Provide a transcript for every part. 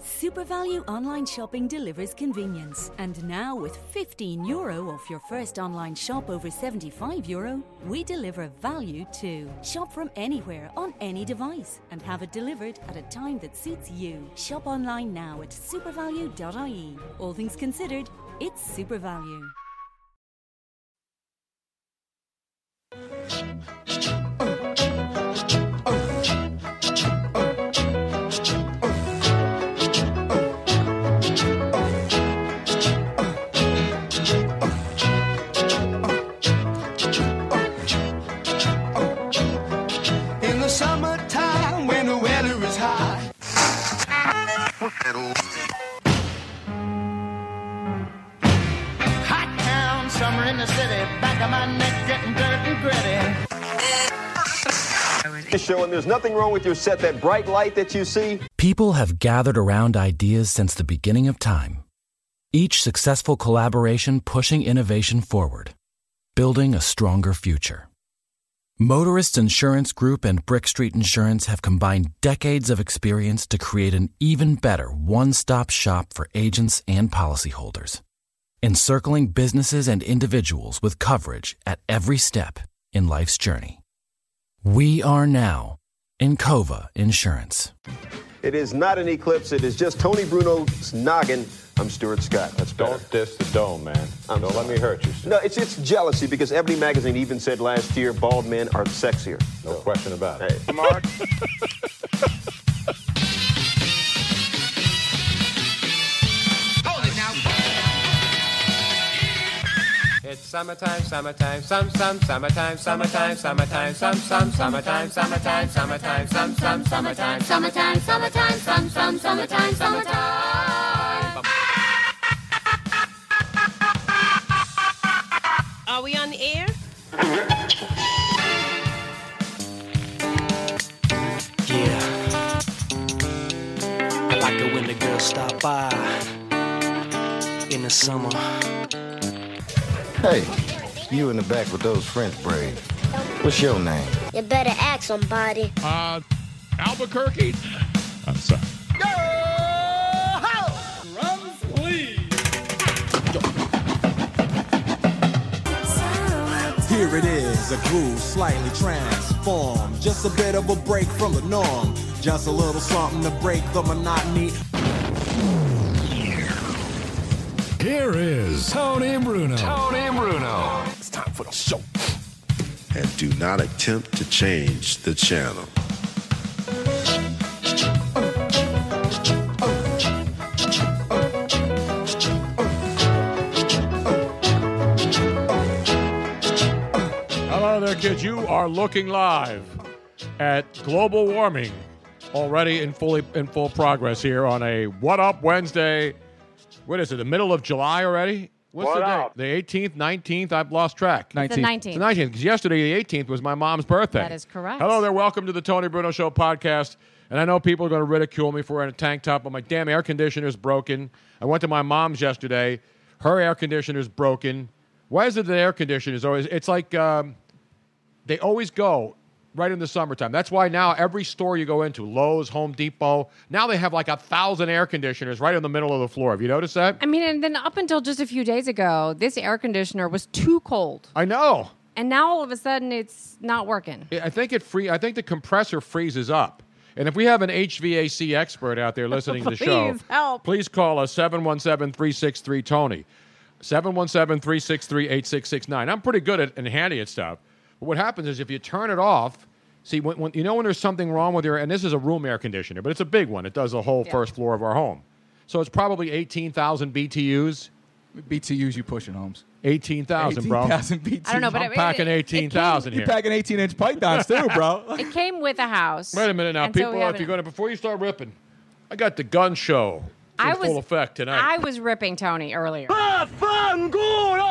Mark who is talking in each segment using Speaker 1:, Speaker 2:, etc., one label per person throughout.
Speaker 1: SuperValue online shopping delivers convenience. And now with 15 euro off your first online shop over 75 euro, we deliver value too. Shop from anywhere on any device and have it delivered at a time that suits you. Shop online now at supervalue.ie. E. All things considered, it's SuperValue.
Speaker 2: In the summertime when the weather is hot. Hot town, summer in the city. Back of my neck getting dirt and gritty.
Speaker 3: this show, and there's nothing wrong with your set. That bright light that you see,
Speaker 4: People have gathered around ideas since the beginning of time, each successful collaboration pushing innovation forward, building a stronger future. Motorists Insurance Group and Brick Street Insurance have combined decades of experience to create an even better one stop shop for agents and policyholders, encircling businesses and individuals with coverage at every step in life's journey. We are now Encova Insurance.
Speaker 3: it is not an eclipse. It is just Tony Bruno's noggin. I'm Stuart Scott. That's better.
Speaker 5: Don't diss the dome, man.
Speaker 3: I'm
Speaker 5: Don't
Speaker 3: sorry.
Speaker 5: let me hurt you. Stu.
Speaker 3: No, it's it's jealousy because Ebony magazine even said last year bald men are sexier.
Speaker 5: No question about it.
Speaker 3: Hey.
Speaker 6: It's summertime, summertime, some, some, summertime, summertime, summertime, some, some, summertime, summertime, summertime, some, some, summertime,
Speaker 7: Summertime, summertime, some, some, summertime, summertime.
Speaker 8: Are we on the air?
Speaker 9: Yeah. I like it when the girls stop by in the summer.
Speaker 10: Hey, you in the back with those French braids. What's your name?
Speaker 7: You better ask somebody.
Speaker 11: Uh, Albuquerque? I'm sorry.
Speaker 2: Here it is, a groove slightly transformed. Just a bit of a break from the norm. Just a little something to break the monotony.
Speaker 11: Here is Tony Bruno.
Speaker 2: It's time for the show.
Speaker 9: And do not attempt to change the channel.
Speaker 11: Hello there, kids. You are looking live at global warming, already in fully in full progress here on a What Up Wednesday. What is it? The middle of July already? What's
Speaker 5: What
Speaker 11: the date?
Speaker 5: up?
Speaker 11: The 18th, 19th. I've lost track.
Speaker 7: The 19th.
Speaker 11: It's the 19th because yesterday, the 18th, was my mom's birthday.
Speaker 7: That is correct.
Speaker 11: Hello there. Welcome to the Tony Bruno Show podcast. And I know people are going to ridicule me for wearing a tank top, but my damn air conditioner's broken. I went to my mom's yesterday. Her air conditioner's broken. Why is it that air conditioners always? It's like um, they always go right in the summertime. That's why now every store you go into, Lowe's, Home Depot, now they have like a thousand air conditioners right in the middle of the floor. Have you noticed that?
Speaker 12: I mean, and then up until just a few days ago, this air conditioner was too cold.
Speaker 11: I know.
Speaker 12: And now all of a sudden it's not working.
Speaker 11: I think it free. I think the compressor freezes up. And if we have an HVAC expert out there listening to the show,
Speaker 12: Please help.
Speaker 11: please call us 717-363-TONY. 717-363-8669. I'm pretty good at and handy at stuff. But what happens is if you turn it off, see when, when you know when there's something wrong with your and this is a room air conditioner, but it's a big one. It does the whole first floor of our home. So it's probably 18,000 BTUs.
Speaker 2: BTUs, you pushing, Holmes.
Speaker 11: 18,000, bro.
Speaker 2: 18,000 BTUs.
Speaker 12: I don't know, but
Speaker 11: I'm
Speaker 12: it-
Speaker 11: packing
Speaker 12: it- it came-
Speaker 11: 18,000 here.
Speaker 2: You're packing 18 inch pythons too, bro.
Speaker 12: It came with a house.
Speaker 11: Wait a minute now,
Speaker 12: And so
Speaker 11: people.
Speaker 12: we
Speaker 11: if
Speaker 12: haven't-
Speaker 11: you're going to before you start ripping, I got the gun show. It's
Speaker 12: I
Speaker 11: in full
Speaker 12: was-
Speaker 11: effect tonight.
Speaker 12: I was ripping Tony earlier.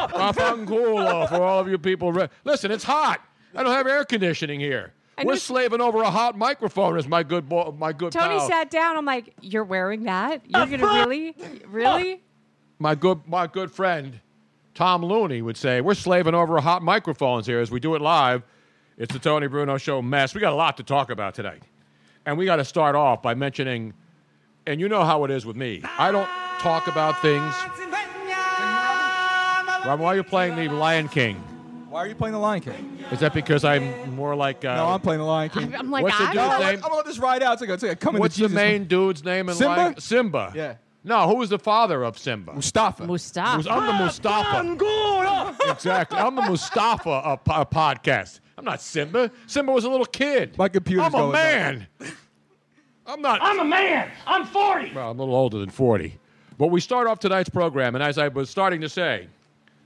Speaker 11: Afangula for all of you people. Re- Listen, it's hot. I don't have air conditioning here.
Speaker 12: And
Speaker 11: We're
Speaker 12: this-
Speaker 11: slaving over a hot microphone, as my good boy, my good
Speaker 12: Tony
Speaker 11: pal,
Speaker 12: sat down. I'm like, you're wearing that? You're gonna really, really?
Speaker 11: my good, my good friend, Tom Looney would say. We're slaving over hot microphones here as we do it live. It's the Tony Bruno Show mess. We got a lot to talk about tonight, and we got to start off by mentioning, and you know how it is with me. I don't talk about things. Rob, why are you playing the Lion King?
Speaker 13: Why are you playing the Lion King?
Speaker 11: Is that because I'm more like? Uh,
Speaker 13: no, I'm playing the Lion King.
Speaker 12: I'm like,
Speaker 11: What's the
Speaker 12: I
Speaker 11: dude's
Speaker 12: don't.
Speaker 11: name?
Speaker 13: I'm gonna let this ride out. It's like, it's like a coming
Speaker 11: What's
Speaker 13: to
Speaker 11: the
Speaker 13: Jesus.
Speaker 11: main dude's name in
Speaker 13: Simba?
Speaker 11: Lion- Simba.
Speaker 13: Yeah.
Speaker 11: No, who was the father of Simba?
Speaker 13: Mustafa.
Speaker 12: Mustafa.
Speaker 11: Mus- I'm the Mustafa. exactly. I'm the Mustafa of po- podcast. I'm not Simba. Simba was a little kid.
Speaker 13: My computer's
Speaker 11: I'm a
Speaker 13: going
Speaker 11: man. I'm not. I'm a man. I'm 40. Well, I'm a little older than 40. But we start off tonight's program, and as I was starting to say,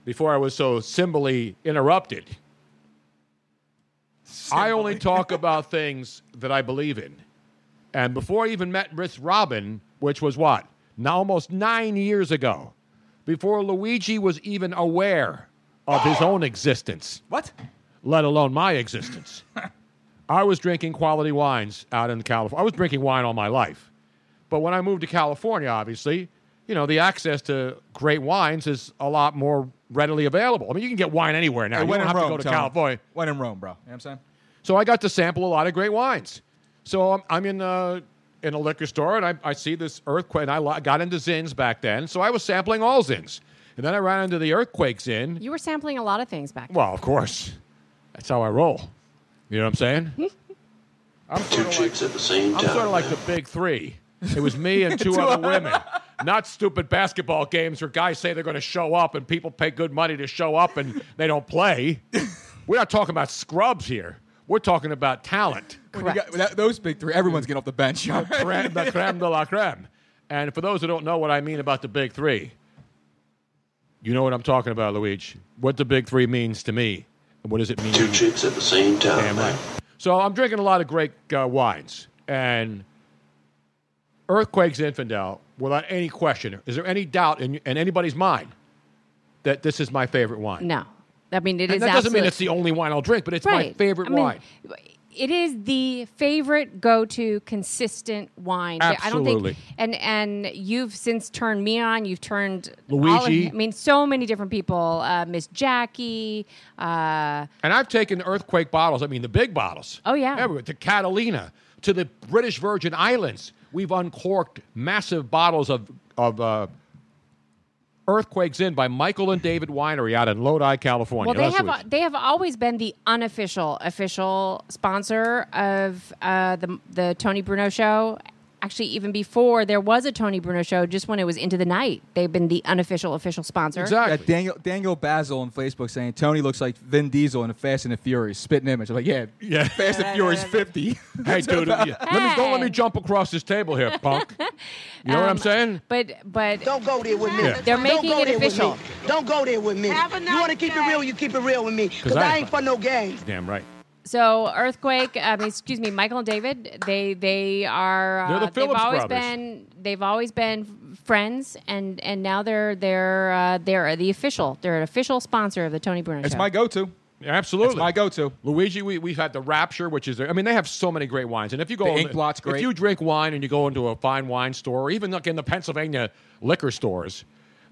Speaker 11: before I was so symbolically interrupted, I only talk about things that I believe in. And before I even met Miss Robin, which was what? Now almost nine years ago, before Luigi was even aware of his own existence,
Speaker 13: What?
Speaker 11: let alone my existence, I was drinking quality wines out in California. I was drinking wine all my life. But when I moved to California, obviously, you know, the access to great wines is a lot more readily available. I mean, you can get wine anywhere now.
Speaker 13: Hey,
Speaker 11: you
Speaker 13: when
Speaker 11: don't
Speaker 13: in
Speaker 11: have
Speaker 13: Rome,
Speaker 11: to go to
Speaker 13: Tony.
Speaker 11: California.
Speaker 13: When in Rome, bro. You know what I'm saying?
Speaker 11: So I got to sample a lot of great wines. So I'm, I'm in uh, in a liquor store and I, I see this earthquake. And I lo- got into Zins back then, so I was sampling all Zins. And then I ran into the earthquake Zin.
Speaker 12: You were sampling a lot of things back.
Speaker 11: Well, of course, that's how I roll. You know what I'm saying? I'm sort of like,
Speaker 14: at the same
Speaker 11: I'm sort of like the big three. It was me and two other women. Not stupid basketball games where guys say they're going to show up and people pay good money to show up and they don't play. We're not talking about scrubs here. We're talking about talent.
Speaker 13: When you got- that- those big three, everyone's getting off the bench. all right?
Speaker 11: creme, the creme de la creme. And for those who don't know what I mean about the big three, you know what I'm talking about, Luigi. What the big three means to me, and what does it mean? Two
Speaker 14: chips at the same time.
Speaker 11: Damn right. So I'm drinking a lot of great uh, wines, and Earthquake's Infidel, without any question, is there any doubt in, in anybody's mind that this is my favorite wine?
Speaker 12: No, I mean it
Speaker 11: and
Speaker 12: is
Speaker 11: that doesn't mean
Speaker 12: absolute-
Speaker 11: it's the only wine I'll drink, but it's my
Speaker 12: Right.
Speaker 11: favorite
Speaker 12: I mean,
Speaker 11: wine.
Speaker 12: It is the favorite go-to consistent wine. I don't
Speaker 11: Absolutely.
Speaker 12: think, and and you've since turned me on. You've turned All of,
Speaker 11: Luigi.
Speaker 12: I mean, so many different people. Uh, Miss Jackie. Uh,
Speaker 11: And I've taken earthquake bottles. I mean, the big bottles.
Speaker 12: Oh, yeah.
Speaker 11: everywhere to Catalina, to the British Virgin Islands. We've uncorked massive bottles of of uh, earthquakes in by Michael and David Winery out in Lodi, California.
Speaker 12: well, they
Speaker 11: That's
Speaker 12: have
Speaker 11: what-
Speaker 12: they have always been the unofficial official sponsor of uh, the the Tony Bruno show. Actually, even before there was a Tony Bruno show, just when it was into the night, they've been the unofficial official sponsor.
Speaker 13: Yeah, Daniel Daniel Basil on Facebook saying Tony looks like Vin Diesel in the Fast and the Furious spitting image. I'm like, yeah,
Speaker 11: Yeah.
Speaker 13: Fast and Furious 50.
Speaker 11: Hey, dude, yeah. Let me, don't let me jump across this table here, punk. You know what I'm saying?
Speaker 12: um, But but
Speaker 15: don't go there with me.
Speaker 11: Yeah.
Speaker 12: They're
Speaker 15: Don't
Speaker 12: making
Speaker 15: go
Speaker 12: it
Speaker 15: there with
Speaker 12: official.
Speaker 15: me. Don't go there with me. you want to keep it real, you keep it real with me. Cause,
Speaker 11: I
Speaker 15: I
Speaker 11: ain't
Speaker 15: ain't for no games.
Speaker 11: Damn right.
Speaker 12: So earthquake, I mean, excuse me, Michael and David, they they are uh,
Speaker 11: They're the Phillips
Speaker 12: have always
Speaker 11: brothers.
Speaker 12: been they've always been friends, and and now they're they're uh, they're the official they're an official sponsor of the Tony Bruno
Speaker 13: It's
Speaker 12: show.
Speaker 13: my go-to.
Speaker 11: Absolutely.
Speaker 13: It's my go-to.
Speaker 11: Luigi, we, we've had the Rapture, which is, their- I mean, they have so many great wines. And if you go,
Speaker 13: The Ink Blot's
Speaker 11: if
Speaker 13: great.
Speaker 11: you drink wine and you go into a fine wine store, or even like in the Pennsylvania liquor stores,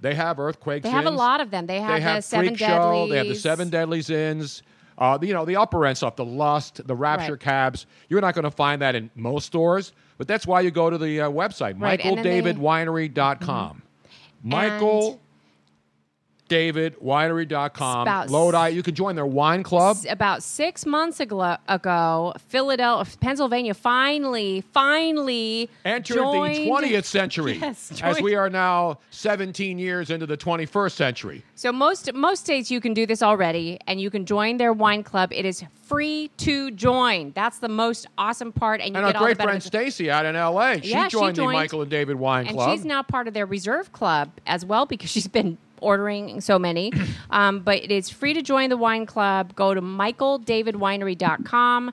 Speaker 11: they have earthquakes.
Speaker 12: They have a lot of them. They have,
Speaker 11: they have
Speaker 12: the seven
Speaker 11: Freak Show. They have the
Speaker 12: Deadlies.
Speaker 11: Seven Deadlies Inns. Uh, the- you know, the upper end stuff, the Lust, the Rapture
Speaker 12: Right.
Speaker 11: cabs. You're not going to find that in most stores, but that's why you go to the uh, website,
Speaker 12: Right, and then they- Mm-hmm.
Speaker 11: michaeldavidwinery.com. Michael David Winery.com.
Speaker 12: Spouse.
Speaker 11: Lodi. You can join their wine club.
Speaker 12: S- About six months aglo- ago, Philadelphia, Pennsylvania, finally, finally
Speaker 11: Enter
Speaker 12: joined,
Speaker 11: the 20th century.
Speaker 12: Yes,
Speaker 11: as
Speaker 12: joined-
Speaker 11: we are now 17 years into the 21st century.
Speaker 12: So most most states you can do this already, and you can join their wine club. It is free to join. That's the most awesome part, and you
Speaker 11: And our
Speaker 12: get all
Speaker 11: great
Speaker 12: the
Speaker 11: friend
Speaker 12: benefits.
Speaker 11: Stacy out in LA, she,
Speaker 12: Yeah, she
Speaker 11: joined the
Speaker 12: joined.
Speaker 11: Michael and David Wine
Speaker 12: And
Speaker 11: Club.
Speaker 12: she's now part of their reserve club as well because she's been ordering so many. um, but it is free to join the wine club. Go to michaeldavidwinery.com.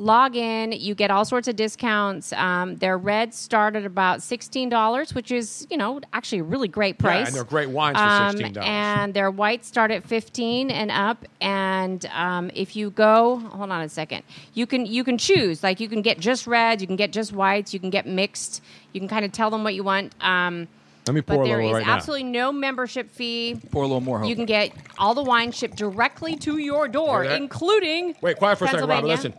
Speaker 12: Log in, you get all sorts of discounts. Um, their reds start at about sixteen dollars, which is you know actually a really great price.
Speaker 11: Yeah,
Speaker 12: Um,
Speaker 11: and they're great wines for sixteen dollars.
Speaker 12: and their whites start at fifteen and up. And um, if you go, hold on a second, you can you can choose. Like you can get just reds, you can get just whites, you can get mixed. You can kind of tell them what you want. Um,
Speaker 11: Let me pour
Speaker 12: but
Speaker 11: a
Speaker 12: there
Speaker 11: little
Speaker 12: is
Speaker 11: right now.
Speaker 12: absolutely no membership fee.
Speaker 13: Pour a little more.
Speaker 12: You can get all the wine shipped directly to your door,
Speaker 13: Hear that?
Speaker 12: including
Speaker 11: Wait, quiet for a second, Robert.
Speaker 12: Pennsylvania. Oh,
Speaker 11: Listen.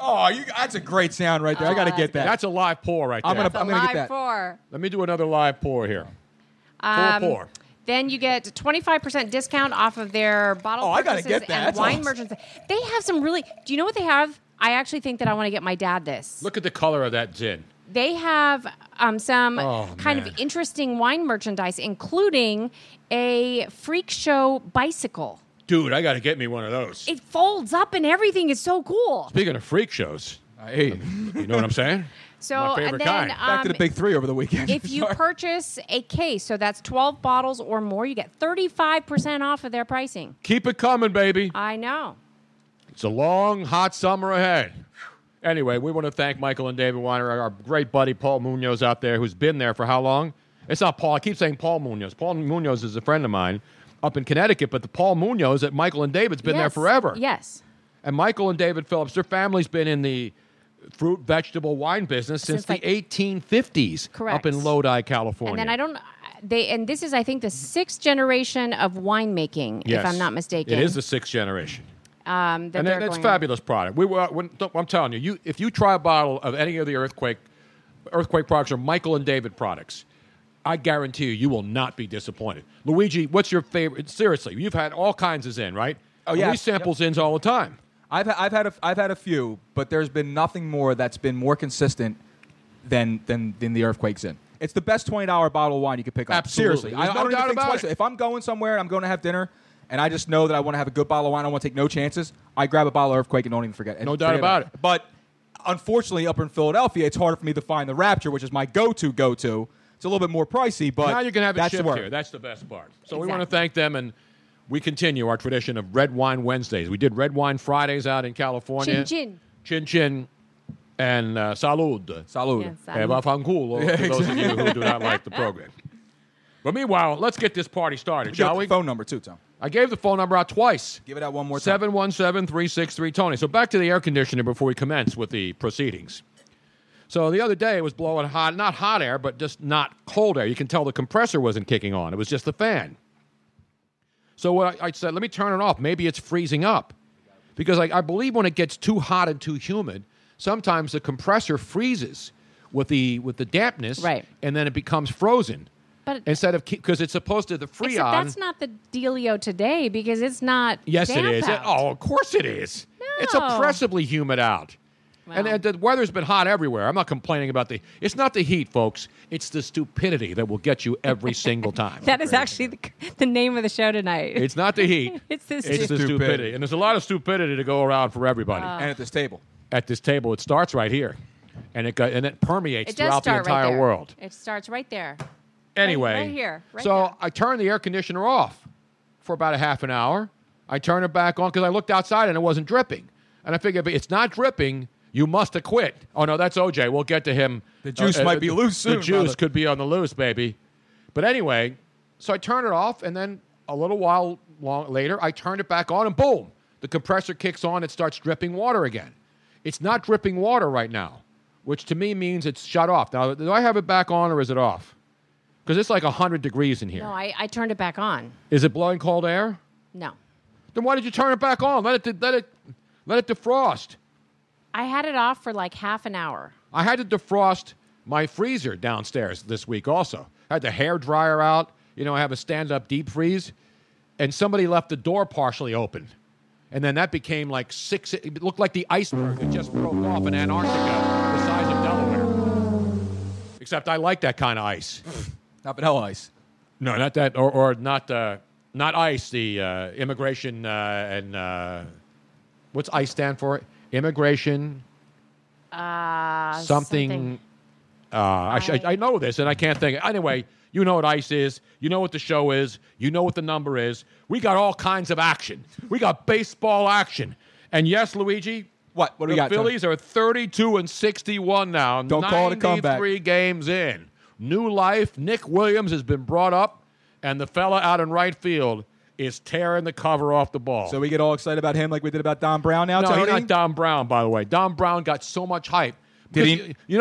Speaker 13: Oh, you, that's a great sound right there. I got to get that.
Speaker 11: That's a live pour right there.
Speaker 13: I'm gonna- That's a I'm gonna get
Speaker 12: live pour.
Speaker 11: Let me do another live pour here.
Speaker 12: Um,
Speaker 11: pour.
Speaker 12: Then you get 25% discount off of their bottle
Speaker 11: Oh, I gotta
Speaker 12: purchases
Speaker 11: get that.
Speaker 12: and
Speaker 11: That's
Speaker 12: wine
Speaker 11: awesome.
Speaker 12: merchants. They have some really. Do you know what they have? I actually think that I want to get my dad this.
Speaker 11: Look at the color of that gin.
Speaker 12: They have um, some
Speaker 11: Oh,
Speaker 12: kind
Speaker 11: man.
Speaker 12: of interesting wine merchandise, including a freak show bicycle.
Speaker 11: Dude, I got to get me one of those.
Speaker 12: It folds up and everything is so cool.
Speaker 11: Speaking of freak shows, hey, you know what I'm saying?
Speaker 12: So
Speaker 11: My favorite
Speaker 12: and then
Speaker 11: kind.
Speaker 13: Back
Speaker 12: um,
Speaker 13: to the big three over the weekend.
Speaker 12: if you purchase a case, so that's 12 bottles or more, you get 35% off of their pricing.
Speaker 11: Keep it coming, baby.
Speaker 12: I know.
Speaker 11: It's a long, hot summer ahead. Anyway, we want to thank Michael and David Weiner, our great buddy Paul Munoz out there, who's been there for how long? It's not Paul. I keep saying Paul Munoz. Paul Munoz is a friend of mine up in Connecticut, but the Paul Munoz at Michael and David's been there
Speaker 12: Yes.
Speaker 11: forever.
Speaker 12: Yes.
Speaker 11: And Michael and David Phillips, their family's been in the fruit, vegetable, wine business since,
Speaker 12: Since,
Speaker 11: the
Speaker 12: like-
Speaker 11: 1850s
Speaker 12: Correct.
Speaker 11: up in Lodi, California.
Speaker 12: And then I don't they and this is I think the sixth generation of winemaking,
Speaker 11: Yes.
Speaker 12: if I'm not mistaken.
Speaker 11: It is the sixth generation.
Speaker 12: um, that
Speaker 11: and
Speaker 12: they're
Speaker 11: that, that's
Speaker 12: going-
Speaker 11: fabulous product. We were, when, th- I'm telling you, you, if you try a bottle of any of the earthquake, earthquake products or Michael and David products, I guarantee you, you will not be disappointed. Luigi, what's your favorite? Seriously, you've had all kinds of Zen, right?
Speaker 13: Oh yeah,
Speaker 11: we samples ins all the time.
Speaker 13: I've ha- I've had a, I've had a few, but there's been nothing more that's been more consistent than than than the earthquakes in. It's the best twenty dollar bottle of wine you could pick up.
Speaker 11: Absolutely.
Speaker 13: Seriously,
Speaker 11: There's
Speaker 13: I, I
Speaker 11: no
Speaker 13: don't
Speaker 11: doubt
Speaker 13: even think
Speaker 11: about
Speaker 13: twice.
Speaker 11: it.
Speaker 13: If I'm going somewhere and I'm going to have dinner, and I just know that I want to have a good bottle of wine, I want to take no chances. I grab a bottle of earthquake and don't even forget.
Speaker 11: No doubt about
Speaker 13: it. But unfortunately, up in Philadelphia, it's harder for me to find the Rapture, which is my go-to go-to. It's a little bit more pricey, but
Speaker 11: now you can have it
Speaker 13: that's
Speaker 11: shipped
Speaker 13: where-
Speaker 11: here. That's the best part. So we want to thank them, and we continue our tradition of Red Wine Wednesdays. We did Red Wine Fridays out in California.
Speaker 12: Chin chin.
Speaker 11: Chin chin. And uh, salud.
Speaker 13: Salud.
Speaker 12: Yeah,
Speaker 11: Eh,
Speaker 12: salud.
Speaker 11: vaffanculo,
Speaker 13: Yeah,
Speaker 11: for those of you who do not like the program. But meanwhile, let's get this party started,
Speaker 13: Give out
Speaker 11: shall
Speaker 13: the
Speaker 11: we?
Speaker 13: phone number too, Tom.
Speaker 11: I gave the phone number out twice.
Speaker 13: Give it out one more time.
Speaker 11: 717 363 Tony. So back to the air conditioner before we commence with the proceedings. So the other day it was blowing hot, not hot air, but just not cold air. You can tell the compressor wasn't kicking on, it was just the fan. So what I, I said, let me turn it off. Maybe it's freezing up. Because I, I believe when it gets too hot and too humid, sometimes the compressor freezes with the with the dampness, right. and then it becomes frozen.
Speaker 12: But-
Speaker 11: instead of because it's supposed to the freon.
Speaker 12: Except that's not the dealio today because it's not
Speaker 11: Yes,
Speaker 12: damp
Speaker 11: it is.
Speaker 12: out.
Speaker 11: Oh, of course it is. It's
Speaker 12: No.
Speaker 11: oppressively humid out. And, and the weather's been hot everywhere. I'm not complaining about the. It's not the heat, folks. It's the stupidity that will get you every single time.
Speaker 12: That is actually the, the name of the show tonight.
Speaker 11: It's not the heat.
Speaker 12: It's the
Speaker 11: it's the
Speaker 12: stupidity.
Speaker 11: stupidity. And there's a lot of stupidity to go around for everybody.
Speaker 12: Oh. And
Speaker 13: at this table.
Speaker 11: At this table, it starts right here, and it go, and it permeates
Speaker 12: it does
Speaker 11: throughout the
Speaker 12: start right
Speaker 11: entire
Speaker 12: there.
Speaker 11: world.
Speaker 12: It starts right there.
Speaker 11: Anyway,
Speaker 12: right here, right
Speaker 11: so I turned the air conditioner off for about a half an hour. I turned it back on because I looked outside and it wasn't dripping. And I figured if it's not dripping, you must have quit. Oh no, that's OJ. We'll get to him.
Speaker 13: The juice might be
Speaker 11: the-
Speaker 13: loose soon,
Speaker 11: The juice
Speaker 13: brother.
Speaker 11: could be on the loose, baby. But anyway, so I turned it off, and then a little while long later, I turned it back on, and boom, the compressor kicks on. It starts dripping water again. It's not dripping water right now, which to me means it's shut off. Now, do I have it back on or is it off? Because it's like 100 degrees in here. Is
Speaker 12: No, I, I turned it back on.
Speaker 11: it blowing cold air?
Speaker 12: No.
Speaker 11: Then why did you turn it back on? Let it, let it, let it defrost.
Speaker 12: I had it off for like half an hour.
Speaker 11: I had to defrost my freezer downstairs this week also. I had the hair dryer out. You know, I have a stand up deep freeze. And somebody left the door partially open. And then that became like six, it looked like the iceberg that just broke off in Antarctica, the size of Delaware. Except I like that kind of ice.
Speaker 13: Not vanilla ice.
Speaker 11: No, not that, or, or not, uh, not ICE, the uh, immigration uh, and uh, what's ICE stand for? Immigration
Speaker 12: Uh,
Speaker 11: something. Uh, I, sh- I know this, and I can't think. Anyway, you know what ICE is. You know what the show is. You know what the number is. We got all kinds of action. We got baseball action. And yes, Luigi,
Speaker 13: What? What do
Speaker 11: the
Speaker 13: we got? Tony?
Speaker 11: Phillies are 32 and 61 now.
Speaker 13: Don't call it a comeback.
Speaker 11: 93 games in. New life. Nick Williams has been brought up, and the fella out in right field is tearing the cover off the ball.
Speaker 13: So we get all excited about him like we did about Don Brown now,
Speaker 11: no, he's
Speaker 13: Tony?
Speaker 11: not Don Brown, by the way. Don Brown got so much hype.
Speaker 13: Did he-
Speaker 11: Because You, you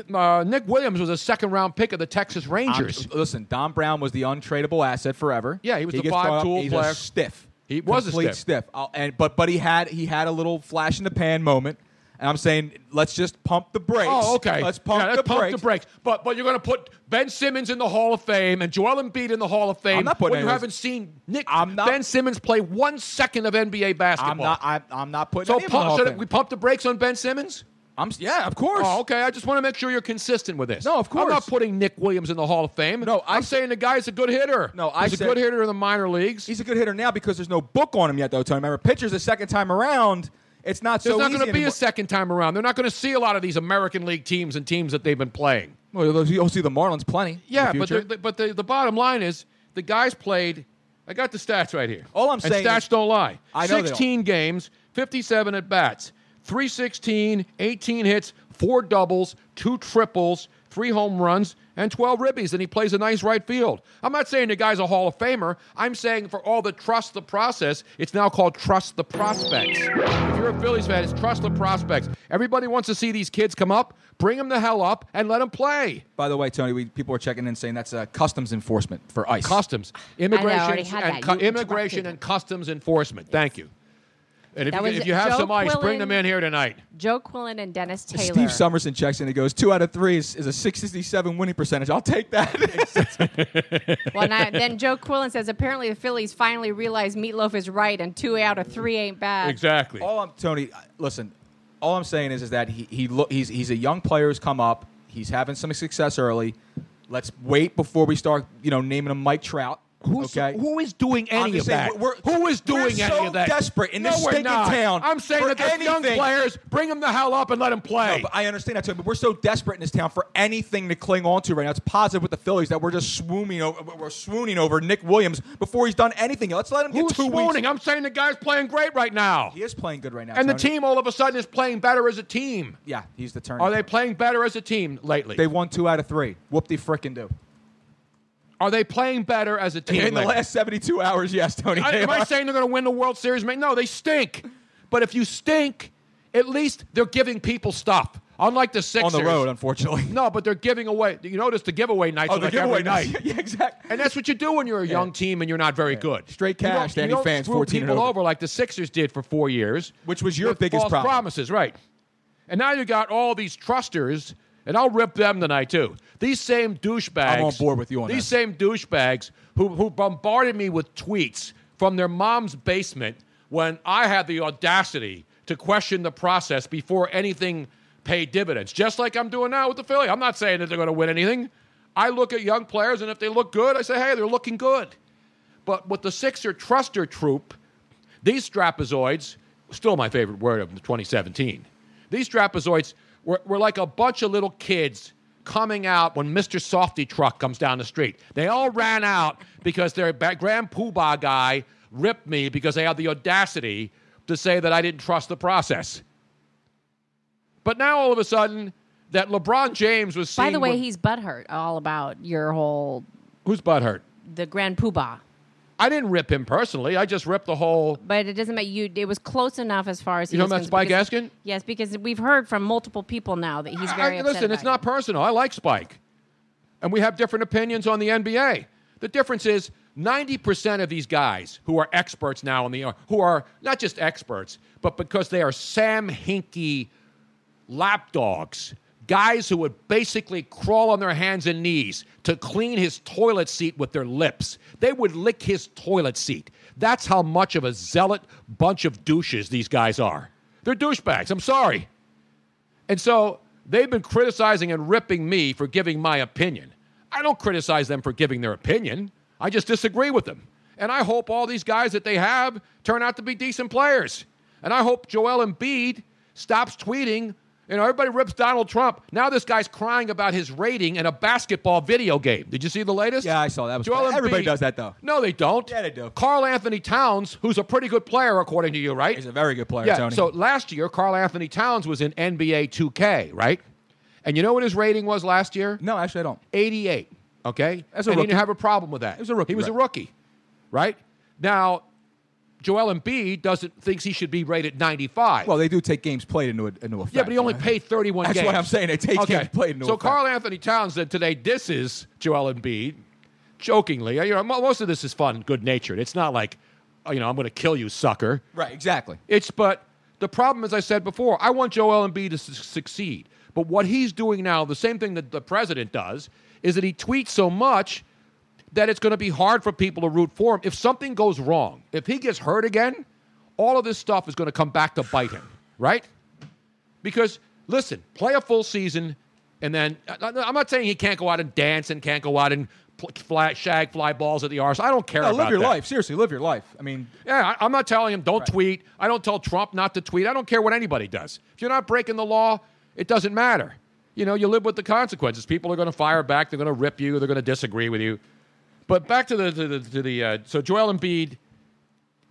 Speaker 11: know, uh, Nick Williams was a second round pick of the Texas Rangers.
Speaker 13: I'm- listen, Don Brown was the untradeable asset forever.
Speaker 11: Yeah, he was the
Speaker 13: gets brought up,
Speaker 11: five-tool
Speaker 13: he's
Speaker 11: player.
Speaker 13: A stiff.
Speaker 11: He was a
Speaker 13: Complete
Speaker 11: stiff.
Speaker 13: I'll- and but but he had he had a little flash in the pan moment. And I'm saying let's just pump the brakes.
Speaker 11: Oh, okay.
Speaker 13: Let's pump,
Speaker 11: Yeah, let's
Speaker 13: the,
Speaker 11: pump
Speaker 13: brakes.
Speaker 11: the brakes. But but you're going to put Ben Simmons in the Hall of Fame and Joel Embiid in the Hall of Fame.
Speaker 13: I'm not putting
Speaker 11: when you
Speaker 13: anyone-
Speaker 11: haven't seen Nick
Speaker 13: I'm not-
Speaker 11: Ben Simmons play one second of NBA
Speaker 13: I'm
Speaker 11: basketball.
Speaker 13: not I, I'm not putting
Speaker 11: so
Speaker 13: any of them in the
Speaker 11: pump-
Speaker 13: Hall of
Speaker 11: should
Speaker 13: Fame.
Speaker 11: we pump the brakes on Ben Simmons?
Speaker 13: I'm s- yeah, of course.
Speaker 11: Oh, okay. I just want to make sure you're consistent with this.
Speaker 13: No, of course.
Speaker 11: I'm not putting Nick Williams in the Hall of Fame. No, I'm saying the guy's a good hitter.
Speaker 13: No, I
Speaker 11: he's
Speaker 13: said-
Speaker 11: a good hitter in the minor leagues.
Speaker 13: He's a good hitter now because there's no book on him yet, though. Tony, remember pitchers the second time around. It's not
Speaker 11: There's
Speaker 13: so
Speaker 11: not
Speaker 13: easy
Speaker 11: going to be
Speaker 13: anymore.
Speaker 11: a second time around. They're not going to see a lot of these American League teams and teams that they've been playing.
Speaker 13: Well, you'll see the Marlins plenty.
Speaker 11: Yeah,
Speaker 13: in the
Speaker 11: but
Speaker 13: future.
Speaker 11: the, the- but the, the bottom line is the guys played. I got the stats right here.
Speaker 13: All I'm
Speaker 11: and
Speaker 13: saying
Speaker 11: stats
Speaker 13: is-
Speaker 11: don't lie.
Speaker 13: I know they don't.
Speaker 11: 16 games, 57 at bats, 316, 18 hits, four doubles, two triples, three home runs, and 12 ribbies, and he plays a nice right field. I'm not saying the guy's a Hall of Famer. I'm saying for all the trust the process, it's now called trust the prospects. If you're a Phillies fan, it's trust the prospects. Everybody wants to see these kids come up, bring them the hell up, and let them play.
Speaker 13: By the way, Tony, we, people are checking in saying that's uh, customs enforcement for ICE.
Speaker 11: Customs,
Speaker 12: I
Speaker 11: immigration,
Speaker 12: already had
Speaker 11: and
Speaker 12: that.
Speaker 11: cu-
Speaker 12: You
Speaker 11: immigration
Speaker 12: interrupted.
Speaker 11: and customs enforcement. Thank you. And if
Speaker 12: That
Speaker 11: you,
Speaker 12: was
Speaker 11: if you have
Speaker 12: Joe
Speaker 11: some ice, bring
Speaker 12: Quillen.
Speaker 11: them in here tonight.
Speaker 12: Joe Quillen and Dennis Taylor.
Speaker 13: Steve Summerson checks in and goes, two out of three is, is a 667 winning percentage. I'll take that.
Speaker 12: Well, and I, then Joe Quillen says apparently the Phillies finally realized Meatloaf is right, and two out of three ain't bad.
Speaker 11: Exactly.
Speaker 13: all I'm, Tony, I- listen, all I'm saying is, is that he, he look, he's, he's a young player who's come up. He's having some success early. Let's wait before we start, you know, naming him Mike Trout.
Speaker 11: Who's,
Speaker 13: okay.
Speaker 11: Who is doing
Speaker 13: I'm
Speaker 11: any of
Speaker 13: just saying,
Speaker 11: that?
Speaker 13: we're-
Speaker 11: Who is
Speaker 13: we're
Speaker 11: doing any
Speaker 13: so
Speaker 11: of that?
Speaker 13: desperate in
Speaker 11: no,
Speaker 13: this
Speaker 11: we're
Speaker 13: stinking
Speaker 11: not.
Speaker 13: town
Speaker 11: I'm saying
Speaker 13: for
Speaker 11: that the young
Speaker 13: anything.
Speaker 11: players bring them the hell up and let them play.
Speaker 13: No, but I understand that, Tony, but we're so desperate in this town for anything to cling on to right now. It's positive with the Phillies that we're just swooning over, we're swooning over Nick Williams before he's done anything. Let's let him get
Speaker 11: Who's
Speaker 13: two
Speaker 11: swooning?
Speaker 13: weeks.
Speaker 11: I'm saying the guy's playing great right now,
Speaker 13: He is playing good right now,
Speaker 11: and the
Speaker 13: Tony.
Speaker 11: team all of a sudden is playing better as a team.
Speaker 13: Yeah, he's the turn.
Speaker 11: Are they playing better as a team lately?
Speaker 13: They won two out of three. Whoop de frickin' do.
Speaker 11: Are they playing better as a team
Speaker 13: In the
Speaker 11: lately?
Speaker 13: last 72 hours, yes, Tony.
Speaker 11: I,
Speaker 13: they
Speaker 11: am I
Speaker 13: are.
Speaker 11: saying they're going to win the World Series? Man, No, they stink. But if you stink, at least they're giving people stuff. Unlike the
Speaker 13: on
Speaker 11: Sixers.
Speaker 13: the road, unfortunately.
Speaker 11: No, but they're giving away. You notice the giveaway nights
Speaker 13: Oh,
Speaker 11: are
Speaker 13: the
Speaker 11: like
Speaker 13: giveaway
Speaker 11: every night.
Speaker 13: yeah, exactly.
Speaker 11: And that's what you do when you're a young team and you're not very good.
Speaker 13: Straight
Speaker 11: You don't-
Speaker 13: cash to
Speaker 11: you
Speaker 13: any
Speaker 11: don't
Speaker 13: fans
Speaker 11: screw
Speaker 13: 14 and
Speaker 11: people
Speaker 13: over.
Speaker 11: over like the Sixers did for four years,
Speaker 13: Which was your
Speaker 11: with
Speaker 13: biggest
Speaker 11: false
Speaker 13: problem.
Speaker 11: promises, right? And now you got all these trusters, and I'll rip them tonight too. These same douchebags.
Speaker 13: I'm on board with you on
Speaker 11: These
Speaker 13: that.
Speaker 11: same douchebags who who bombarded me with tweets from their mom's basement when I had the audacity to question the process before anything paid dividends. Just like I'm doing now with the Philly. I'm not saying that they're going to win anything. I look at young players, and if they look good, I say, hey, they're looking good. But with the Sixer Truster troop, these trapezoids, still my favorite word of 2017, these trapezoids were, were like a bunch of little kids coming out when Mr. Softy truck comes down the street. They all ran out because their ba- grand poobah guy ripped me because they had the audacity to say that I didn't trust the process. But now all of a sudden, that LeBron James was seen
Speaker 12: By the way,
Speaker 11: with-
Speaker 12: he's butthurt all about your whole
Speaker 11: who's butthurt?
Speaker 12: the grand poobah.
Speaker 11: I didn't rip him personally. I just ripped the whole
Speaker 12: But it doesn't matter. You it was close enough as far as
Speaker 11: You
Speaker 12: he
Speaker 11: know
Speaker 12: was
Speaker 11: about
Speaker 12: concerned
Speaker 11: Spike
Speaker 12: because-
Speaker 11: Gaskin?
Speaker 12: Yes, because we've heard from multiple people now that he's very
Speaker 11: I-
Speaker 12: upset
Speaker 11: listen, it's
Speaker 12: about
Speaker 11: not personal. I like Spike. And we have different opinions on the NBA. The difference is 90% of these guys who are experts now in the who are not just experts, but because they are Sam Hinkie lapdogs, guys who would basically crawl on their hands and knees to clean his toilet seat with their lips. They would lick his toilet seat. That's how much of a zealot bunch of douches these guys are. They're douchebags. I'm sorry. And so they've been criticizing and ripping me for giving my opinion. I don't criticize them for giving their opinion. I just disagree with them. And I hope all these guys that they have turn out to be decent players. And I hope Joel Embiid stops tweeting You know, everybody rips Donald Trump. Now this guy's crying about his rating in a basketball video game. Did you see the latest?
Speaker 13: Yeah, I saw that. Was Everybody does that though.
Speaker 11: No, they don't.
Speaker 13: Yeah, they do.
Speaker 11: Carl Anthony Towns, who's a pretty good player according to you, right?
Speaker 13: He's a very good player,
Speaker 11: yeah.
Speaker 13: Tony.
Speaker 11: So last year, Carl Anthony Towns was in NBA 2K, right? And you know what his rating was last year?
Speaker 13: No, actually, I don't.
Speaker 11: 88. Okay,
Speaker 13: As a
Speaker 11: and he
Speaker 13: rookie.
Speaker 11: didn't have a problem with that.
Speaker 13: He was a rookie,
Speaker 11: He was a
Speaker 13: right.
Speaker 11: rookie, right? Now, Joel Embiid doesn't thinks he should be rated 95.
Speaker 13: Well, they do take games played into a, into effect.
Speaker 11: Yeah, but he only
Speaker 13: right?
Speaker 11: paid 31
Speaker 13: That's
Speaker 11: games.
Speaker 13: what I'm saying. They take
Speaker 11: okay.
Speaker 13: games played into
Speaker 11: So
Speaker 13: effect.
Speaker 11: Carl Anthony Towns then today disses Joel Embiid, jokingly. You know, mo- most of this is fun, good natured. It's not like, oh, you know, I'm going to kill you, sucker.
Speaker 13: Right, exactly.
Speaker 11: It's but the problem, as I said before, I want Joel Embiid to su- succeed. But what he's doing now, the same thing that the president does, is that he tweets so much that it's going to be hard for people to root for him. If something goes wrong, if he gets hurt again, all of this stuff is going to come back to bite him, right? Because listen, play a full season, and then I- I- I'm not saying he can't go out and dance and can't go out and pl- fly, shag fly balls at the arse. I don't care
Speaker 13: No,
Speaker 11: about
Speaker 13: live your
Speaker 11: that.
Speaker 13: life. Seriously, live your life. I mean,
Speaker 11: Yeah, I, I'm not telling him don't tweet. I don't tell Trump not to tweet. I don't care what anybody does. If you're not breaking the law, it doesn't matter. You know, you live with the consequences. People are going to fire back. They're going to rip you. They're going to disagree with you. But back to the to the, to the uh, so Joel Embiid,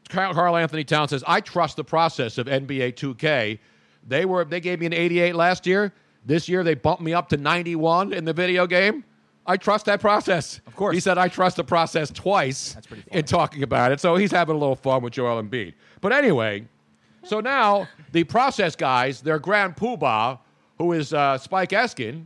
Speaker 11: Carl Carl Anthony Town says I trust the process of NBA 2K. They were they gave me an 88 last year. This year they bumped me up to 91 in the video game. I trust that process. Of course, he said I trust the process twice in talking about it. So he's having a little fun with Joel Embiid. But anyway, so now the process guys, their grand poobah, who is uh, Spike Eskin,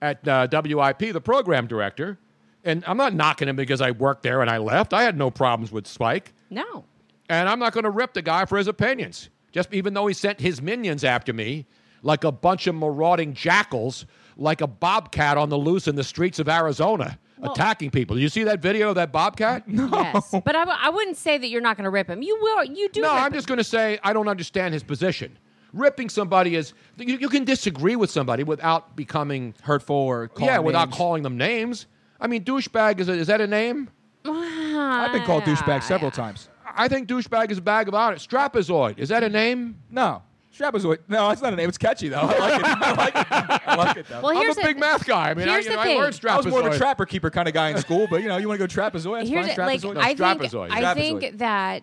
Speaker 11: at uh, WIP, the program director. And I'm not knocking him because I worked there and I left. I had no problems with Spike.
Speaker 12: No.
Speaker 11: And I'm not going to rip the guy for his opinions, just even though he sent his minions after me like a bunch of marauding jackals, like a bobcat on the loose in the streets of Arizona, attacking people. Did you see that video of that bobcat? No.
Speaker 12: Yes, but I, w- I wouldn't say that you're not going to rip him. You will. You do.
Speaker 11: No,
Speaker 12: rip
Speaker 11: I'm just going to say I don't understand his position. Ripping somebody is you, you can disagree with somebody without becoming
Speaker 13: hurtful or calling
Speaker 11: yeah, without
Speaker 13: names.
Speaker 11: calling them names. I mean, douchebag is a, is that a name?
Speaker 13: I've been called douchebag several times.
Speaker 11: I think douchebag is a bag of honor. Strapazoid is that a name?
Speaker 13: No, Strapazoid. No, it's not a name. It's catchy though. I like it. I like it. I like it though.
Speaker 12: Well, here's
Speaker 11: I'm a
Speaker 12: the-
Speaker 11: big math guy. I mean, I,
Speaker 12: here's
Speaker 11: you know,
Speaker 12: the
Speaker 11: I learned
Speaker 12: thing.
Speaker 11: strapazoid.
Speaker 13: I was more of a trapper keeper kind of guy in school, but you know, you want to go trapazoid? That's
Speaker 12: Here's
Speaker 13: fine.
Speaker 12: it, like
Speaker 13: trapezoid.
Speaker 12: I think
Speaker 11: trapezoid.
Speaker 12: I think
Speaker 13: Trapezoid.
Speaker 12: that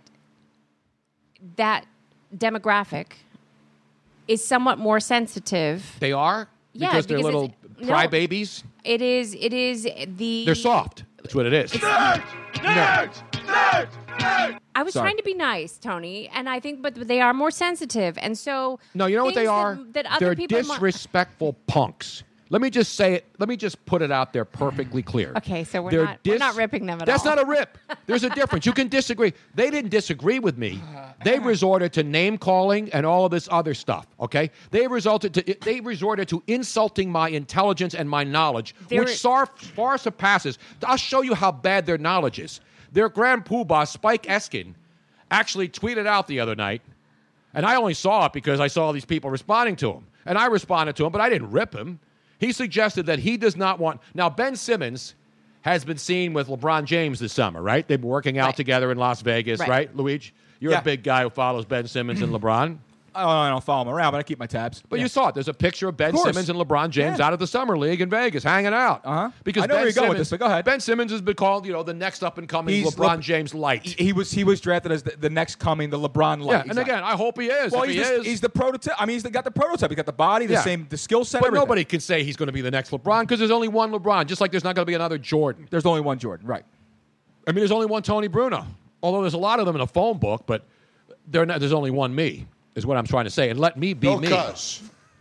Speaker 12: that demographic is somewhat more sensitive.
Speaker 11: They are
Speaker 12: Yeah,
Speaker 11: because they're
Speaker 12: because
Speaker 11: little
Speaker 12: it's- no.
Speaker 11: crybabies.
Speaker 12: It is it is the
Speaker 11: They're soft. That's what it is.
Speaker 12: I was
Speaker 11: Sorry.
Speaker 12: trying to be nice, Tony, and I think but they are more sensitive. And so
Speaker 11: No, you know what they
Speaker 12: things that-
Speaker 11: are?
Speaker 12: That, other
Speaker 11: They're
Speaker 12: people mo-
Speaker 11: disrespectful punks. Let me just say it. Let me just put it out there perfectly clear.
Speaker 12: Okay, so we're
Speaker 11: They're
Speaker 12: not we're not ripping them at
Speaker 11: That's
Speaker 12: all.
Speaker 11: not a rip. There's a difference. You can disagree. They didn't disagree with me. They resorted to name calling and all of this other stuff. Okay, they resulted to they resorted to insulting my intelligence and my knowledge,
Speaker 12: There
Speaker 11: which
Speaker 12: is-
Speaker 11: far far surpasses. I'll show you how bad their knowledge is. Their grand poobah, Spike Eskin, actually tweeted out the other night, and I only saw it because I saw these people responding to him, and I responded to him, but I didn't rip him. He suggested that he does not want now Ben Simmons has been seen with LeBron James this summer, right? They've been working out together in Las Vegas, right,
Speaker 12: Right.
Speaker 11: Luigi? You're
Speaker 13: Yeah.
Speaker 11: a big guy who follows Ben Simmons and LeBron.
Speaker 13: I don't, I don't follow him around, but I keep my tabs.
Speaker 11: But you saw it. There's a picture of Ben
Speaker 13: course.
Speaker 11: Simmons and LeBron James
Speaker 13: Yeah.
Speaker 11: out of the summer league in Vegas, hanging out.
Speaker 13: Uh-huh.
Speaker 11: Because
Speaker 13: I know
Speaker 11: ben
Speaker 13: where you're
Speaker 11: Simmons,
Speaker 13: going with this, but go ahead.
Speaker 11: Ben Simmons has been called, you know, the next up and coming
Speaker 13: He's
Speaker 11: LeBron
Speaker 13: Le-
Speaker 11: James light.
Speaker 13: he, he was he was drafted as the, the next coming, the LeBron
Speaker 11: yeah,
Speaker 13: light.
Speaker 11: and again, I hope he is.
Speaker 13: well,
Speaker 11: If
Speaker 13: he's,
Speaker 11: he
Speaker 13: the,
Speaker 11: is-
Speaker 13: he's the prototype. I mean, he's the, got the prototype. He got the body, the
Speaker 11: Yeah.
Speaker 13: same, the skill set.
Speaker 11: but
Speaker 13: everything.
Speaker 11: nobody can say he's going to be the next LeBron because there's only one LeBron. Just like there's not going to be another Jordan.
Speaker 13: There's only one Jordan, right?
Speaker 11: I mean, there's only one Tony Bruno. Although there's a lot of them in a phone book, but they're not, there's only one me, is what I'm trying to say. And let me be me.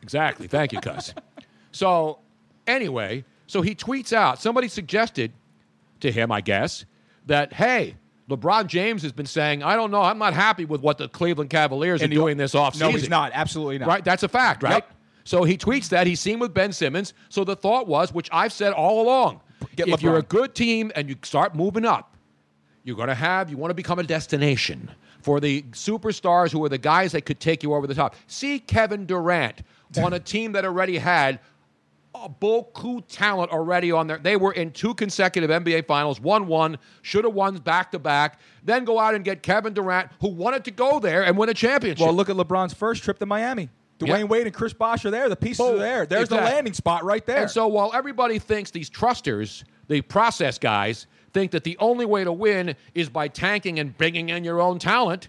Speaker 11: Exactly. Thank you, Cuz. so, anyway, so he tweets out somebody suggested to him, I guess, that, hey, LeBron James has been saying, I don't know, I'm not happy with what the Cleveland Cavaliers
Speaker 13: And
Speaker 11: are
Speaker 13: he-
Speaker 11: doing this offseason.
Speaker 13: No, he's not. Absolutely not.
Speaker 11: Right? That's a fact, right?
Speaker 13: Yep.
Speaker 11: So he tweets that he's seen with Ben Simmons. So the thought was, which I've said all along,
Speaker 13: Get
Speaker 11: if you're a
Speaker 13: LeBron.
Speaker 11: good team and you start moving up, you're going to have, you want to become a destination for the superstars who are the guys that could take you over the top. See Kevin Durant on a team that already had a Boku talent already on there. They were in two consecutive NBA finals, one one, should have won back to back. Then go out and get Kevin Durant, who wanted to go there and win a championship.
Speaker 13: Well, look at LeBron's first trip to Miami. Dwayne Wade and Chris Bosh are there. The pieces
Speaker 11: Boom.
Speaker 13: are there. There's the
Speaker 11: Exactly.
Speaker 13: landing spot right there.
Speaker 11: And so while everybody thinks these trusters, the process guys, think that the only way to win is by tanking and bringing in your own talent,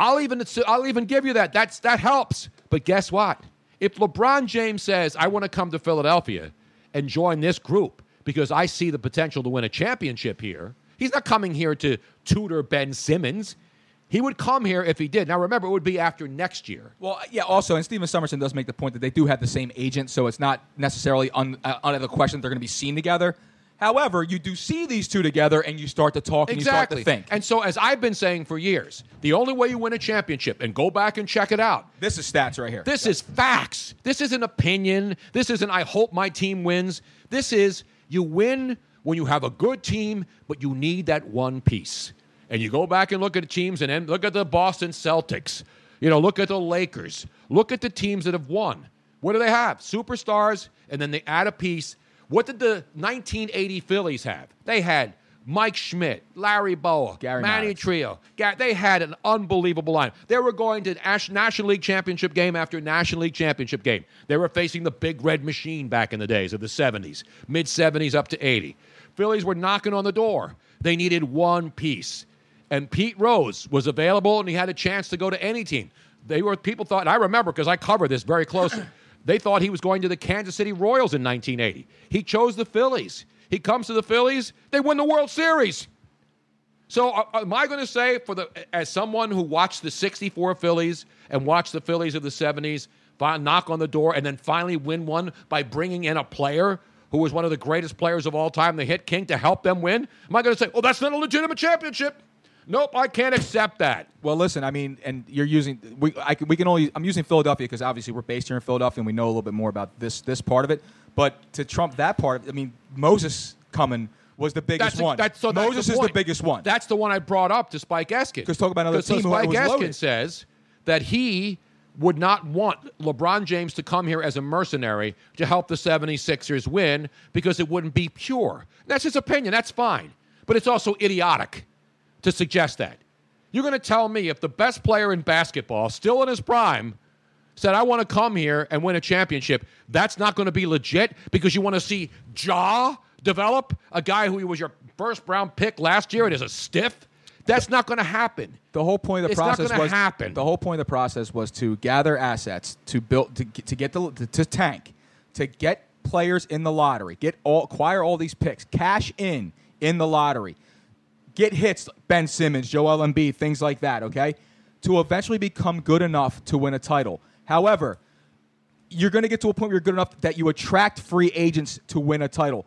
Speaker 11: I'll even I'll even give you that. That's that helps. But guess what? If LeBron James says, "I want to come to Philadelphia and join this group because I see the potential to win a championship here," he's not coming here to tutor Ben Simmons. He would come here if he did. Now remember, it would be after next year.
Speaker 13: Well, yeah. Also, and Steven Summerson does make the point that they do have the same agent, so it's not necessarily un, uh, out of the question that they're going to be seen together. However, you do see these two together, and you start to talk and
Speaker 11: Exactly.
Speaker 13: you start to think.
Speaker 11: And so, as I've been saying for years, the only way you win a championship, and go back and check it out.
Speaker 13: This is stats right here.
Speaker 11: This is facts. This isn't opinion. This isn't, I hope my team wins. This is, you win when you have a good team, but you need that one piece. And you go back and look at the teams, and then look at the Boston Celtics. You know, look at the Lakers. Look at the teams that have won. What do they have? Superstars, and then they add a piece. What did the 1980 Phillies have? They had Mike Schmidt, Larry Boa, Manny Trio. Ga- They had an unbelievable line. They were going to Ash- National League Championship game after National League Championship game. They were facing the Big Red Machine back in the days of the 70s, mid 70s up to 80. Phillies were knocking on the door. They needed one piece. And Pete Rose was available and he had a chance to go to any team. They were people thought, and I remember because I covered this very closely. They thought he was going to the Kansas City Royals in 1980. He chose the Phillies. He comes to the Phillies, they win the World Series. So uh, am I going to say for the as someone who watched the 64 Phillies and watched the Phillies of the 70s fi- knock on the door and then finally win one by bringing in a player who was one of the greatest players of all time, the hit king to help them win? Am I going to say, "Oh, that's not a legitimate championship"? Nope, I can't accept that.
Speaker 13: Well, listen, I mean, and you're using we I can, we can only I'm using Philadelphia because obviously we're based here in Philadelphia and we know a little bit more about this this part of it. But to trump that part, I mean, Moses coming was the biggest
Speaker 11: That's the-
Speaker 13: one.
Speaker 11: that's- so that's
Speaker 13: Moses
Speaker 11: the
Speaker 13: is the
Speaker 11: point.
Speaker 13: biggest one.
Speaker 11: That's the one I brought up to Spike Eskin. Because
Speaker 13: talk about another team who
Speaker 11: Spike
Speaker 13: was
Speaker 11: Eskin
Speaker 13: loaded.
Speaker 11: says that he would not want LeBron James to come here as a mercenary to help the 76ers win because it wouldn't be pure. That's his opinion. That's fine. But it's also idiotic to suggest that. You're going to tell me if the best player in basketball, still in his prime, said, I want to come here and win a championship, that's not going to be legit because you want to see Ja develop, a guy who was your first round pick last year and is a stiff? That's not going to happen.
Speaker 13: The whole point of the
Speaker 11: It's not
Speaker 13: process
Speaker 11: gonna
Speaker 13: was
Speaker 11: happen.
Speaker 13: The whole point of the process was to gather assets to build to, get- to get the to, to tank to get players in the lottery, get all acquire all these picks, cash in in the lottery, get hits Ben Simmons, Joel Embiid, things like that. Okay, to eventually become good enough to win a title. However, you're going to get to a point where you're good enough that you attract free agents to win a title.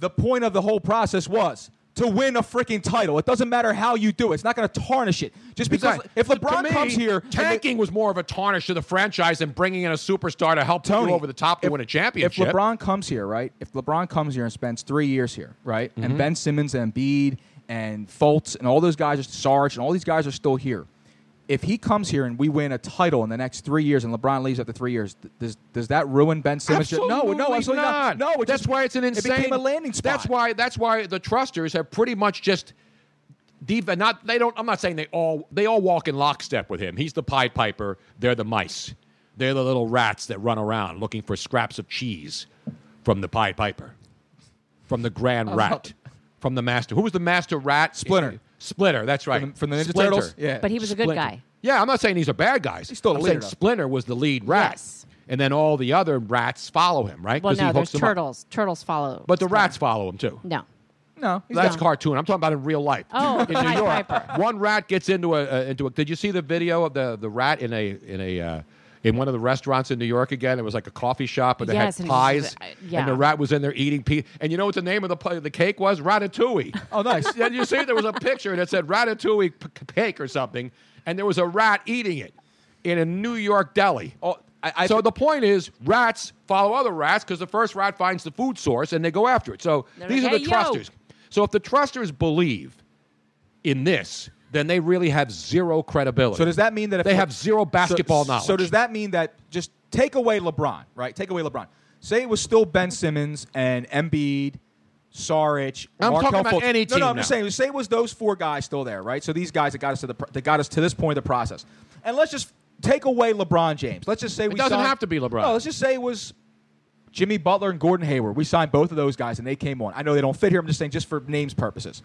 Speaker 13: The point of the whole process was to win a freaking title. It doesn't matter how you do it. It's not going to tarnish it. Just because
Speaker 11: Exactly.
Speaker 13: if LeBron
Speaker 11: To me,
Speaker 13: comes here, and they-
Speaker 11: tanking was more of a tarnish to the franchise than bringing in a superstar to help
Speaker 13: Tony
Speaker 11: you over the top to win a championship.
Speaker 13: If LeBron comes here, right? If LeBron comes here and spends three years here, right? Mm-hmm.
Speaker 11: Mhm.
Speaker 13: And Ben Simmons and Embiid and Fultz and all those guys, are Sarge and all these guys are still here. If he comes here and we win a title in the next three years, and LeBron leaves after three years, th- does does that ruin Ben Simmons? no, no,
Speaker 11: Absolutely
Speaker 13: absolutely not. No, it
Speaker 11: that's
Speaker 13: just-
Speaker 11: why it's an insane.
Speaker 13: It became a landing spot.
Speaker 11: That's why. That's why the trusters have pretty much just. Deep, not they don't. I'm not saying they all they all walk in lockstep with him. He's the Pied Piper. They're the mice. They're the little rats that run around looking for scraps of cheese from the Pied Piper, from the Grand
Speaker 13: Oh.
Speaker 11: Rat, from the Master. Who was the Master Rat? Splinter. Splinter. That's right. From,
Speaker 13: the Ninja Turtles? Yeah.
Speaker 12: But he was a good guy.
Speaker 11: Yeah, I'm not saying these are bad guys. He's
Speaker 13: still the
Speaker 11: I'm
Speaker 13: leader,
Speaker 11: saying
Speaker 13: though.
Speaker 11: Splinter was the lead rat. And then all the other rats follow him, right?
Speaker 12: Well,
Speaker 11: 'Cause he
Speaker 12: no, there's
Speaker 11: hooks them up.
Speaker 12: turtles. Turtles follow.
Speaker 11: But the rats follow him too.
Speaker 12: No.
Speaker 13: No,
Speaker 11: That's cartoon. I'm talking about in real life.
Speaker 12: Oh,
Speaker 11: in New
Speaker 12: Pied
Speaker 11: York, one rat gets into a uh, into a. Did you see the video of the the rat in a in a uh, in one of the restaurants in New York again? It was like a coffee shop, and they
Speaker 13: Yes,
Speaker 11: had
Speaker 13: and it was
Speaker 11: pies,
Speaker 13: just-
Speaker 12: uh,
Speaker 13: yeah.
Speaker 11: and the rat was in there eating pie. And you know what the name of the pi- the cake was? Ratatouille.
Speaker 13: Oh, nice.
Speaker 11: Did you see there was a picture that said Ratatouille p- c- cake or something, and there was a rat eating it in a New York deli. Oh, so the point is, rats follow other rats because the first rat finds the food source and they go after it. So
Speaker 13: They're
Speaker 11: these
Speaker 13: like,
Speaker 11: are
Speaker 13: "Hey,
Speaker 11: the
Speaker 13: yo."
Speaker 11: trusters. So if the trusters believe in this, then they really have zero credibility.
Speaker 13: So does that mean that if
Speaker 11: they have zero basketball
Speaker 13: so,
Speaker 11: knowledge?
Speaker 13: So does that mean that just take away LeBron, right? Take away LeBron. Say it was still Ben Simmons and Embiid, Saric.
Speaker 11: I'm
Speaker 13: Markel
Speaker 11: talking about
Speaker 13: Fultz.
Speaker 11: any
Speaker 13: No,
Speaker 11: team
Speaker 13: no, I'm just
Speaker 11: now.
Speaker 13: saying. Say it was those four guys still there, right? So these guys that got us to the pro- that got us to this point of the process, and let's just take away LeBron James. Let's just say
Speaker 11: It
Speaker 13: we
Speaker 11: doesn't
Speaker 13: signed-
Speaker 11: have to be LeBron.
Speaker 13: No, let's just say it was Jimmy Butler and Gordon Hayward. We signed both of those guys, and they came on. I know they don't fit here. I'm just saying, just for names purposes.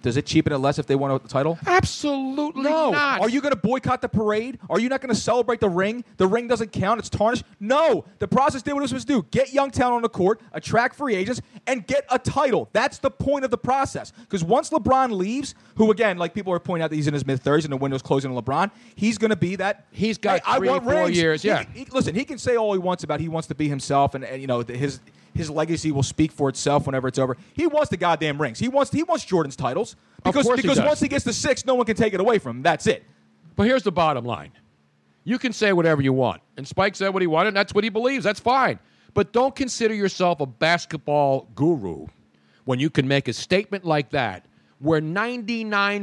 Speaker 13: Does it cheapen it less if they won a title?
Speaker 11: Absolutely
Speaker 13: no.
Speaker 11: not.
Speaker 13: Are you going to boycott the parade? Are you not going to celebrate the ring? The ring doesn't count. It's tarnished. No. The process did what it was supposed to do. Get Youngtown on the court, attract free agents, and get a title. That's the point of the process. Because once LeBron leaves, who again, like people are pointing out that he's in his mid 30s and the window's closing on LeBron, he's going to be that. He's
Speaker 11: got three,
Speaker 13: I want
Speaker 11: four
Speaker 13: rings.
Speaker 11: years,
Speaker 13: He-
Speaker 11: yeah.
Speaker 13: he- listen, he can say all he wants about he wants to be himself, and, and you know th- his his legacy will speak for itself whenever it's over. He wants the goddamn rings. He wants he wants Jordan's titles because
Speaker 11: course he
Speaker 13: because
Speaker 11: does.
Speaker 13: once he gets to six, no one can take it away from him. That's it.
Speaker 11: But here's the bottom line you can say whatever you want. And Spike said what he wanted, and that's what he believes. That's fine. But don't consider yourself a basketball guru when you can make a statement like that where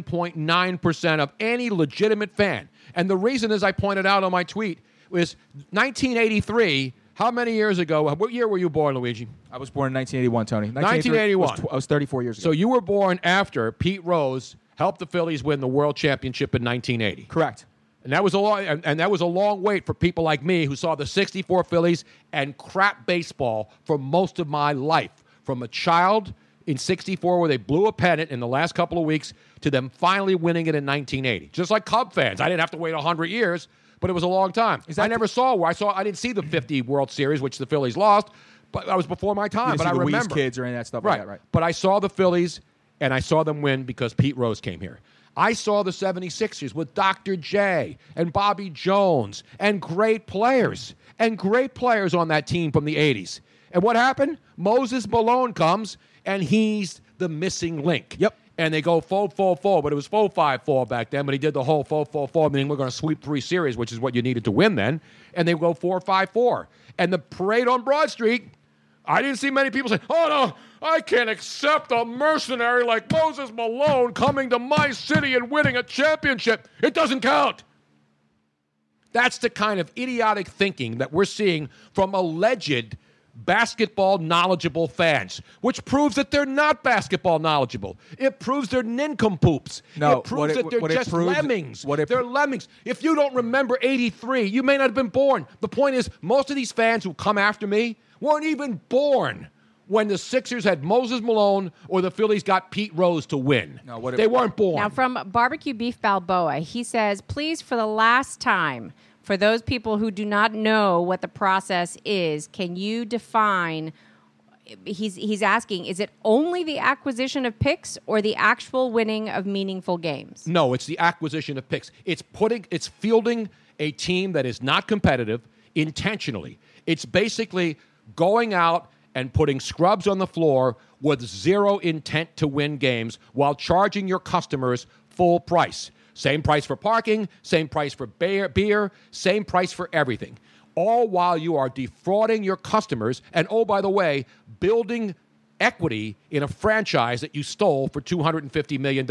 Speaker 11: 99.9% of any legitimate fan, and the reason, as I pointed out on my tweet, was 1983. How many years ago? What year were you born, Luigi?
Speaker 13: I was born in 1981, Tony.
Speaker 11: 1981.
Speaker 13: was tw- I was 34 years ago.
Speaker 11: So you were born after Pete Rose helped the Phillies win the World Championship in 1980.
Speaker 13: Correct.
Speaker 11: And that was a long and, and that was a long wait for people like me who saw the 64 Phillies and crap baseball for most of my life. From a child in 64 where they blew a pennant in the last couple of weeks to them finally winning it in 1980. Just like Cub fans, I didn't have to wait 100 years, but it was a long time. I never saw where I saw I didn't see the 50 World Series which the Phillies lost, but that was before my time,
Speaker 13: You didn't
Speaker 11: but
Speaker 13: see
Speaker 11: I
Speaker 13: the Wheeze
Speaker 11: remember
Speaker 13: kids or any of that stuff
Speaker 11: right.
Speaker 13: like that, right?
Speaker 11: But I saw the Phillies and I saw them win because Pete Rose came here. I saw the 76ers with Dr. J and Bobby Jones and great players and great players on that team from the 80s. And what happened? Moses Malone comes and he's the missing link. Yep. And they go four, four, four, but it was four, five, four back then. But he did the whole four, four, four, meaning we're going to sweep three series, which is what you needed to win then. And they go four, five, four. And the parade on Broad Street I didn't see many people say, oh no, I can't accept a mercenary like Moses Malone coming to my city and winning a championship. It doesn't count. That's the kind of idiotic thinking that we're seeing from alleged basketball knowledgeable fans, which proves that they're not basketball knowledgeable. It proves they're nincompoops.
Speaker 13: No,
Speaker 11: it
Speaker 13: what
Speaker 11: proves
Speaker 13: it-
Speaker 11: that they're
Speaker 13: what it
Speaker 11: just
Speaker 13: proves-
Speaker 11: lemmings. they're lemmings. If you don't remember 83, you may not have been born. The point is, most of these fans who come after me weren't even born when the Sixers had Moses Malone or the Phillies got Pete Rose to win. No, what they weren't born.
Speaker 12: Now, from Barbecue Beef Balboa, he says, please, for the last time, for those people who do not know what the process is, can you define? He's, he's asking, is it only the acquisition of picks or the actual winning of meaningful games?
Speaker 11: No, it's the acquisition of picks. It's putting it's fielding a team that is not competitive intentionally. It's basically going out and putting scrubs on the floor with zero intent to win games while charging your customers full price. Same price for parking, same price for beer, beer same price for everything. All while you are defrauding your customers and oh by the way, building equity in a franchise that you stole for $250 million,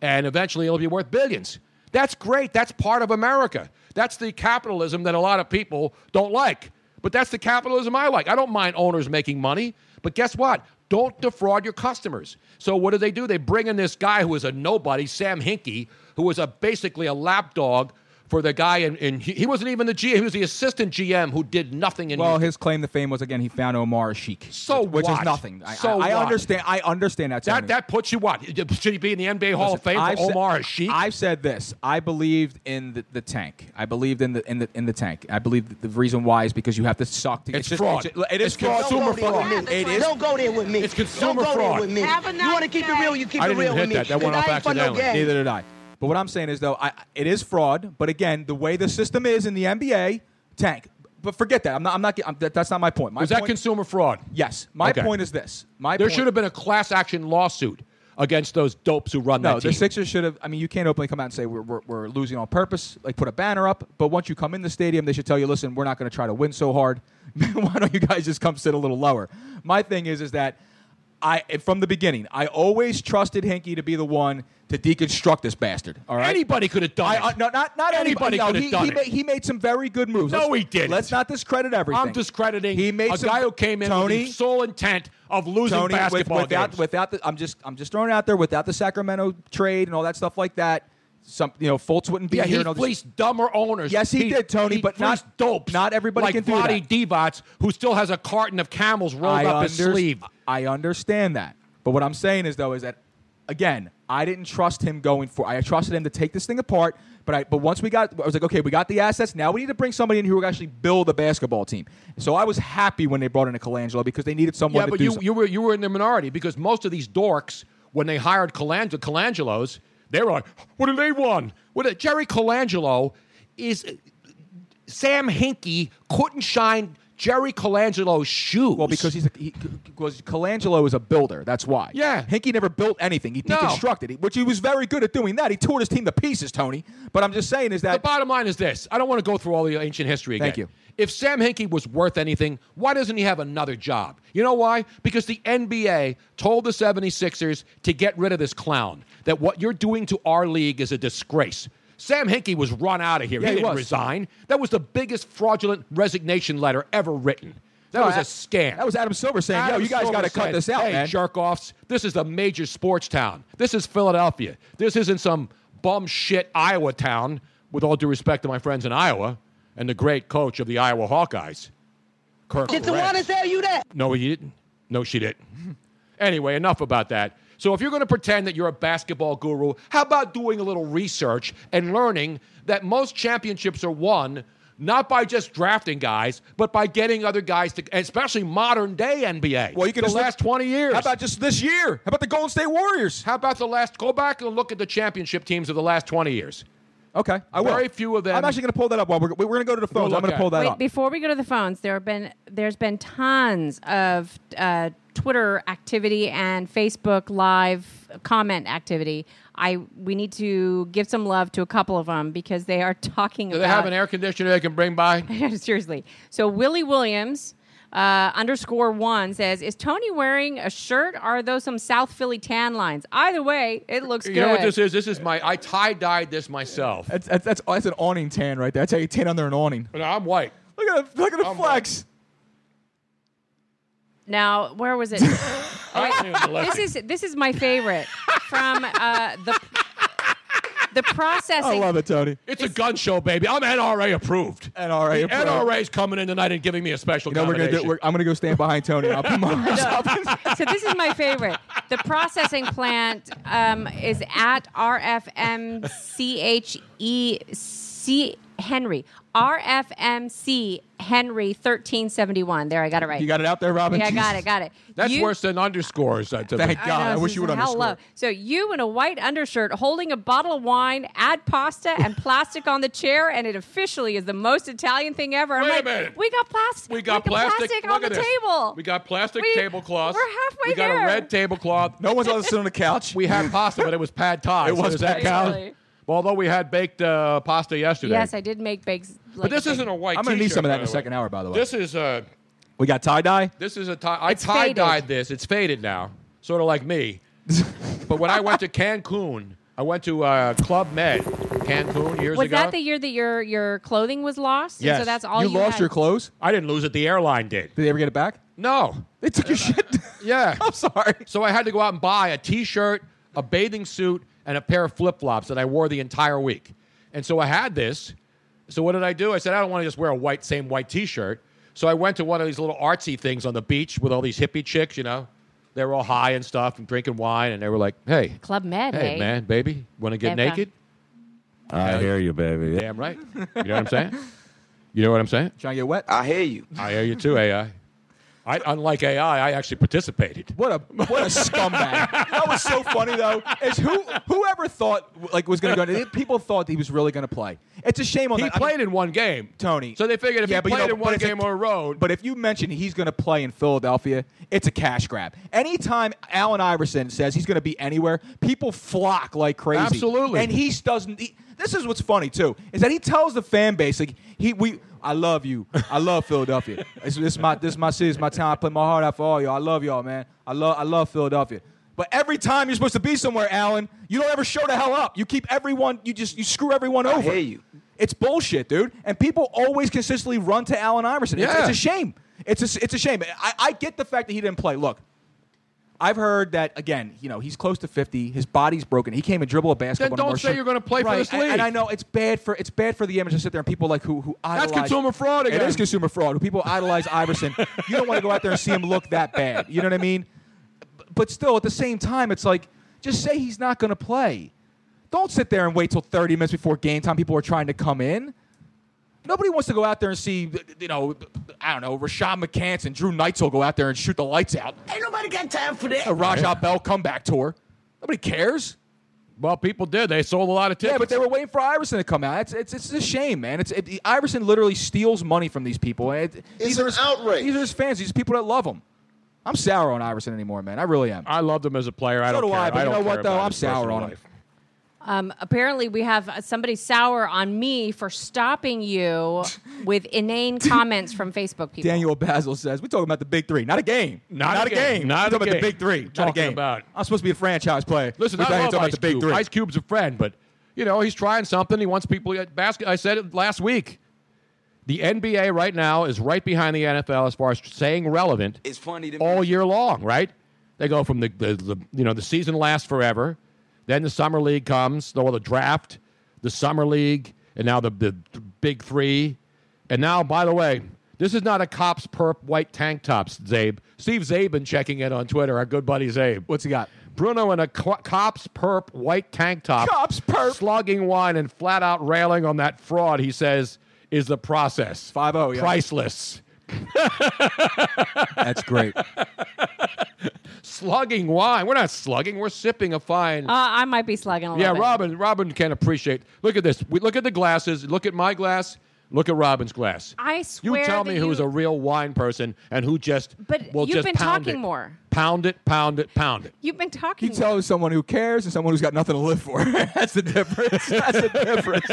Speaker 11: and eventually it'll be worth billions. That's great. That's part of America. That's the capitalism that a lot of people don't like. But that's the capitalism I like. I don't mind owners making money, but guess what? Don't defraud your customers. So what do they do? They bring in this guy who is a nobody, Sam Hinkie, who was a basically a lapdog for the guy in, in he he wasn't even the GM, he was the assistant GM who did nothing in
Speaker 13: Well, his claim to fame was again he found Omar Sheik.
Speaker 11: So
Speaker 13: which, which
Speaker 11: what?
Speaker 13: is nothing. I,
Speaker 11: So
Speaker 13: I, I
Speaker 11: what?
Speaker 13: understand. I understand that.
Speaker 11: That, that puts you what? Should he be in the NBA Hall of Fame for Omar? Sheik.
Speaker 13: I've said this. I believed in the, the tank. I believed in the in the in the tank. I believe that the reason why is because you have to suck. To,
Speaker 11: It's fraud.
Speaker 13: it
Speaker 11: It's
Speaker 13: is
Speaker 11: consumer
Speaker 13: fraud.
Speaker 11: fraud.
Speaker 15: It is. Don't go there with me. It's
Speaker 13: consumer
Speaker 15: Don't go
Speaker 13: fraud.
Speaker 15: There with me. you want to keep it real? You keep
Speaker 13: I
Speaker 15: it
Speaker 13: didn't
Speaker 15: real
Speaker 13: even
Speaker 15: with me.
Speaker 13: hit that. That went
Speaker 15: And
Speaker 13: off
Speaker 15: I ain't for no
Speaker 13: accidentally.
Speaker 15: game.
Speaker 13: Neither did I. But what I'm saying is, though, I, it is fraud. But again, the way the system is in the NBA, tank. But forget that. I'm not. I'm not. I'm, that, that's not my point. My
Speaker 11: Was that
Speaker 13: point-
Speaker 11: consumer fraud?
Speaker 13: Yes. My
Speaker 11: Okay.
Speaker 13: point is this. My
Speaker 11: there
Speaker 13: point-
Speaker 11: should have been a class action lawsuit against those dopes who run
Speaker 13: No,
Speaker 11: that
Speaker 13: the
Speaker 11: team.
Speaker 13: Sixers should have. I mean, you can't openly come out and say we're, we're, we're losing on purpose. Like put a banner up. But once you come in the stadium, they should tell you, listen, we're not going to try to win so hard. Why don't you guys just come sit a little lower? My thing is, is that I from the beginning, I always trusted Hinkie to be the one to deconstruct this bastard. All right,
Speaker 11: anybody could have done
Speaker 13: it. no, not not
Speaker 11: Anybody
Speaker 13: anybody. no,
Speaker 11: could have
Speaker 13: he,
Speaker 11: done
Speaker 13: he
Speaker 11: it.
Speaker 13: Made, he made some very good moves.
Speaker 11: No,
Speaker 13: Let's-
Speaker 11: he didn't.
Speaker 13: Let's not discredit everything.
Speaker 11: I'm discrediting
Speaker 13: He made
Speaker 11: a
Speaker 13: some-
Speaker 11: guy who came in
Speaker 13: Tony-
Speaker 11: with the sole intent of losing
Speaker 13: Tony, with-
Speaker 11: basketball
Speaker 13: without,
Speaker 11: games.
Speaker 13: without the, I'm just I'm just throwing it out there without the Sacramento trade and all that stuff like that. Some you know Fultz wouldn't be
Speaker 11: yeah,
Speaker 13: here.
Speaker 11: he
Speaker 13: and all this-
Speaker 11: fleeced dumber owners.
Speaker 13: Yes, he did, Tony,
Speaker 11: he
Speaker 13: but not-
Speaker 11: fleeced dopes.
Speaker 13: not everybody
Speaker 11: like
Speaker 13: can do
Speaker 11: Roddy
Speaker 13: that.
Speaker 11: Devots, who still has a carton of camels rolled
Speaker 13: I
Speaker 11: up his
Speaker 13: under-
Speaker 11: sleeve.
Speaker 13: I understand that, but what I'm saying is though is that again, I didn't trust him going for. I trusted him to take this thing apart, but I but once we got, I was like, okay, we got the assets. Now we need to bring somebody in who will actually build a basketball team. So I was happy when they brought in a Colangelo because they needed someone.
Speaker 11: Yeah,
Speaker 13: to
Speaker 11: but
Speaker 13: do
Speaker 11: you,
Speaker 13: something.
Speaker 11: you were you were in the minority because most of these dorks, when they hired Colangelo, Colangelos, they were like, "What do they want?" What a- Jerry Colangelo is Sam Hinkie couldn't shine Jerry Colangelo's shoes. Well,
Speaker 13: because he's a, he, because Colangelo is a builder. That's why. Yeah, Hinkie never built anything. He
Speaker 11: No.
Speaker 13: deconstructed, it, which he was very good at doing. That he tore his team to pieces, Tony. But I'm just saying is that
Speaker 11: The bottom line is this: I don't want to go through all the ancient history again.
Speaker 13: Thank you.
Speaker 11: If Sam Hinkie was worth anything, why doesn't he have another job? You know why? Because the NBA told the 76ers to get rid of this clown, that what you're doing to our league is a disgrace. Sam Hinkie was run out of here.
Speaker 13: Yeah,
Speaker 11: he
Speaker 13: he
Speaker 11: didn't
Speaker 13: was.
Speaker 11: resign. That was the biggest fraudulent resignation letter ever written. That
Speaker 13: No,
Speaker 11: was a
Speaker 13: Ad-
Speaker 11: scam.
Speaker 13: that was Adam Silver saying, "Yo,
Speaker 11: Adam
Speaker 13: you guys
Speaker 11: Silver
Speaker 13: gotta cut
Speaker 11: said,
Speaker 13: this out,
Speaker 11: hey,
Speaker 13: man."
Speaker 11: jerk offs. This is a major sports town. This is Philadelphia. This isn't some bum shit Iowa town, with all due respect to my friends in Iowa and the great coach of the Iowa Hawkeyes, Kirk.
Speaker 15: Did
Speaker 11: Ferentz.
Speaker 15: Tawana tell you that?
Speaker 11: No, he didn't. No, she didn't. anyway, enough about that. So, if you're going to pretend that you're a basketball guru, how about doing a little research and learning that most championships are won not by just drafting guys, but by getting other guys to, especially modern day NBA. Well, you
Speaker 13: can
Speaker 11: the
Speaker 13: just look-
Speaker 11: last 20 years.
Speaker 13: How about just this year? How about the Golden State Warriors?
Speaker 11: How about the last? Go back and look at the championship teams of the last 20 years.
Speaker 13: Okay, I will.
Speaker 11: Very few of them.
Speaker 13: I'm actually going to pull that up. While we're, we're going to go to the phones.
Speaker 11: look
Speaker 13: I'm going to pull
Speaker 11: at
Speaker 13: that
Speaker 12: Wait,
Speaker 13: up.
Speaker 12: before we go to the phones, there have been there's been tons of uh, Twitter activity and Facebook live comment activity. I we need to give some love to a couple of them because they are talking
Speaker 11: Do they
Speaker 12: about
Speaker 13: Uh,
Speaker 11: have an air conditioner they can bring by?
Speaker 12: Seriously. So Willie Williams uh, underscore one says, "Is Tony wearing a shirt? Or are those some South Philly tan lines? Either way, it looks
Speaker 11: You
Speaker 12: good."
Speaker 11: know what this is? This is my, I tie dyed this myself.
Speaker 13: That's, that's, that's, that's an awning tan right there. That's how you tan under an awning.
Speaker 11: And I'm white.
Speaker 13: Look at the, look at the flex.
Speaker 12: Now, where was it?
Speaker 11: Oh, wait.
Speaker 12: this is this is my favorite from uh, the the processing.
Speaker 13: I love it, Tony.
Speaker 11: It's a gun show, baby. I'm NRA approved.
Speaker 13: NRA
Speaker 11: The
Speaker 13: approved.
Speaker 11: NRA's coming in tonight and giving me a special.
Speaker 13: You know what we're going to do?
Speaker 11: nomination.
Speaker 13: We're, I'm going to go stand behind Tony. and I'll put my arms up.
Speaker 12: So this is my favorite. The processing plant um, is at RFMCHEC E, Henry. RFMC Henry 1371. There, I got it right.
Speaker 13: You got it out there, Robin?
Speaker 12: Yeah, I got it, got it.
Speaker 11: That's
Speaker 12: You-
Speaker 11: worse than underscores. uh, to me.
Speaker 13: Thank God. I,
Speaker 12: know,
Speaker 13: wish you would
Speaker 12: Susan,
Speaker 13: underscore.
Speaker 12: hello. So you in a white undershirt holding a bottle of wine, add pasta and plastic on the chair, and it officially is the most Italian thing ever. I'm
Speaker 11: Wait a
Speaker 12: like,
Speaker 11: minute.
Speaker 12: We got plastic.
Speaker 11: We got plastic.
Speaker 12: plastic, on
Speaker 11: look
Speaker 12: the
Speaker 11: at this.
Speaker 12: table.
Speaker 11: We got plastic
Speaker 12: We-
Speaker 11: tablecloths.
Speaker 12: we're halfway
Speaker 11: We got a
Speaker 12: there.
Speaker 11: red tablecloth.
Speaker 13: No one's allowed to sit on the couch.
Speaker 11: We had pasta, but it was pad thai.
Speaker 13: It
Speaker 11: so
Speaker 13: was
Speaker 11: does
Speaker 13: pad
Speaker 11: that count?
Speaker 12: thai.
Speaker 11: Well, although we had baked uh, pasta yesterday.
Speaker 12: Yes, I did make bakes.
Speaker 11: but
Speaker 12: like
Speaker 11: this
Speaker 12: a big-
Speaker 11: isn't a white.
Speaker 13: I'm going to need
Speaker 11: t-shirt,
Speaker 13: some of that
Speaker 11: by
Speaker 13: in the
Speaker 11: way.
Speaker 13: second hour, by the way.
Speaker 11: This is uh,
Speaker 13: we got tie dye.
Speaker 11: This is a tie. I
Speaker 12: It's
Speaker 11: tie
Speaker 12: faded.
Speaker 11: dyed this. It's faded now, sort of like me. but when I went to Cancun, I went to uh, Club Med, Cancun years
Speaker 12: Was
Speaker 11: ago.
Speaker 12: that the year that your your clothing was lost? And
Speaker 11: Yes.
Speaker 12: so that's all
Speaker 13: you,
Speaker 12: you,
Speaker 13: lost
Speaker 12: had?
Speaker 13: your clothes?
Speaker 11: I didn't lose it. The airline did.
Speaker 13: Did they ever get it back?
Speaker 11: No.
Speaker 13: They took your shit.
Speaker 11: Yeah.
Speaker 13: I'm sorry.
Speaker 11: So I had to go out and buy a T-shirt, a bathing suit, and a pair of flip-flops that I wore the entire week. And so I had this. So what did I do? I said I don't want to just wear a white same white T-shirt. So I went to one of these little artsy things on the beach with all these hippie chicks. You know, they were all high and stuff and drinking wine, and they were like, "Hey,
Speaker 12: Club Med.
Speaker 11: hey,
Speaker 12: Hey,
Speaker 11: man, baby, want to get
Speaker 12: Eva.
Speaker 11: naked?
Speaker 10: I hear you, baby.
Speaker 11: Damn right. You know what I'm saying? You know what I'm saying?
Speaker 13: Trying to get wet?
Speaker 10: I hear you.
Speaker 11: I hear you too, AI. I, unlike AI, I actually participated.
Speaker 13: What a what a scumbag! that was so funny though. Is who whoever thought like was going to go? People thought he was really going to play. It's a shame on
Speaker 11: He
Speaker 13: that. I
Speaker 11: played
Speaker 13: mean,
Speaker 11: in one game,
Speaker 13: Tony.
Speaker 11: So they figured if
Speaker 13: Yeah,
Speaker 11: he
Speaker 13: but you
Speaker 11: played
Speaker 13: know,
Speaker 11: in one
Speaker 13: but it's
Speaker 11: game on a road,
Speaker 13: But if you mention he's going to play in Philadelphia, it's a cash grab. Anytime Allen Iverson says he's going to be anywhere, people flock like crazy.
Speaker 11: Absolutely.
Speaker 13: And he doesn't. He, this is what's funny too is that he tells the fan base like he we. I love you. I love Philadelphia. This, this is my this is my city. This is my town. I put my heart out for all y'all. I love y'all, man. I love I love Philadelphia. But every time you're supposed to be somewhere, Allen, you don't ever show the hell up. You keep everyone. You just you screw everyone
Speaker 10: I
Speaker 13: over.
Speaker 10: hear you.
Speaker 13: It's bullshit, dude. And people always consistently run to Allen Iverson. It's,
Speaker 11: Yeah.
Speaker 13: it's a shame. It's a, it's a shame. I, I get the fact that he didn't play. Look, I've heard that again. You know, he's close to fifty. His body's broken. He came and dribble a basketball.
Speaker 11: Then don't
Speaker 13: and
Speaker 11: say you're gonna play for
Speaker 13: Right,
Speaker 11: this
Speaker 13: and-
Speaker 11: league.
Speaker 13: And I know it's bad for it's bad for the image to sit there and people like who who idolize.
Speaker 11: consumer fraud
Speaker 13: It
Speaker 11: again.
Speaker 13: is consumer fraud. Who people idolize Iverson. You don't want to go out there and see him look that bad. You know what I mean? But still, at the same time, it's like just say he's not going to play. Don't sit there and wait till 30 minutes before game time. People are trying to come in. Nobody wants to go out there and see, you know, I don't know, Rashad McCants and Drew Neitzel go out there and shoot the lights out.
Speaker 15: Ain't nobody got time for
Speaker 13: A Rajah Bell comeback tour. Nobody cares.
Speaker 11: Well, people did. They sold a lot of tickets.
Speaker 13: Yeah, but they were waiting for Iverson to come out. It's it's, it's a shame, man. It's it, Iverson literally steals money from these people. It, these are his, outrage. These are his fans. These are people that love him. I'm sour on Iverson anymore, man. I really
Speaker 12: Uh,
Speaker 13: am.
Speaker 11: I loved him as a player. I
Speaker 13: so
Speaker 11: don't
Speaker 13: do
Speaker 11: care.
Speaker 13: I. But
Speaker 11: I
Speaker 13: you
Speaker 11: don't
Speaker 13: know
Speaker 11: care
Speaker 13: what though?
Speaker 11: about
Speaker 13: I'm
Speaker 11: his personal
Speaker 13: sour on him.
Speaker 11: life.
Speaker 12: Um, apparently, we have uh, somebody sour on me for stopping you with inane comments from Facebook people. Uh,
Speaker 13: Daniel Basil says, "We're talking about the big three, not a game,
Speaker 11: Not a
Speaker 13: a
Speaker 11: game.
Speaker 13: game,
Speaker 11: Not
Speaker 13: We're
Speaker 11: a
Speaker 13: talking about the
Speaker 11: game.
Speaker 13: big three, not a
Speaker 11: Talking
Speaker 13: game.
Speaker 11: about-
Speaker 13: I'm supposed to be a franchise player.
Speaker 11: Listen,
Speaker 13: We're
Speaker 11: I
Speaker 13: talking
Speaker 11: love
Speaker 13: about
Speaker 11: Ice
Speaker 13: the big
Speaker 11: Cube.
Speaker 13: three.
Speaker 11: Ice Cube's a friend, but you know he's trying something. He wants people to get basket. I said it last week. The NBA right now is right behind the NFL as far as staying relevant.
Speaker 14: It's funny to me.
Speaker 11: all year long, right? They go from the, the, the you know the season lasts forever, then the summer league comes, well the draft, the summer league, and now the, the big three, and now by the way, this is not a cops perp white tank tops Zabe. Steve Zabin checking in on Twitter, our good buddy Zabe.
Speaker 13: What's he got?
Speaker 11: Bruno in a co- cops perp white tank top,
Speaker 13: cops perp,
Speaker 11: slugging wine and flat out railing on that fraud. He says is the process
Speaker 13: five zero, yeah.
Speaker 11: priceless.
Speaker 13: That's great.
Speaker 11: slugging wine. We're not slugging. We're sipping a fine.
Speaker 12: Uh, I might be slugging a little
Speaker 11: yeah,
Speaker 12: bit.
Speaker 11: Robin. Robin can appreciate. Look at this. We look at the glasses. Look at my glass. Look at Robin's glass.
Speaker 12: I
Speaker 11: You
Speaker 12: swear.
Speaker 11: tell
Speaker 12: that
Speaker 11: me who's
Speaker 12: you-
Speaker 11: a real wine person and who just
Speaker 12: But
Speaker 11: will
Speaker 12: you've
Speaker 11: just
Speaker 12: been
Speaker 11: pound
Speaker 12: talking
Speaker 11: it.
Speaker 12: more.
Speaker 11: Pound it, pound it, pound it.
Speaker 12: You've been talking.
Speaker 13: He tells someone who cares and someone who's got nothing to live for. That's the difference. That's the difference.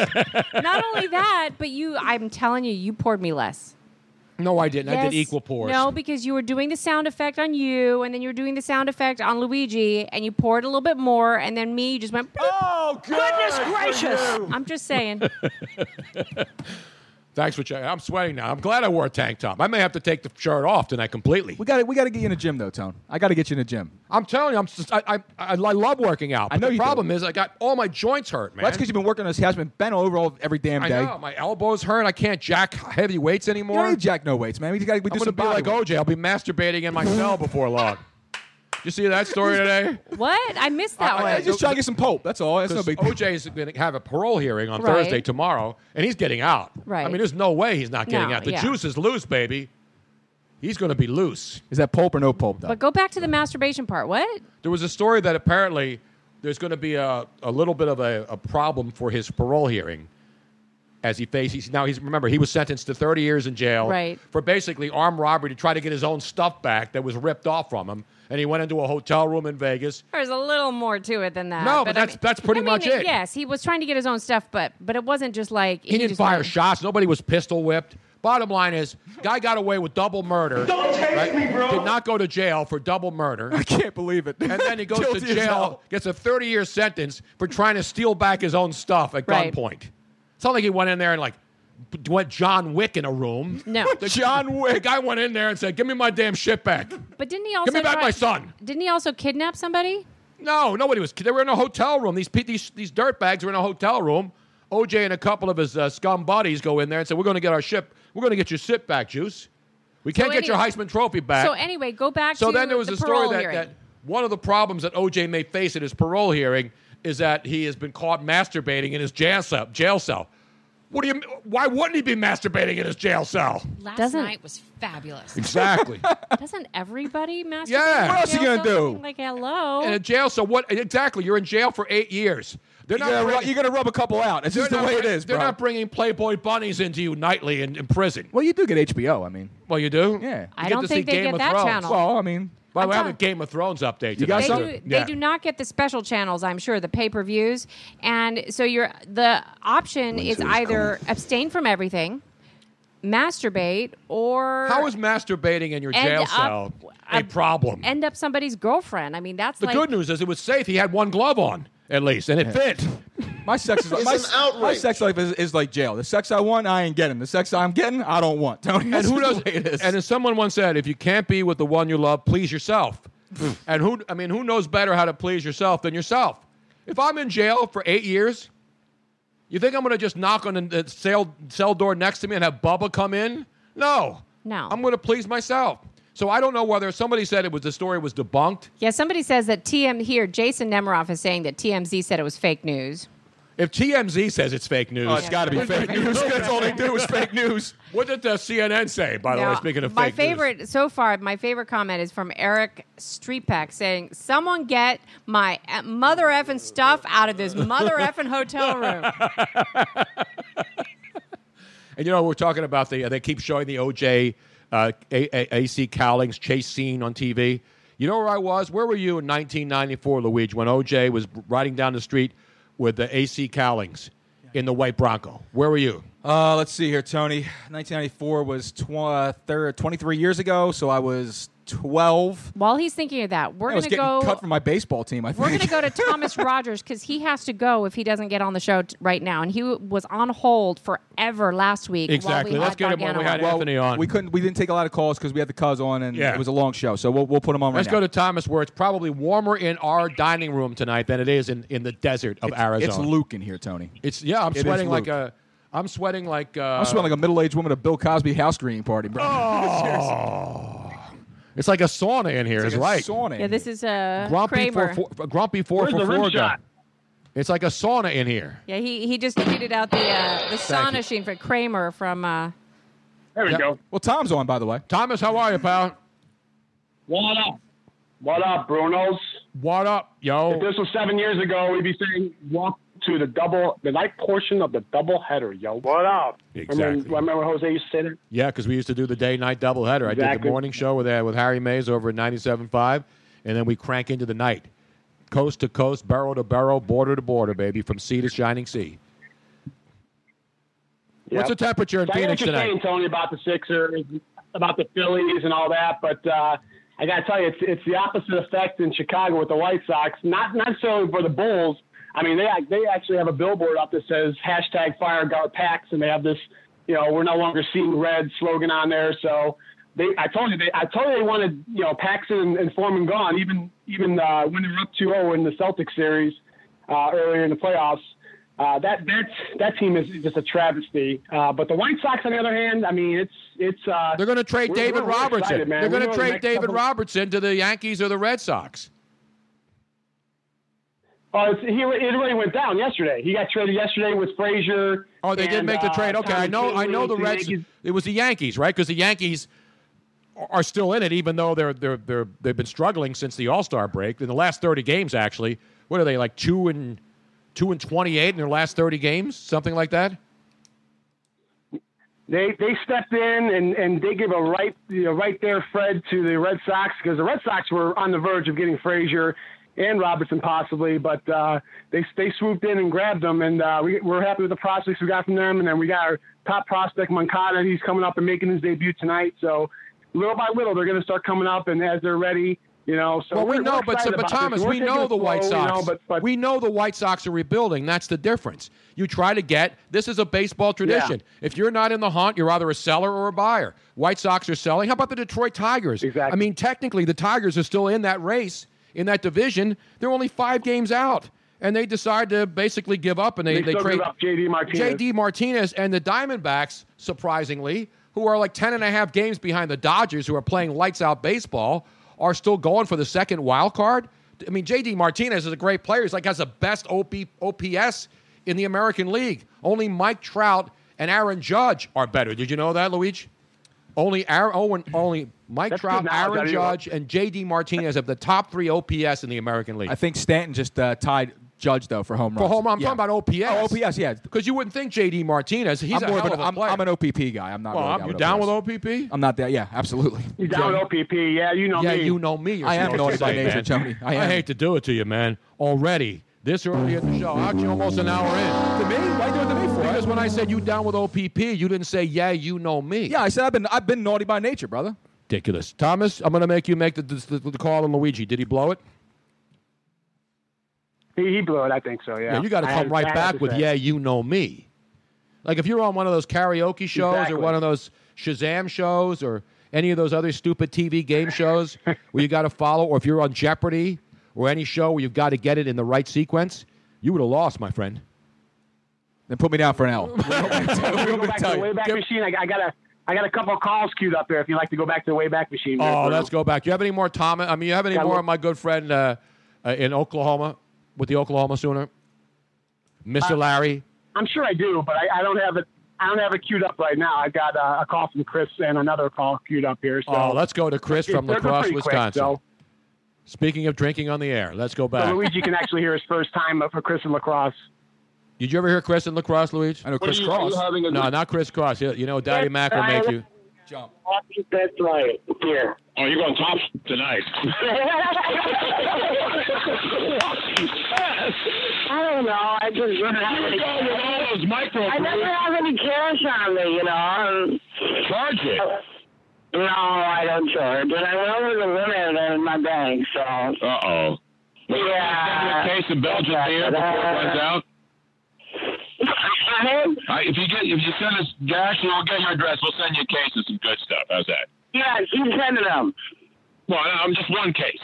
Speaker 12: Not only that, but you. I'm telling you, you poured me less.
Speaker 11: No, I didn't. I
Speaker 12: Yes.
Speaker 11: did equal pours.
Speaker 12: No, because you were doing the sound effect on you, and then you were doing the sound effect on Luigi, and you poured a little bit more, and then me, you just went.
Speaker 13: Oh
Speaker 12: goodness
Speaker 13: gracious!
Speaker 12: I'm just saying.
Speaker 11: Thanks for checking. I'm sweating now. I'm glad I wore a tank top. I may have to take the shirt off tonight completely.
Speaker 13: We got to we got to get you in a gym though, Tone. I got to get you in a gym.
Speaker 11: I'm telling you, I'm just, I, I, I I love working out. But
Speaker 13: know
Speaker 11: the
Speaker 13: you do.
Speaker 11: problem is I got all my joints hurt, man.
Speaker 13: Well, that's because you've been working on this house, been bent over all every damn
Speaker 11: I
Speaker 13: day.
Speaker 11: know my elbows hurt. I can't jack heavy weights
Speaker 13: You
Speaker 11: anymore.
Speaker 13: don't need jack no weights, man. We just got to we do
Speaker 11: I'm gonna
Speaker 13: some
Speaker 11: be
Speaker 13: body
Speaker 11: like
Speaker 13: weight.
Speaker 11: OJ. I'll be masturbating in my cell before long. You see that story today?
Speaker 12: what? I missed that
Speaker 11: I- I
Speaker 12: one.
Speaker 13: I just try to get some pope. That's all. That's no big deal.
Speaker 11: OJ is going to have a parole hearing on
Speaker 12: Right.
Speaker 11: Thursday tomorrow, and he's getting out.
Speaker 12: Right.
Speaker 11: I mean, there's no way he's not getting
Speaker 12: No,
Speaker 11: out. The
Speaker 12: yeah.
Speaker 11: juice is loose, baby. He's going to be loose.
Speaker 13: Is that pulp or no pulp though?
Speaker 12: but go back to the masturbation part. What?
Speaker 11: There was a story that apparently there's going to be a, a little bit of a, a problem for his parole hearing as he faces. Now, he's remember, he was sentenced to 30 years in jail
Speaker 12: Right.
Speaker 11: for basically armed robbery to try to get his own stuff back that was ripped off from him. And he went into a hotel room in Vegas.
Speaker 12: There's a little more to it than that.
Speaker 11: No, but
Speaker 12: I
Speaker 11: that's-
Speaker 12: mean-
Speaker 11: that's pretty
Speaker 12: I mean,
Speaker 11: much it.
Speaker 12: Yes, he was trying to get his own stuff, but but it wasn't just like
Speaker 11: He, didn't
Speaker 12: just
Speaker 11: fire
Speaker 12: like-
Speaker 11: shots. Nobody was pistol whipped. Bottom line is, guy got away with double murder.
Speaker 13: Don't text me, bro.
Speaker 11: Did not go to jail for double murder.
Speaker 13: I can't believe it.
Speaker 11: And then he goes to
Speaker 13: Guilty as
Speaker 11: jail,
Speaker 13: hell.
Speaker 11: gets a 30 year sentence for trying to steal back his own stuff at
Speaker 12: Right.
Speaker 11: gunpoint. It's not like he went in there and like b- went John Wick in a room.
Speaker 12: No,
Speaker 11: The John Wick. The guy went in there and said, "Give me my damn shit back."
Speaker 12: but didn't he also
Speaker 11: me back
Speaker 12: try-
Speaker 11: my son.
Speaker 12: Didn't he also kidnap somebody?
Speaker 11: No, nobody was. They were in a hotel room. These pe- these these dirtbags were in a hotel room. OJ and a couple of his uh, scum buddies go in there and say, "We're going to get our ship. We're going to get your sit back, Juice. We can't get
Speaker 12: any-
Speaker 11: your Heisman Trophy back."
Speaker 12: So anyway, go back.
Speaker 11: So
Speaker 12: to
Speaker 11: then there was
Speaker 12: the
Speaker 11: a story
Speaker 12: parole
Speaker 11: that,
Speaker 12: hearing.
Speaker 11: that one of the problems that OJ may face at his parole hearing is that he has been caught masturbating in his jail cell. Jail cell. What do you? Why wouldn't he be masturbating in his jail cell?
Speaker 16: Last
Speaker 12: Doesn't-
Speaker 16: night was fabulous.
Speaker 11: Exactly.
Speaker 12: Doesn't everybody masturbate?
Speaker 11: Yeah.
Speaker 12: in
Speaker 11: What else you
Speaker 12: jail
Speaker 11: gonna
Speaker 12: though?
Speaker 11: do?
Speaker 12: Like hello.
Speaker 11: in a jail cell, what exactly? You're in jail for eight years. They're
Speaker 13: You're
Speaker 11: not.
Speaker 13: gonna, ru-
Speaker 11: bringing-
Speaker 13: you're gonna rub a couple out. It's just the
Speaker 11: They're not
Speaker 13: way it
Speaker 11: bring-
Speaker 13: is,
Speaker 11: They're
Speaker 13: bro.
Speaker 11: not bringing Playboy bunnies into you nightly in, in prison.
Speaker 13: well, you do get HBO. I mean,
Speaker 11: Well, you do.
Speaker 13: Yeah.
Speaker 11: You
Speaker 12: I
Speaker 11: get
Speaker 12: don't
Speaker 11: to see
Speaker 12: think they
Speaker 11: Game
Speaker 12: get
Speaker 11: of
Speaker 12: that
Speaker 11: Thrones.
Speaker 12: channel.
Speaker 13: well, I mean,
Speaker 11: By
Speaker 12: I'm
Speaker 11: the way, I have a
Speaker 12: telling-
Speaker 11: Game of Thrones update.
Speaker 13: You got
Speaker 12: they
Speaker 11: tonight.
Speaker 12: do, they do not get the special channels i'm sure the pay-per-views and so you're the option is either abstain from everything masturbate or
Speaker 11: How is masturbating in your
Speaker 12: End
Speaker 11: jail
Speaker 12: up-
Speaker 11: cell a
Speaker 12: up-
Speaker 11: problem?
Speaker 12: end up somebody's girlfriend i mean that's
Speaker 11: The
Speaker 12: like
Speaker 11: good news is it was safe. He had one glove on at least, and it fit.
Speaker 13: my sex is
Speaker 11: It's
Speaker 13: my,
Speaker 11: an
Speaker 13: s-
Speaker 11: outrage.
Speaker 13: my sex life is, is like jail. The sex I want, I ain't getting. The sex I'm getting, I don't want.
Speaker 11: And
Speaker 13: Tony,
Speaker 11: who
Speaker 13: that's
Speaker 11: knows?
Speaker 13: the way it is.
Speaker 11: And as someone once said, if you can't be with the one you love, please yourself. and who I mean, who knows better how to please yourself than yourself? If I'm in jail for eight years, you think I'm going to just knock on the- the cell, cell door next to me and have Bubba come in? No.
Speaker 12: No.
Speaker 11: I'm going to please myself. So I don't know whether somebody said it was the story was debunked.
Speaker 12: Yeah, somebody says that TM here, Jason Nemiroff is saying that TMZ said it was fake news.
Speaker 11: If TMZ says it's fake news,
Speaker 12: Oh, it's gotta be fake news. That's all they do is fake
Speaker 11: news. What did the CNN say? By the
Speaker 12: Now,
Speaker 11: way, speaking of
Speaker 12: my
Speaker 11: fake news?
Speaker 12: favorite so far, my favorite comment is from Eric Streepak saying, "Someone get my uh, mother effing stuff out of this mother effing hotel room."
Speaker 11: And you know, we're talking about the, they keep showing the OJ, uh, A- A- AC Cowlings chase scene on TV. You know where I was? Where were you in 1994, Luigi, when OJ was riding down the street with the AC Cowlings in the white Bronco? Where were you?
Speaker 13: Uh, let's see here, Tony. 1994 was tw- uh, thir- 23 years ago, so I was 12.
Speaker 12: While he's thinking of that, we're
Speaker 13: I was
Speaker 12: going to
Speaker 13: getting
Speaker 12: go.
Speaker 13: cut from my baseball team. I
Speaker 12: We're going
Speaker 13: think.
Speaker 12: to go to Thomas Rogers because he has to go if he doesn't get on the show t- right now, and he w- was on hold forever last week. while we had Gargano on.
Speaker 11: on.
Speaker 13: We couldn't. We didn't take a lot of calls because we had the cuz on, and
Speaker 11: Yeah.
Speaker 13: it was a long show. So we'll, we'll put him on
Speaker 11: Let's
Speaker 13: right
Speaker 11: go
Speaker 13: now.
Speaker 11: to Thomas, where it's probably warmer in our dining room tonight than it is in, in the desert of Arizona.
Speaker 13: It's Luke in here, Tony.
Speaker 11: It's yeah. I'm
Speaker 13: It is
Speaker 11: sweating like
Speaker 13: Luke.
Speaker 11: a. I'm sweating like. Uh,
Speaker 13: I'm smelling like a middle-aged woman at a Bill Cosby house green party, bro.
Speaker 11: Oh. It's like a sauna in here.
Speaker 13: It's
Speaker 11: Is
Speaker 13: like a
Speaker 11: right.
Speaker 13: sauna
Speaker 12: Yeah, this is uh,
Speaker 11: grumpy
Speaker 12: Kramer.
Speaker 11: for, for grumpy four
Speaker 12: Where's
Speaker 11: for
Speaker 12: the rim
Speaker 11: four guy.
Speaker 12: shot?
Speaker 11: It's like a sauna in here.
Speaker 12: yeah, he he just tweeted out the uh, the
Speaker 11: Thank you.
Speaker 12: sauna sheen for Kramer from. Uh,
Speaker 14: There we go.
Speaker 13: Well, Tom's on, by the way.
Speaker 11: Thomas, how are you, pal?
Speaker 14: What up? What up, Brunos?
Speaker 11: What up, yo?
Speaker 14: If this was seven years ago, we'd be saying walk to the double, the night portion of the double header, yo. What up?
Speaker 11: Exactly.
Speaker 14: Remember, remember Jose used to say that?
Speaker 11: Yeah, because we used to do the day night doubleheader. I did the
Speaker 14: Exactly.
Speaker 11: morning show with uh, with Harry Mays over at 97.5, and then we crank into the night, coast to coast, barrel to barrel, border to border, baby, from sea to shining sea. What's the temperature in
Speaker 14: So I hear
Speaker 11: Phoenix
Speaker 14: what you're
Speaker 11: tonight?
Speaker 14: Saying, Tony, about the Sixers, about the Phillies, and all that, but uh, I got to tell you, it's it's the opposite effect in Chicago with the White Sox. Not not necessarily for the Bulls. I mean, they ac- they actually have a billboard up that says hashtag Fire Guard Packs, and they have this, you know, we're no longer seeing red slogan on there. So they, I told you, they, I told you they wanted, you know, Paxton and, and Foreman gone, even even uh, when they were up 2-0 in the Celtics series uh, earlier in the playoffs. Uh, that that that team is just a travesty. Uh, but the White Sox, on the other hand, I mean, it's it's uh,
Speaker 11: They're going to trade
Speaker 14: we're-
Speaker 11: David
Speaker 14: we're
Speaker 11: Robertson.
Speaker 14: excited, man.
Speaker 11: They're
Speaker 14: We
Speaker 11: going
Speaker 14: know
Speaker 11: to
Speaker 14: the
Speaker 11: trade
Speaker 14: next
Speaker 11: David
Speaker 14: couple-
Speaker 11: Robertson to the Yankees or the Red Sox.
Speaker 14: Oh, it's, he it really went down yesterday. He got traded yesterday with Frazier.
Speaker 11: Oh, they did
Speaker 14: and,
Speaker 11: make the
Speaker 14: uh,
Speaker 11: trade. Okay, I
Speaker 14: Tommy
Speaker 11: know. I
Speaker 14: Philly
Speaker 11: know
Speaker 14: and
Speaker 11: the Reds.
Speaker 14: Yankees.
Speaker 11: It was the Yankees, right? Because the Yankees are- are still in it, even though they're they're they're they've been struggling since the All Star break. In the last thirty games, actually, what are they like two and two and twenty eight in their last thirty games, something like that?
Speaker 14: They they stepped in and, and they gave a right you know, right there Fred to the Red Sox because the Red Sox were on the verge of getting Frazier and Robertson possibly, but uh, they they swooped in and grabbed them, and uh, we we're happy with the prospects we got from them, and then we got our top prospect Moncada. He's coming up and making his debut tonight, so little by little they're going to start coming up, and as they're ready, you know. So
Speaker 11: well, we
Speaker 14: we're-
Speaker 11: know,
Speaker 14: we're
Speaker 11: but,
Speaker 14: excited
Speaker 11: but
Speaker 14: about this.
Speaker 11: Thomas,
Speaker 14: We're
Speaker 11: we
Speaker 14: taking
Speaker 11: know
Speaker 14: it
Speaker 11: the White
Speaker 14: slow, you
Speaker 11: Sox.
Speaker 14: know, but
Speaker 11: we know the White Sox are rebuilding. That's the difference. You try to get this is a baseball tradition. If you're not in the hunt, you're either a seller or a buyer. White Sox are selling. How about the Detroit Tigers? Exactly. I mean, technically, the Tigers are still in that race in that division. They're only five games out, and they decide to basically give up and they
Speaker 14: They
Speaker 11: they,
Speaker 14: still
Speaker 11: trade
Speaker 14: give up JD Martinez.
Speaker 11: JD Martinez and the Diamondbacks, surprisingly, who are like 10 and a half games behind the Dodgers, who are playing lights out baseball, are still going for the second wild card. I mean, JD Martinez is a great player. He's like has the best OP, OPS in the American League. Only Mike Trout and Aaron Judge are better. Did you know that, Luigi? Only Aaron, Owen, only Mike
Speaker 13: That's
Speaker 11: Trout,
Speaker 13: good knowledge. I
Speaker 11: Aaron
Speaker 13: didn't know
Speaker 11: Judge, and JD Martinez have the top three OPS in the American League.
Speaker 13: I think Stanton just uh, tied Judge though for home
Speaker 11: For
Speaker 13: runs.
Speaker 11: home run, I'm
Speaker 13: Yeah.
Speaker 11: talking about OPS.
Speaker 13: Oh, OPS, yeah.
Speaker 11: Because you wouldn't think JD Martinez. He's
Speaker 13: I'm
Speaker 11: a
Speaker 13: more
Speaker 11: hell
Speaker 13: of an,
Speaker 11: of a
Speaker 13: I'm,
Speaker 11: player.
Speaker 13: I'm an OPP guy. I'm not.
Speaker 11: Well,
Speaker 13: really
Speaker 11: I'm-
Speaker 13: down
Speaker 11: you down
Speaker 13: with OPS.
Speaker 11: with OPP?
Speaker 13: I'm not that. Yeah, absolutely.
Speaker 14: You down with OPP? Yeah, you know
Speaker 11: yeah,
Speaker 14: me.
Speaker 11: you know me. You're
Speaker 13: I am
Speaker 11: supposed
Speaker 13: naughty
Speaker 11: to
Speaker 13: by
Speaker 11: say,
Speaker 13: nature,
Speaker 11: man.
Speaker 13: Tony. I am.
Speaker 11: hate to do it to you, man. Already this early in the show, aren't you almost an hour in?
Speaker 13: To me? Why do it to me for?
Speaker 11: Because when I said you down with OPP, you didn't say yeah, you know me.
Speaker 13: Yeah, I said I've been I've been naughty by nature, brother.
Speaker 11: Ridiculous, Thomas. I'm going to make you make the, the, the call on Luigi. Did he blow it?
Speaker 14: He, he blew it. I think so. Yeah.
Speaker 11: you got to
Speaker 14: I
Speaker 11: come
Speaker 14: had- I
Speaker 11: right
Speaker 14: had
Speaker 11: back
Speaker 14: to
Speaker 11: with
Speaker 14: say.
Speaker 11: yeah, you know me. Like if you're on one of those karaoke shows
Speaker 14: Exactly.
Speaker 11: or one of those Shazam shows or any of those other stupid TV game shows where you got to follow, or if you're on Jeopardy or any show where you've got to get it in the right sequence, you would have lost, my friend.
Speaker 13: Then put me down for an L.
Speaker 14: Go back to the Wayback Machine. I, I got a, I got a couple of calls queued up there. If you'd like to go back to the Wayback Machine.
Speaker 11: Oh, let's go back. Do you have any more, Tom? I mean, you have any
Speaker 14: Yeah,
Speaker 11: more
Speaker 14: well-
Speaker 11: of my good friend uh, uh, in Oklahoma with the Oklahoma Sooner, Mr.
Speaker 14: Uh,
Speaker 11: Larry?
Speaker 14: I'm sure I do, but I, I don't have it. I don't have it queued up right now. I got uh, a call from Chris and another call queued up here. So
Speaker 11: oh, let's go to Chris
Speaker 14: They're-
Speaker 11: from
Speaker 14: they're
Speaker 11: Lacrosse,
Speaker 14: pretty quick,
Speaker 11: Wisconsin.
Speaker 14: so-
Speaker 11: Speaking of drinking on the air, let's go
Speaker 14: so
Speaker 11: back.
Speaker 14: Luigi can actually hear his first time for Chris and Lacrosse.
Speaker 11: Did you ever hear Chris in lacrosse, Luigi? I know
Speaker 14: What are Chris you- are you Cross. having a
Speaker 11: no,
Speaker 14: good-
Speaker 11: not Chris Cross. You you know, Daddy Mac will make you.
Speaker 13: Jump.
Speaker 14: That's right. Here.
Speaker 16: Oh, you're going top tonight.
Speaker 2: I don't know. I just
Speaker 16: You're going with all those micro-
Speaker 2: I never have any cash on me, you know. um,
Speaker 16: Charge it.
Speaker 2: No, I don't charge, but I went over the limit in my bank, so.
Speaker 16: Uh oh.
Speaker 2: Yeah.
Speaker 16: Case of Belgian beer before it runs out. Uh, if you get if you send us Dash, we'll get your address. We'll send you a case of some good stuff. How's that?
Speaker 2: Yeah, keep sending them.
Speaker 16: Well, no, I'm just one case.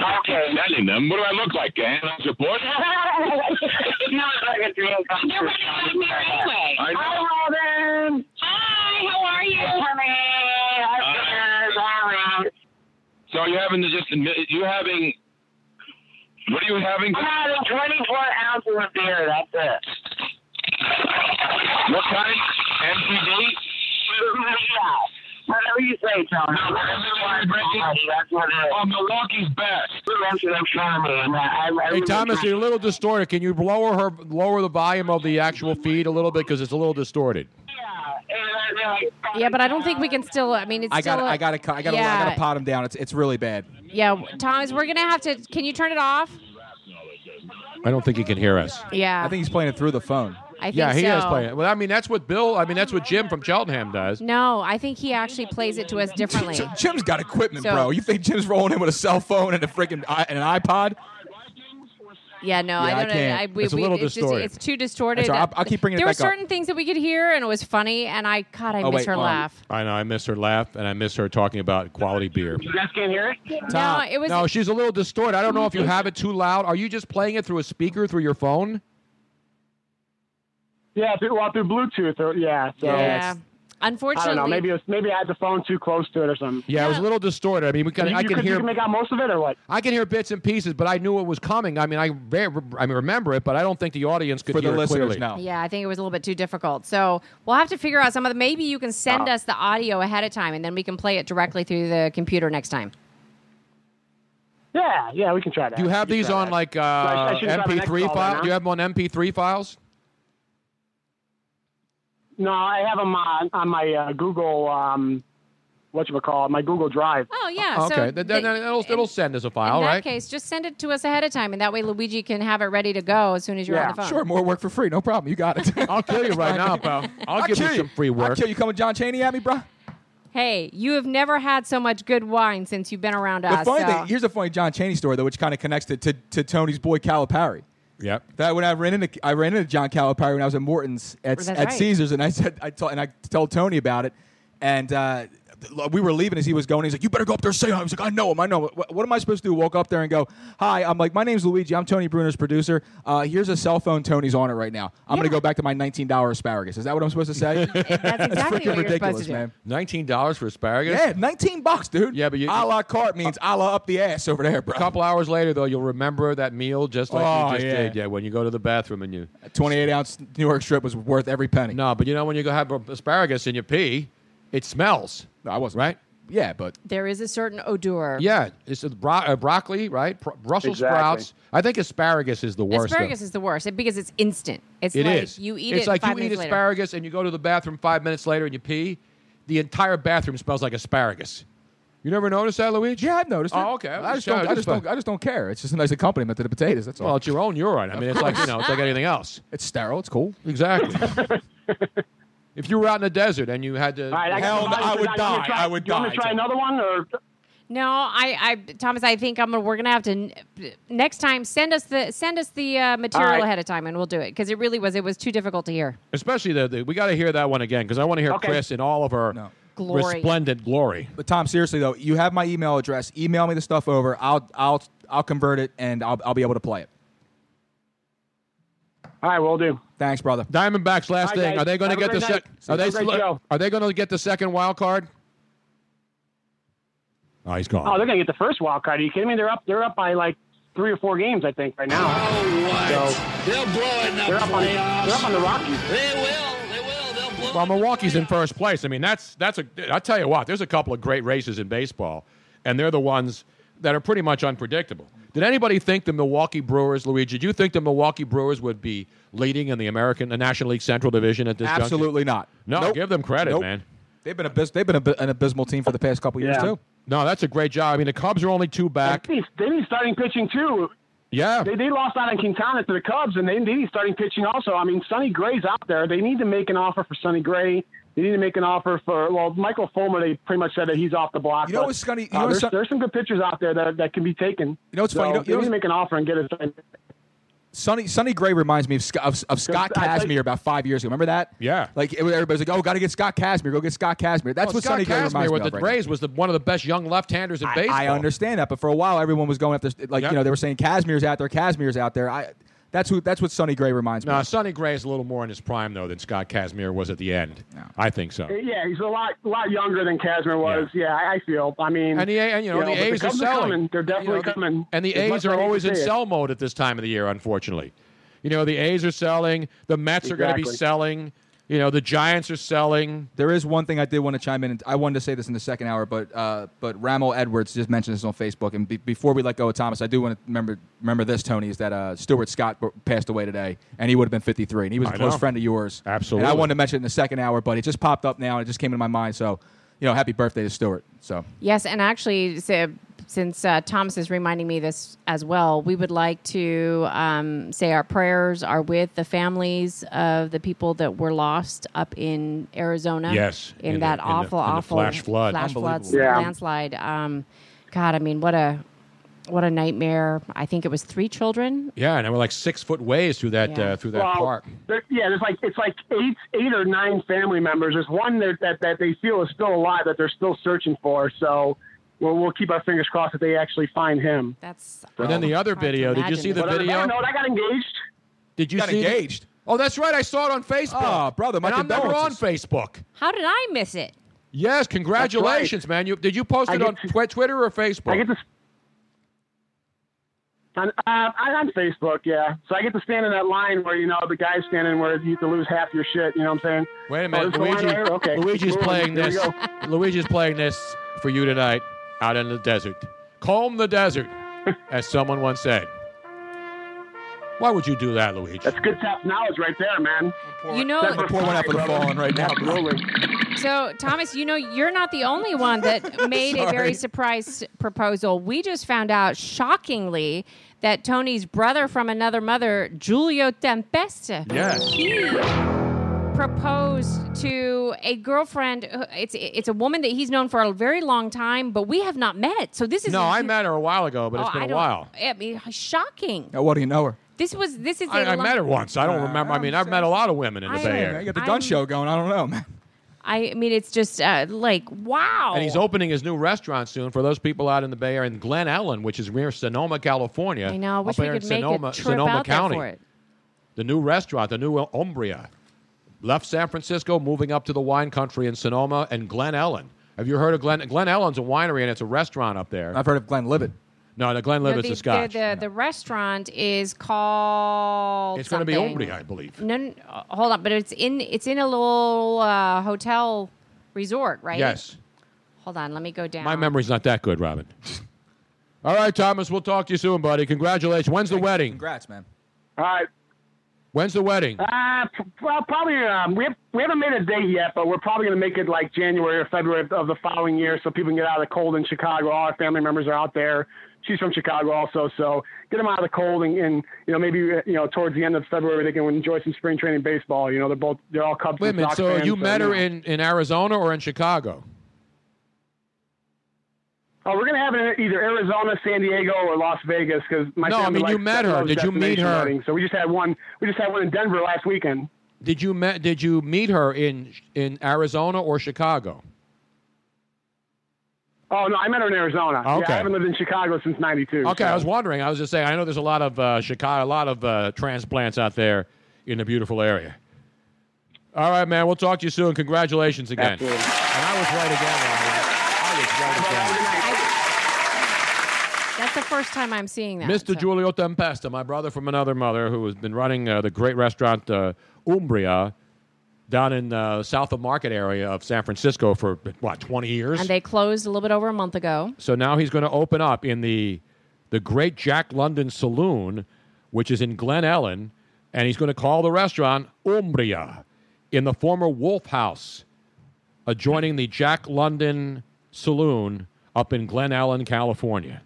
Speaker 16: Okay. Sending them. What do I look like, Dan? I'm your boy.
Speaker 2: you look like a dream come true.
Speaker 16: anyway. I know.
Speaker 2: Hi, Holden. Hi, how are you? Hi,
Speaker 16: So you're having to just admit you having. What are you having?
Speaker 2: I'm having 24 ounces of beer, that's it.
Speaker 16: What kind? MTD.
Speaker 2: yeah. Whatever you say, Tony. That's what it is.
Speaker 16: Oh, Milwaukee's best.
Speaker 2: That's what I'm trying to do. I- I- I
Speaker 11: Hey,
Speaker 2: really
Speaker 11: Thomas,
Speaker 2: try-
Speaker 11: you're a little distorted. Can you lower her, lower the volume of the actual feed a little bit because it's a little distorted.
Speaker 12: Yeah, but I don't think we can still. I mean, it's
Speaker 13: I
Speaker 12: still.
Speaker 13: got, I got to, I got to, I got
Speaker 12: yeah,
Speaker 13: to pot him down. It's, it's really bad.
Speaker 12: yeah. Thomas, we're gonna have to. Can you turn it off?
Speaker 11: I don't think he can hear us.
Speaker 12: Yeah.
Speaker 13: I think he's playing it through the phone.
Speaker 12: I think
Speaker 11: yeah, he
Speaker 12: so.
Speaker 11: is playing. it. Well, I mean, that's what Bill. I mean, that's what Jim from Cheltenham does.
Speaker 12: No, I think he actually plays it to us differently.
Speaker 13: Jim's got equipment,
Speaker 12: So-
Speaker 13: bro. You think Jim's rolling in with a cell phone and a freaking i- and an iPod?
Speaker 12: Yeah, no,
Speaker 13: Yeah, I
Speaker 12: I don't.
Speaker 13: can't.
Speaker 12: I, we,
Speaker 13: It's a
Speaker 12: we-
Speaker 13: little
Speaker 12: it's just-
Speaker 13: distorted.
Speaker 12: it's too distorted.
Speaker 13: That's all right. I'll- I'll keep bringing it
Speaker 12: There
Speaker 13: back
Speaker 12: were
Speaker 13: up. um,
Speaker 12: certain things that we could hear, and it was funny. And I, God, I
Speaker 11: Oh,
Speaker 12: miss
Speaker 11: wait,
Speaker 12: her
Speaker 11: hold on.
Speaker 12: laugh.
Speaker 11: I know. I miss her laugh, and I miss her talking about quality beer.
Speaker 14: You guys can't hear it.
Speaker 11: Tom,
Speaker 12: no, it was.
Speaker 11: No, she's a little distorted. I don't know if you have it too loud. Are you just playing it through a speaker through your phone?
Speaker 14: Yeah, through, well through Bluetooth. Or, yeah. So
Speaker 12: yeah.
Speaker 14: I
Speaker 12: Unfortunately,
Speaker 14: don't know. Maybe it was, maybe I had the phone too close to it or something.
Speaker 11: Yeah, it was a little distorted. I mean, we can,
Speaker 14: You-
Speaker 11: I
Speaker 14: you
Speaker 11: can
Speaker 14: could-
Speaker 11: hear
Speaker 14: you could make out most of it or what?
Speaker 11: I can hear bits and pieces, but I knew it was coming. I mean, I ve- I mean, remember it, but I don't think the audience could
Speaker 13: For the
Speaker 11: hear it
Speaker 13: listeners,
Speaker 11: clearly.
Speaker 13: no.
Speaker 12: Yeah, I think it was a little bit too difficult. So we'll have to figure out some of the. Maybe you can send
Speaker 11: Ah.
Speaker 12: us the audio ahead of time, and then we can play it directly through the computer next time.
Speaker 14: Yeah, yeah, we can try that.
Speaker 11: Do you have
Speaker 14: We can
Speaker 11: these
Speaker 14: try
Speaker 11: on
Speaker 14: that.
Speaker 11: like
Speaker 14: So I- I
Speaker 11: uh,
Speaker 14: shouldn't try the next
Speaker 11: MP3
Speaker 14: caller
Speaker 11: files?
Speaker 14: now?
Speaker 11: Do you have them on MP3 files?
Speaker 14: No, I have them on, on my uh, Google. Um, what you call my Google Drive.
Speaker 12: Oh yeah.
Speaker 11: okay,
Speaker 12: So
Speaker 11: then,
Speaker 12: th-
Speaker 11: then it'll, it'll send as a file,
Speaker 12: in that
Speaker 11: right?
Speaker 12: case, just send it to us ahead of time, and that way Luigi can have it ready to go as soon as you're on the phone.
Speaker 13: Sure, more work for free. No problem. You got it.
Speaker 11: I'll kill you right now, pal. I'll, give you
Speaker 13: kill
Speaker 11: some free
Speaker 13: I'll
Speaker 11: work.
Speaker 13: kill you. Coming, John Cheney at me, bro.
Speaker 12: Hey, you have never had so much good wine since you've been around
Speaker 13: The
Speaker 12: us.
Speaker 13: funny
Speaker 12: so-
Speaker 13: thing, here's a funny John Cheney story though, which kind of connects to, to, to Tony's boy Calipari.
Speaker 11: Yep.
Speaker 13: That when I ran into I ran into John Calipari when I was at Morton's at,
Speaker 17: That's
Speaker 13: at
Speaker 17: right.
Speaker 13: Caesars, and I said I told and I told Tony about it, and uh, we were leaving as he was going. He's like, "You better go up there and say hi." I was like, "I know him. I know him. What, what am I supposed to do? Walk up there and go, "Hi." I'm like, "My name's Luigi. I'm Tony Bruner's producer. Uh, here's a cell phone. Tony's on it right now. I'm gonna go back to my $19 asparagus. Is that what I'm supposed to say? That's
Speaker 12: exactly what
Speaker 13: freaking
Speaker 12: you're supposed
Speaker 13: ridiculous,
Speaker 12: to do.
Speaker 13: man.
Speaker 11: Nineteen dollars for asparagus.
Speaker 13: Yeah, 19 bucks, dude.
Speaker 11: Yeah, but you, Uh,
Speaker 13: a la carte means a la up the ass over there, bro.
Speaker 11: a couple hours later, though, you'll remember that meal just like
Speaker 13: Oh,
Speaker 11: you just
Speaker 13: yeah.
Speaker 11: did. Yeah, when you go to the bathroom and you
Speaker 13: 28 ounce New York strip was worth every penny.
Speaker 11: no, but you know when you go have asparagus and you pee, it smells.
Speaker 13: No, I wasn't
Speaker 11: right.
Speaker 13: Yeah, but
Speaker 12: there is a certain odor.
Speaker 11: Yeah, it's a bro- uh, broccoli, right? Pro- Brussels
Speaker 13: Exactly.
Speaker 11: sprouts. I think asparagus is the worst.
Speaker 12: asparagus
Speaker 11: though.
Speaker 12: is the worst it- because it's instant. It's
Speaker 11: It
Speaker 12: like
Speaker 11: is.
Speaker 12: you eat
Speaker 11: it's
Speaker 12: it.
Speaker 11: like
Speaker 12: five
Speaker 11: you eat
Speaker 12: minutes later.
Speaker 11: asparagus and you go to the bathroom five minutes later and you pee. The entire bathroom smells like asparagus. You never noticed that, Luigi?
Speaker 13: Yeah, I've noticed.
Speaker 11: Oh, okay.
Speaker 13: I just, don't, I, just don't, I just don't care. It's just a nice accompaniment to the potatoes. That's all.
Speaker 11: Well, it's your own urine. I mean, it's like you know, it's like anything else.
Speaker 13: It's sterile. It's cool.
Speaker 11: Exactly. if you were out in the desert and you had to,
Speaker 14: All right, I got somebody for that. You wanna try- you wanna try another one or?
Speaker 12: No, I, I, Thomas, I think I'm. gonna- We're gonna have to n- next time send us the send us the uh, material
Speaker 11: right.
Speaker 12: ahead of time, and we'll do it because it really was it was too difficult to hear.
Speaker 11: Especially the, the we got to hear that one again because I want to hear
Speaker 12: Okay.
Speaker 11: Chris in all of her
Speaker 12: glory.
Speaker 11: resplendent glory.
Speaker 13: But Tom, seriously though, you have my email address. Email me the stuff over. I'll I'll I'll convert it and I'll I'll be able to play it.
Speaker 14: All right, will do.
Speaker 13: Thanks, brother.
Speaker 11: Diamondbacks. Last
Speaker 14: Hi,
Speaker 11: thing,
Speaker 14: guys.
Speaker 11: are they going to
Speaker 14: Have a
Speaker 11: get the
Speaker 14: great
Speaker 11: sec-
Speaker 14: night.
Speaker 11: are they
Speaker 14: Have a great show.
Speaker 11: are they going to get the second wild card? Oh, he's gone.
Speaker 14: Oh, they're gonna get the first wild card. Are you kidding me? They're up. They're up by like three or four games, I think, right now.
Speaker 9: Oh,
Speaker 14: So,
Speaker 9: They'll blow it in the
Speaker 14: They're up on-
Speaker 9: playoffs.
Speaker 14: they're up on the Rockies.
Speaker 9: They will.
Speaker 11: Well, Uh, Milwaukee's in first place. I mean, that's that's a. I tell you what, there's a couple of great races in baseball, and they're the ones that are pretty much unpredictable. Did anybody think the Milwaukee Brewers, Luigi? Did you think the Milwaukee Brewers would be leading in the American, the National League Central Division at this? juncture?
Speaker 13: Absolutely not.
Speaker 11: No,
Speaker 13: Nope.
Speaker 11: give them credit,
Speaker 13: Nope.
Speaker 11: man.
Speaker 13: They've been abys- they've been ab- an abysmal team for the past couple years too.
Speaker 11: No, that's a great job. I mean, the Cubs are only two back.
Speaker 14: they need- they need starting pitching too.
Speaker 11: Yeah.
Speaker 14: They, they lost out on Quintana to the Cubs, and they, they need starting pitching also. I mean, Sonny Gray's out there. They need to make an offer for Sonny Gray. They need to make an offer for well, Michael Fulmer. They pretty much said that he's off the block.
Speaker 13: You know
Speaker 14: but,
Speaker 13: what's funny-
Speaker 14: uh,
Speaker 13: you know
Speaker 14: there's,
Speaker 13: what's so-
Speaker 14: there's some good pitchers out there that, that can be taken.
Speaker 13: You know what's
Speaker 14: so
Speaker 13: funny? You know- you
Speaker 14: they
Speaker 13: know
Speaker 14: need
Speaker 13: what's-
Speaker 14: to make an offer and get a starting
Speaker 13: Sonny Sonny Gray reminds me of, Sc- of, of Scott
Speaker 14: I think-
Speaker 13: Kazmir about five years ago. Remember that?
Speaker 11: Yeah.
Speaker 13: Like it, was- everybody's like, "Oh, got to get Scott Kazmir. Go get Scott Kazmir." That's
Speaker 11: Well,
Speaker 13: what
Speaker 11: Scott
Speaker 13: Sonny Gray
Speaker 11: Kazmir
Speaker 13: reminds me
Speaker 11: with
Speaker 13: of.
Speaker 11: the
Speaker 13: right now.
Speaker 11: Rays was the, one of the best young left-handers in baseball.
Speaker 13: I understand that, but for a while, everyone was going after like
Speaker 11: Yeah.
Speaker 13: you know they were saying Kazmir's out there, Kazmir's out there. I that's who that's what Sonny Gray reminds me.
Speaker 11: No,
Speaker 13: of.
Speaker 11: Sonny Gray is a little more in his prime though than Scott Kazmir was at the end. I think so.
Speaker 14: Yeah, he's a lot lot younger than Kazmir was. Yeah, I, I feel. I mean,
Speaker 11: And the, A- and, you know, the
Speaker 14: but
Speaker 11: A's are
Speaker 14: Cubs
Speaker 11: selling.
Speaker 14: coming. They're
Speaker 11: You know,
Speaker 14: definitely
Speaker 11: the-
Speaker 14: coming.
Speaker 11: And the
Speaker 14: As much
Speaker 11: A's
Speaker 14: as I
Speaker 11: are
Speaker 14: hate to
Speaker 11: always in
Speaker 14: say it.
Speaker 11: sell mode at this time of the year, unfortunately. You know, the A's are selling. The Mets are going to be
Speaker 13: Exactly.
Speaker 11: selling. You know, the Giants are selling.
Speaker 13: There is one thing I did want to chime in. And I wanted to say this in the second hour, but uh, but Ramel Edwards just mentioned this on Facebook. And be- before we let go of Thomas, I do want to remember remember this. Tony is that uh, Stuart Scott b- passed away today, and he would have been 53, and he was a
Speaker 11: I
Speaker 13: close
Speaker 11: know.
Speaker 13: friend of yours.
Speaker 11: Absolutely.
Speaker 13: And I wanted to mention it in the second hour, but it just popped up now, and it just came into my mind. So, you know, happy birthday to Stuart. So
Speaker 12: Yes, and actually, si- since uh, Thomas is reminding me this as well, we would like to um, say our prayers are with the families of the people that were lost up in Arizona.
Speaker 11: Yes,
Speaker 12: in,
Speaker 11: in the-
Speaker 12: that
Speaker 11: in the-
Speaker 12: awful,
Speaker 11: in the
Speaker 12: awful
Speaker 11: flash flood.
Speaker 12: flash flood,
Speaker 11: Unbelievable. Yeah.
Speaker 12: landslide. Um, God, I mean, what a what a nightmare! I think it was three children.
Speaker 11: Yeah, and there were like six foot waves through that uh, through that
Speaker 14: Well,
Speaker 11: park.
Speaker 14: there- Yeah, there's like it's like eight eight or nine family members. There's one that that, that they feel is still alive that they're still searching for. So we'll, we'll keep our fingers crossed that they actually find him.
Speaker 12: That's um,
Speaker 11: And then the other video. Did you see the
Speaker 14: But I
Speaker 11: video?
Speaker 14: don't know. I got engaged.
Speaker 11: Did you
Speaker 13: Got
Speaker 11: see the-
Speaker 13: engaged.
Speaker 11: oh, that's right. I saw it on Facebook.
Speaker 13: Oh, brother, my
Speaker 11: and I'm never on
Speaker 13: condolences.
Speaker 11: Facebook.
Speaker 12: How did I miss it?
Speaker 11: Yes, congratulations, man. You did you post
Speaker 14: I
Speaker 11: it
Speaker 14: get
Speaker 11: on tw- Twitter or Facebook?
Speaker 14: I get to. On, uh, I- on Facebook, yeah. So I get to stand in that line where you know the guy's standing where you have to lose half your shit. You know what I'm saying?
Speaker 11: Wait a
Speaker 14: Oh,
Speaker 11: minute,
Speaker 14: this is the line
Speaker 11: Luigi.
Speaker 14: right here? Okay.
Speaker 11: Luigi's
Speaker 14: Boom.
Speaker 11: playing
Speaker 14: Here we
Speaker 11: this.
Speaker 14: go.
Speaker 11: Luigi's playing this for you tonight, out in the desert. Calm the desert, as someone once said. Why would you do that, Luigi?
Speaker 14: That's good tap knowledge right there, man.
Speaker 12: You know- I'm gonna pour
Speaker 13: one out for the fallen right now.
Speaker 14: Absolutely.
Speaker 12: So, Thomas, you know, you're not the only one that made a very surprise proposal. We just found out, shockingly, that Tony's brother from another mother, Giulio Tempesta,
Speaker 11: Yes.
Speaker 12: he proposed to a girlfriend. who- It's it's a woman that he's known for a very long time, but we have not met. So this is
Speaker 11: no, I met her a while ago, but it's
Speaker 12: Oh, I
Speaker 11: been a
Speaker 12: don't-
Speaker 11: while.
Speaker 12: I mean, shocking.
Speaker 13: Now, what do you know her?
Speaker 12: This was this is. a
Speaker 11: I, I
Speaker 12: long-
Speaker 11: met her once. I don't remember. I mean, I've met a lot of women in the
Speaker 12: Uh, I-
Speaker 11: Bay Area.
Speaker 13: You got the
Speaker 12: I'm-
Speaker 13: gun show going. I don't know, man.
Speaker 12: I mean, it's just uh, like wow.
Speaker 11: And he's opening his new restaurant soon for those people out in the Bay Area in Glen Ellen, which is near Sonoma, California.
Speaker 12: I know. I
Speaker 11: Up
Speaker 12: wish we
Speaker 11: there in
Speaker 12: could make
Speaker 11: Sonoma,
Speaker 12: a trip
Speaker 11: Sonoma
Speaker 12: out
Speaker 11: County.
Speaker 12: there for it.
Speaker 11: The new restaurant, the new Umbria, left San Francisco, moving up to the wine country in Sonoma and Glen Ellen. Have you heard of Glen? Glen Ellen's a winery and it's a restaurant up there.
Speaker 13: I've heard of Glenn Libet.
Speaker 11: No, the Glen
Speaker 12: No,
Speaker 11: Livet's
Speaker 12: the,
Speaker 11: a Scotch.
Speaker 12: The, the, the restaurant is called.
Speaker 11: it's going to be
Speaker 12: something.
Speaker 11: Umbria, I believe.
Speaker 12: No, no, uh, hold on, but it's in it's in a little uh, hotel resort, right?
Speaker 11: Yes.
Speaker 12: Hold on, let me go down.
Speaker 11: My memory's not that good, Robin. All right, Thomas, we'll talk to you soon, buddy. Congratulations. When's the wedding?
Speaker 13: Congrats, man.
Speaker 14: All right.
Speaker 11: When's the wedding?
Speaker 14: Uh, p- well, probably um, we have, we haven't made a date yet, but we're probably going to make it like January or February of- of the following year, so people can get out of the cold in Chicago. All our family members are out there. She's from Chicago also, so get them out of the cold and, and you know maybe uh, you know towards the end of February they can enjoy some spring training baseball. You know they're both they're all Cubs.
Speaker 11: Wait a
Speaker 14: and
Speaker 11: minute.
Speaker 14: Sox
Speaker 11: So
Speaker 14: fans,
Speaker 11: you met her
Speaker 14: yeah.
Speaker 11: in, in Arizona or in Chicago?
Speaker 14: Oh, we're gonna have it in either Arizona, San Diego, or Las Vegas because my
Speaker 11: No, I
Speaker 14: family
Speaker 11: mean, you
Speaker 14: likes-
Speaker 11: met her.
Speaker 14: loves
Speaker 11: Did you meet
Speaker 14: destination
Speaker 11: her?
Speaker 14: weddings, so we just had one. We just had one in Denver last weekend.
Speaker 11: Did you met Did you meet her in in Arizona or Chicago?
Speaker 14: Oh no, I met her in Arizona. Yeah,
Speaker 11: Okay.
Speaker 14: I haven't lived in Chicago since '92.
Speaker 11: Okay, I was wondering. I was just saying. I know there's a lot of uh, Chicago, a lot of uh, transplants out there in the beautiful area. All right, man. We'll talk to you soon. Congratulations again.
Speaker 17: Absolutely.
Speaker 11: And I was right again. Ron. I was right again.
Speaker 12: That's the first time I'm seeing that.
Speaker 11: Mr. Giulio Tempesta, my brother from another mother, who has been running uh, the great restaurant uh, Umbria down in uh, south of Market area of San Francisco for what 20 years.
Speaker 12: And they closed a little bit over a month ago.
Speaker 11: So now he's going to open up in the the great Jack London Saloon, which is in Glen Ellen, and he's going to call the restaurant Umbria in the former Wolf House, adjoining the Jack London Saloon up in Glen Ellen, California.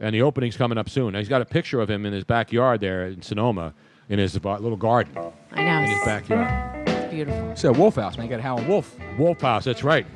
Speaker 11: And the opening's coming up soon. Now, he's got a picture of him in his backyard there in Sonoma, in his uh, little garden.
Speaker 12: I know.
Speaker 11: In his backyard.
Speaker 12: It's beautiful.
Speaker 11: So Wolf House, man. You got Howlin' Wolf. Wolf House, that's right.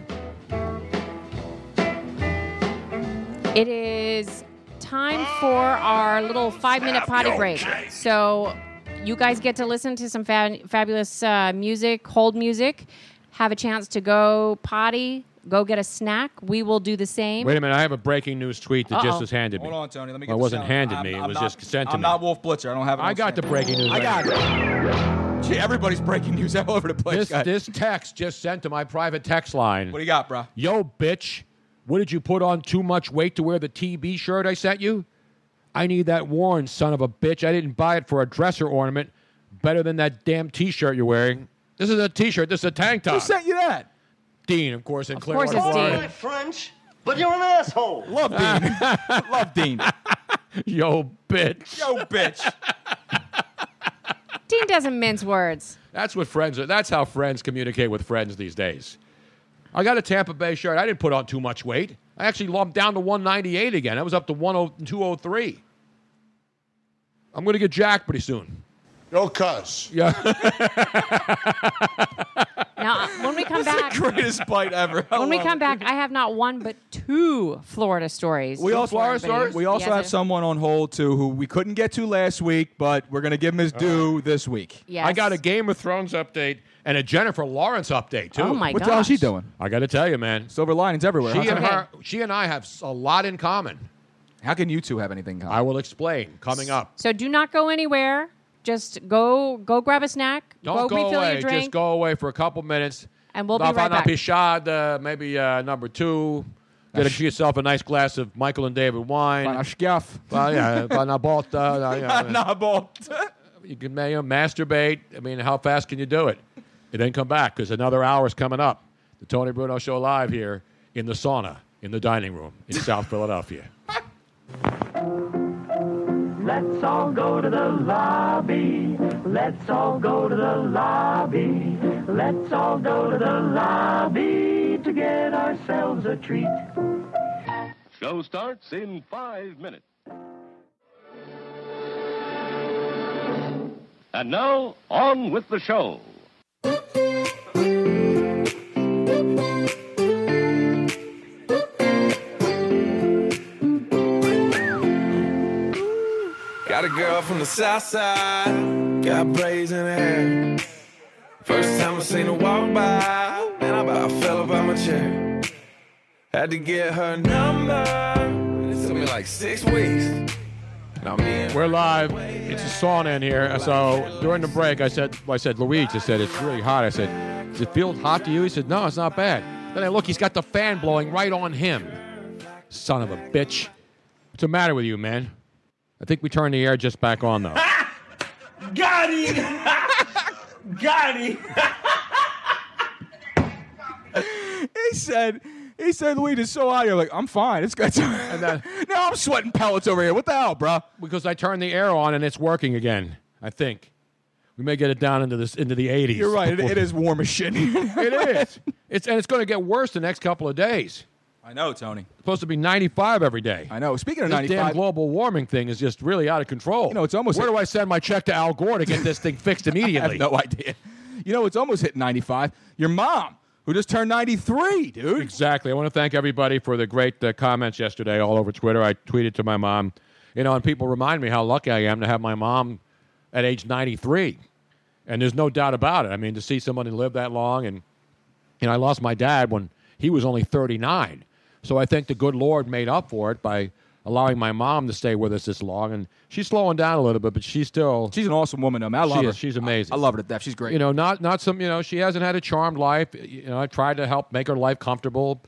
Speaker 12: It is time for our little five minute potty break. So you guys get to listen to some fab- fabulous uh, music, hold music, have a chance to go potty, go get a snack. We will do the same.
Speaker 11: Wait a minute, I have a breaking news tweet that just
Speaker 12: Uh-oh.
Speaker 11: was handed me.
Speaker 13: Hold on, Tony. Let me get
Speaker 11: Well, it
Speaker 13: the
Speaker 11: wasn't
Speaker 13: sound.
Speaker 11: handed
Speaker 13: I'm-
Speaker 11: me. It
Speaker 13: I'm
Speaker 11: was
Speaker 13: not-
Speaker 11: just sent to
Speaker 13: I'm
Speaker 11: me.
Speaker 13: not Wolf Blitzer. I don't have. It
Speaker 11: I
Speaker 13: on
Speaker 11: got the
Speaker 13: standby.
Speaker 11: breaking news
Speaker 13: I
Speaker 11: right
Speaker 13: got it. Gee, everybody's breaking news all over the place.
Speaker 11: This,
Speaker 13: Go ahead.
Speaker 11: this text just sent to my private text line. What
Speaker 13: do you got, bro?
Speaker 11: Yo, bitch, what did you put on too much weight to wear the TB shirt I sent you? I need that worn, son of a bitch. I didn't buy it for a dresser ornament. Better than that damn t shirt you're wearing. This is a t shirt, this is a tank top.
Speaker 13: Who sent you that?
Speaker 11: Dean, of course, in
Speaker 13: Of
Speaker 11: Clearwater. Florida.
Speaker 17: French, but you're an asshole.
Speaker 13: Love Dean. Love Dean.
Speaker 11: Yo, bitch.
Speaker 13: Yo, bitch.
Speaker 12: Dean doesn't mince words.
Speaker 11: That's what friends are. That's how friends communicate with friends these days. I got a Tampa Bay shirt. I didn't put on too much weight. I actually lumped down to 198 again. I was up to oh, 10 203. I'm going to get jacked pretty soon.
Speaker 18: No cuss.
Speaker 11: Yeah.
Speaker 12: Now, when we come back,
Speaker 13: Greatest bite ever. I
Speaker 12: when we
Speaker 13: love
Speaker 12: come
Speaker 13: it.
Speaker 12: back, I have not one but two Florida stories.
Speaker 13: We
Speaker 12: Two
Speaker 13: also,
Speaker 12: Florida stories.
Speaker 13: we also
Speaker 12: Yes,
Speaker 13: have
Speaker 12: I-
Speaker 13: someone on hold too who we couldn't get to last week, but we're gonna give him his
Speaker 11: Uh-huh.
Speaker 13: due this week.
Speaker 12: Yes.
Speaker 11: I got a Game of Thrones update and a Jennifer Lawrence update, too.
Speaker 13: Oh my What the hell's she gosh. doing?
Speaker 11: I got to tell you, man.
Speaker 13: Silver linings everywhere.
Speaker 11: She
Speaker 13: huh?
Speaker 11: and, her, she and I have s- a lot in common.
Speaker 13: How can you two have anything in common?
Speaker 11: I will explain coming up.
Speaker 12: So do not go anywhere. Just go go grab a snack.
Speaker 11: Don't go,
Speaker 12: refill
Speaker 11: away.
Speaker 12: your drink.
Speaker 11: Just go away for a couple minutes.
Speaker 12: And we'll be
Speaker 11: Rafa
Speaker 12: right back.
Speaker 11: Napishad, uh, maybe uh, number two. Get a- yourself a nice glass of Michael and David wine.
Speaker 13: Van Aschaff.
Speaker 11: Well, yeah, Van Abalt, uh, uh, yeah.
Speaker 13: Nabal.
Speaker 11: You can you know, masturbate. I mean, how fast can you do it? And then come back because another hour is coming up. The Tony Bruno Show live here in the sauna in the dining room in South Philadelphia.
Speaker 7: Let's all go to the lobby. Let's all go to the lobby. Let's all go to the lobby to get ourselves a treat.
Speaker 19: Show starts in five minutes. And now, on with the show.
Speaker 20: Got a girl from the south side, got braids in her hair. First time I seen her walk by, man, I about fell up out my chair. Had to get her number, it took me like six weeks. Now me and
Speaker 11: We're live. It's a sauna in here. So during the break, I said, I said, Luigi, I said, it's really hot. I said, does it feel hot to you? He said, no, it's not bad. Then I look, he's got the fan blowing right on him. Son of a bitch. What's the matter with you, man? I think we turned the air just back on, though.
Speaker 17: Got him. Got him.
Speaker 13: he said, he said, Louis, it's so hot. You're like, I'm fine. It's good. and
Speaker 11: then,
Speaker 13: now I'm sweating pellets over here. What the hell, bro?
Speaker 11: because I turned the air on and it's working again. I think we may get it down into this into the 80s.
Speaker 13: You're right. It, it is warm as shit.
Speaker 11: it is. It's and it's going to get worse the next couple of days.
Speaker 13: I know, Tony.
Speaker 11: It's supposed to be 95 every day. I
Speaker 13: know. Speaking of
Speaker 11: this
Speaker 13: 95
Speaker 11: damn global warming thing is just really out of control. You know,
Speaker 13: it's almost
Speaker 11: where do I send my check to Al Gore to get this thing fixed immediately?
Speaker 13: I have no idea. You know, it's almost hit 95. Your mom, who just turned 93, dude.
Speaker 11: Exactly. I want to thank everybody for the great uh, comments yesterday all over Twitter. I tweeted to my mom, you know, and people remind me how lucky I am to have my mom at age 93. And there's no doubt about it. I mean, to see someone who lived that long and, you know, I lost my dad when he was only 39. So I think the good Lord made up for it by allowing my mom to stay with us this long, and she's slowing down a little bit, but she's still
Speaker 13: she's an awesome woman. though, man. I love
Speaker 11: she
Speaker 13: her.
Speaker 11: is. She's amazing.
Speaker 13: I love her to death. She's great.
Speaker 11: you know, not not some. You know, she hasn't had a charmed life. You know, I tried to help make her life comfortable.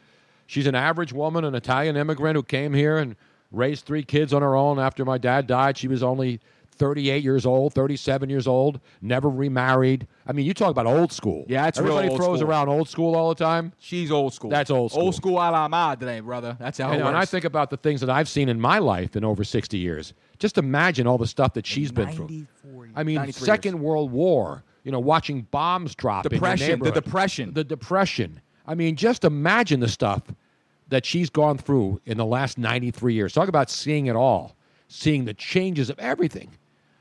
Speaker 11: She's an average woman, an Italian immigrant who came here and raised three kids on her own. After my dad died, she was only 38 years old, 37 years old, never remarried. I mean, you talk about old school.
Speaker 13: Yeah, it's real
Speaker 11: everybody
Speaker 13: old
Speaker 11: throws
Speaker 13: school.
Speaker 11: around old school all the time.
Speaker 13: She's old school.
Speaker 11: That's old school.
Speaker 13: Old school a la mad today, brother. That's how.
Speaker 11: You
Speaker 13: it
Speaker 11: know, and I
Speaker 13: works.
Speaker 11: think about the things that I've seen in my life in over 60 years. Just imagine all the stuff that she's been through. I mean,
Speaker 13: 93
Speaker 11: Second World War, you know, watching bombs drop
Speaker 13: Depression, the
Speaker 11: in your neighborhood.
Speaker 13: depression.
Speaker 11: The depression. I mean, just imagine the stuff that she's gone through in the last 93 years. Talk about seeing it all, seeing the changes of everything.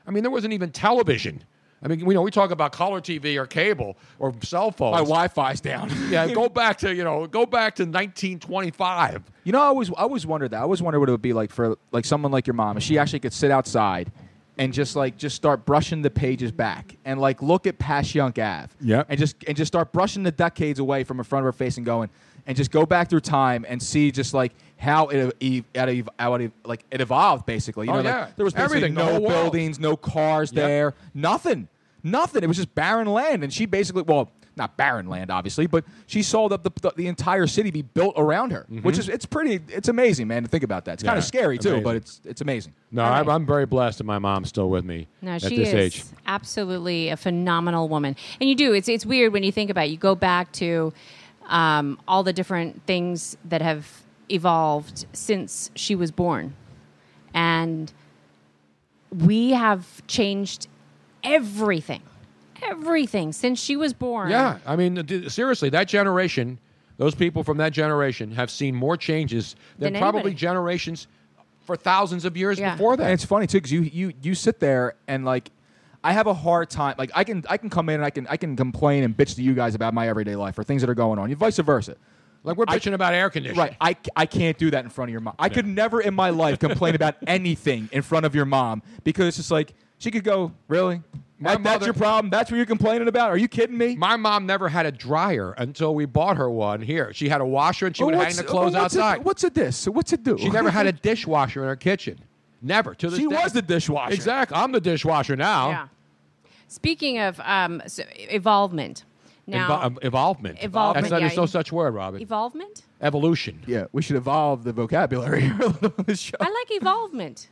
Speaker 11: I mean, there wasn't even television. I mean, we know we talk about color TV or cable or cell phones.
Speaker 13: My Wi-Fi's down.
Speaker 11: yeah, go back to you know, go back to 1925.
Speaker 13: You know, I always I always wondered that. I always wondered what it would be like for like someone like your mom, if
Speaker 11: Mm-hmm.
Speaker 13: she actually could sit outside and just like just start brushing the pages back and like look at Passyunk Ave.
Speaker 11: Yep.
Speaker 13: And just and just start brushing the decades away from in front of her face and going and just go back through time and see just like how it, ev- how it, ev- how it ev- like it evolved basically. You
Speaker 11: Oh,
Speaker 13: know, like,
Speaker 11: yeah.
Speaker 13: there was basically
Speaker 11: Everything, the
Speaker 13: no
Speaker 11: whole world.
Speaker 13: buildings, no cars there, nothing. Nothing. It was just barren land, and she basically, well, not barren land, obviously, but she sold up the, the, the entire city be built around her, which is it's pretty, it's amazing, man, to think about that. It's kind
Speaker 11: Mm-hmm. Yeah,
Speaker 13: of scary too,
Speaker 11: amazing.
Speaker 13: but it's it's amazing.
Speaker 11: No, I'm, I'm very blessed that my mom's still with me
Speaker 12: No,
Speaker 11: at
Speaker 12: she
Speaker 11: this
Speaker 12: is
Speaker 11: age.
Speaker 12: absolutely a phenomenal woman, and you do. It's it's weird when you think about. it. You go back to um, all the different things that have evolved since she was born, and we have changed everything, everything since she was born.
Speaker 11: Yeah, I mean, d- seriously, that generation, those people from that generation have seen more changes than,
Speaker 12: Than
Speaker 11: probably
Speaker 12: anybody.
Speaker 11: generations for thousands of years before
Speaker 13: And
Speaker 11: that.
Speaker 13: it's funny too because you you you sit there and like I have a hard time. Like I can I can come in and I can I can complain and bitch to you guys about my everyday life or things that are going on. You vice versa.
Speaker 11: Like we're bitching about air conditioning.
Speaker 13: Right. I, c- I can't do that in front of your mom. I could never in my life complain about anything in front of your mom because it's just like she could go really. That- that's
Speaker 11: mother-
Speaker 13: your problem. That's what you're complaining about. Are you kidding me?
Speaker 11: My mom never had a dryer until we bought her one here. She had a washer and she
Speaker 13: Well,
Speaker 11: would hang
Speaker 13: what's-
Speaker 11: the clothes
Speaker 13: well, what's it-
Speaker 11: outside.
Speaker 13: what's it this? What's it do?
Speaker 11: She never had a dishwasher in her kitchen. Never. To this
Speaker 13: She
Speaker 11: day.
Speaker 13: was the dishwasher.
Speaker 11: Exactly. I'm the dishwasher now.
Speaker 12: Yeah. Speaking of um, s- evolvement, now
Speaker 11: Invo- um, evolvement.
Speaker 12: Evolvement,
Speaker 11: That's not,
Speaker 12: yeah.
Speaker 11: There's no such word, Robin.
Speaker 12: evolvement.
Speaker 11: Evolution.
Speaker 13: Yeah, we should evolve the vocabulary a little on this show.
Speaker 12: I like evolvement.